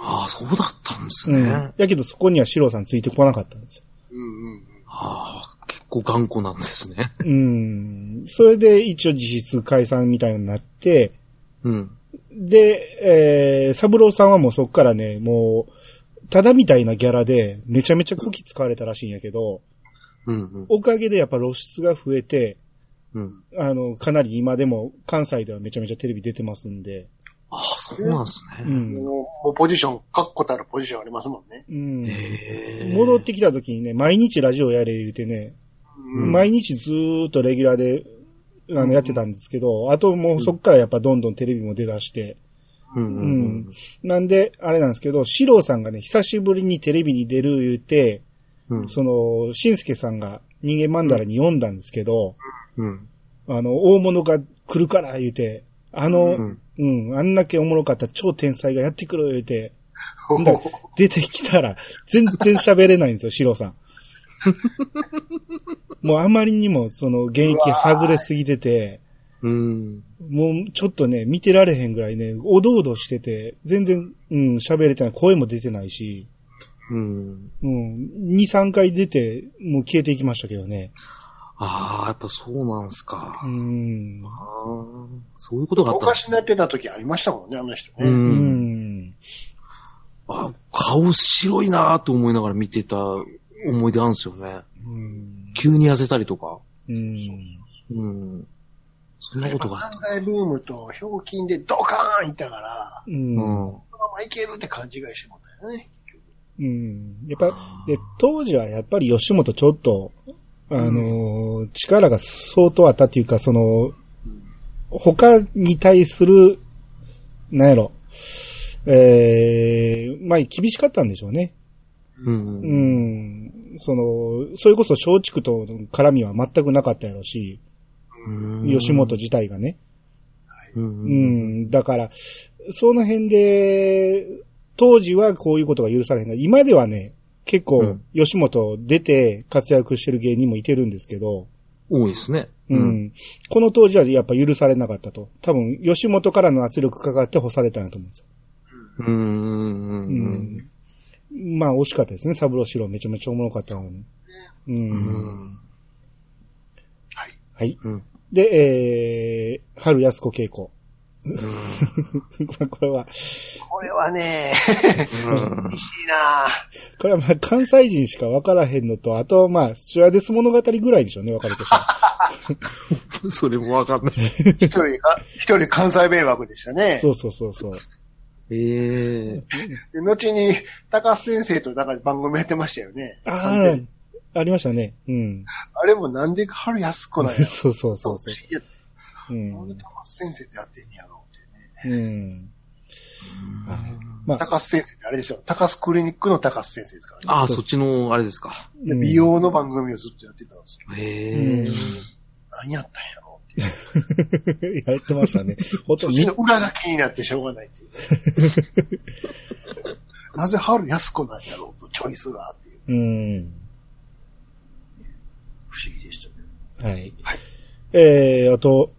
Speaker 3: ああ、そうだったんです
Speaker 1: う
Speaker 3: ね。
Speaker 1: ん
Speaker 3: あ。
Speaker 1: やけどそこにはシローさんついてこなかったんですよ。
Speaker 2: うんうんうん。
Speaker 3: あ、結構頑固なんですね。
Speaker 1: うん。それで一応実質解散みたいになって、
Speaker 3: うん。
Speaker 1: で、えー、サブローさんはもうそっからね、もう、ただみたいなギャラで、めちゃめちゃこき使われたらしいんやけど、
Speaker 3: うんうん。
Speaker 1: おかげでやっぱ露出が増えて、
Speaker 3: うん。
Speaker 1: あの、かなり今でも関西ではめちゃめちゃテレビ出てますんで、
Speaker 3: ああ、そうなんです
Speaker 1: う
Speaker 3: ね。
Speaker 1: ん。
Speaker 2: もうポジション、確固たるポジションありますもんね。
Speaker 1: うん。
Speaker 3: へえ。
Speaker 1: 戻ってきた時にね、毎日ラジオやれ言うてね、
Speaker 3: うん
Speaker 1: 毎日ずーっとレギュラーで、あの、やってたんですけど、あともうそっからやっぱどんどんテレビも出だして、
Speaker 3: うんう
Speaker 1: うんん。なんで、あれなんですけど、シローさんがね、久しぶりにテレビに出る言うて、
Speaker 3: うん。
Speaker 1: その、しんすけさんが人間マンダラに読んだんですけど、
Speaker 3: うん。
Speaker 1: あの、大物が来るから言うて、あの、
Speaker 3: う
Speaker 1: うんん、あんだけおもろかった超天才がやってくる言うて、ほんだら出てきたら、全然喋れないんですよ、シロー <laughs> さん。もうあまりにも、その、現役外れすぎてて、
Speaker 3: うん。
Speaker 1: もうちょっとね、見てられへんぐらいね、おどおどしてて、全然、うん、喋れてない、声も出てないし、
Speaker 3: うん。
Speaker 1: うん、2、3回出て、もう消えていきましたけどね。
Speaker 3: ああ、やっぱそうなんすか。
Speaker 1: うん。
Speaker 3: ああ、そういうことがあっ
Speaker 2: お
Speaker 3: たん
Speaker 2: か
Speaker 3: で
Speaker 2: し
Speaker 3: す
Speaker 2: な
Speaker 3: ね。
Speaker 2: ってた時ありましたもんね、あの人
Speaker 3: う。
Speaker 2: ね。
Speaker 1: うんん。
Speaker 3: あ顔白いなーと思いながら見てた思い出あるんですよね。
Speaker 1: うん。
Speaker 3: 急に痩せたりとか。
Speaker 1: うん。
Speaker 3: うん。そんな
Speaker 2: やっ
Speaker 3: こ
Speaker 2: ぱ
Speaker 3: とがあっ
Speaker 2: 犯
Speaker 3: た。
Speaker 2: 罪ブームと、ひょうきんでドカーンいったから、
Speaker 1: うん。
Speaker 3: うん。
Speaker 2: このままいけるって感じがしてもったよね。
Speaker 1: うん。やっぱ、で、当時はやっぱり吉本ちょっと、あのー力が相当あったっていうか、その、他に対する、なんやろ、えー、まあ、厳しかったんでしょうね。
Speaker 3: うん。
Speaker 1: う。ん。その、それこそ松竹との絡みは全くなかったやろし、
Speaker 3: うん
Speaker 1: 吉本。自体がね。
Speaker 3: う。
Speaker 1: うんん。だから、その辺で、当時はこういうことが許されへんが、今ではね、結
Speaker 3: う
Speaker 1: 構
Speaker 3: ん、
Speaker 1: 吉本出て活躍してる芸人もいてるんですけど、
Speaker 3: 多いですね。
Speaker 1: うん。。この当時はやっぱ許されなかったと。多分、吉本からの圧力かかって干されたんだと思うんですよ。
Speaker 3: うん。うん。
Speaker 1: うん。まあ、惜しかったですね。サブロシローめちゃめちゃおもろかったのに。うん。
Speaker 3: うん。
Speaker 2: はい。
Speaker 1: はい。
Speaker 3: うん。
Speaker 1: で、えー、春安子稽古。まあ <laughs> これは、
Speaker 2: これはね、
Speaker 3: うん
Speaker 2: 厳しいなぁ
Speaker 1: これはまあ関西人しか分からへんのと、あとまあ、シュアデス物語ぐらいでしょうね、分かるとした <laughs> ら。
Speaker 3: それもわかんない。
Speaker 2: 一人が、一人関西迷惑でしたね。
Speaker 1: そうそうそうそう。
Speaker 3: ええ。
Speaker 2: で後に、高須先生となんか番組やってましたよね。
Speaker 1: ああ、ありましたね。うん。
Speaker 2: あれもなんで春安子なんや。
Speaker 1: そうそうそうそう。
Speaker 2: いや、
Speaker 1: う
Speaker 2: なんで
Speaker 1: ん。
Speaker 2: 高須先生とやってんやろうってね。
Speaker 1: うん。はいまあ、
Speaker 2: 高須先生ってあれですよ。高須クリニックの高須先生ですからね。
Speaker 3: ああ、そっちの、あれですか。
Speaker 2: で
Speaker 1: うん
Speaker 2: 美。容の番組をずっとやってたんですけど、
Speaker 3: ええ。
Speaker 2: 何やったんやろうって。
Speaker 1: <laughs> やってましたね。ほと
Speaker 2: そ
Speaker 1: ん
Speaker 2: っ
Speaker 1: ど
Speaker 2: ちの裏が気になってしょうがないっていう。
Speaker 1: <laughs>
Speaker 2: なぜ春安子なんやろうと、チョイスがっていう。
Speaker 1: うん。
Speaker 2: 不思議でしたね。
Speaker 1: はい。
Speaker 2: はい
Speaker 1: えー、あと、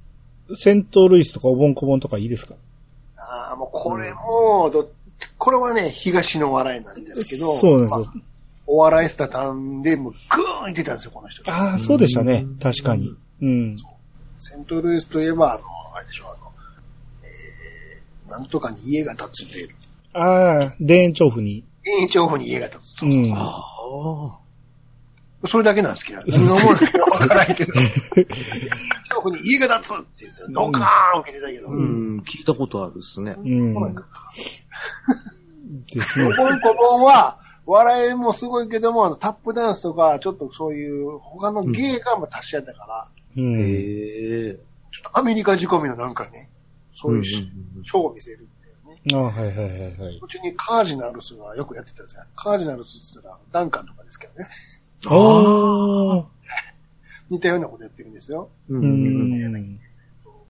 Speaker 1: セントルイスとかおぼんこぼんとかいいですか
Speaker 2: ああ、もうこれも、ど、これはね、東の笑いなんですけど、
Speaker 1: そうなんですよ
Speaker 2: まあ。お笑いスタタンでもうグーン行ってたんですよ、この人。
Speaker 1: ああ、そうでしたね。確かに。うん。
Speaker 2: セントルイスといえば、あの、あれでしょう、あの、えー、なんとかに家が建つっていう。
Speaker 1: ああ、田園調布に。
Speaker 2: 延長府に家が建つ。
Speaker 1: う
Speaker 2: そうそうそ
Speaker 1: ん。
Speaker 3: ああ。
Speaker 2: うそれだけなんですけど、何が思うのかわからないけ <laughs> ど、延長府に家が建つって言って、ドカーン受けてたけど、
Speaker 3: う
Speaker 2: うん、
Speaker 3: ん。聞いたことあるですね。
Speaker 1: うん。
Speaker 2: コ
Speaker 1: ですね。
Speaker 2: ボンコボンは、笑いもすごいけども、あのタップダンスとか、ちょっとそういう他の芸がまあ足し合ったから、
Speaker 1: うん。
Speaker 3: ええ。
Speaker 2: ちょっとアメリカ仕込みのなんかね、そういうしショーを見せるんだよね。
Speaker 1: ああ、はいはいはいはい。
Speaker 2: うちにカージナルスはよくやってたんですよ。カージナルスって言ったら、ダンカンとかですけどね。
Speaker 1: ああ、
Speaker 2: 似たようなことやってるんですよ。
Speaker 3: う。
Speaker 1: うんん。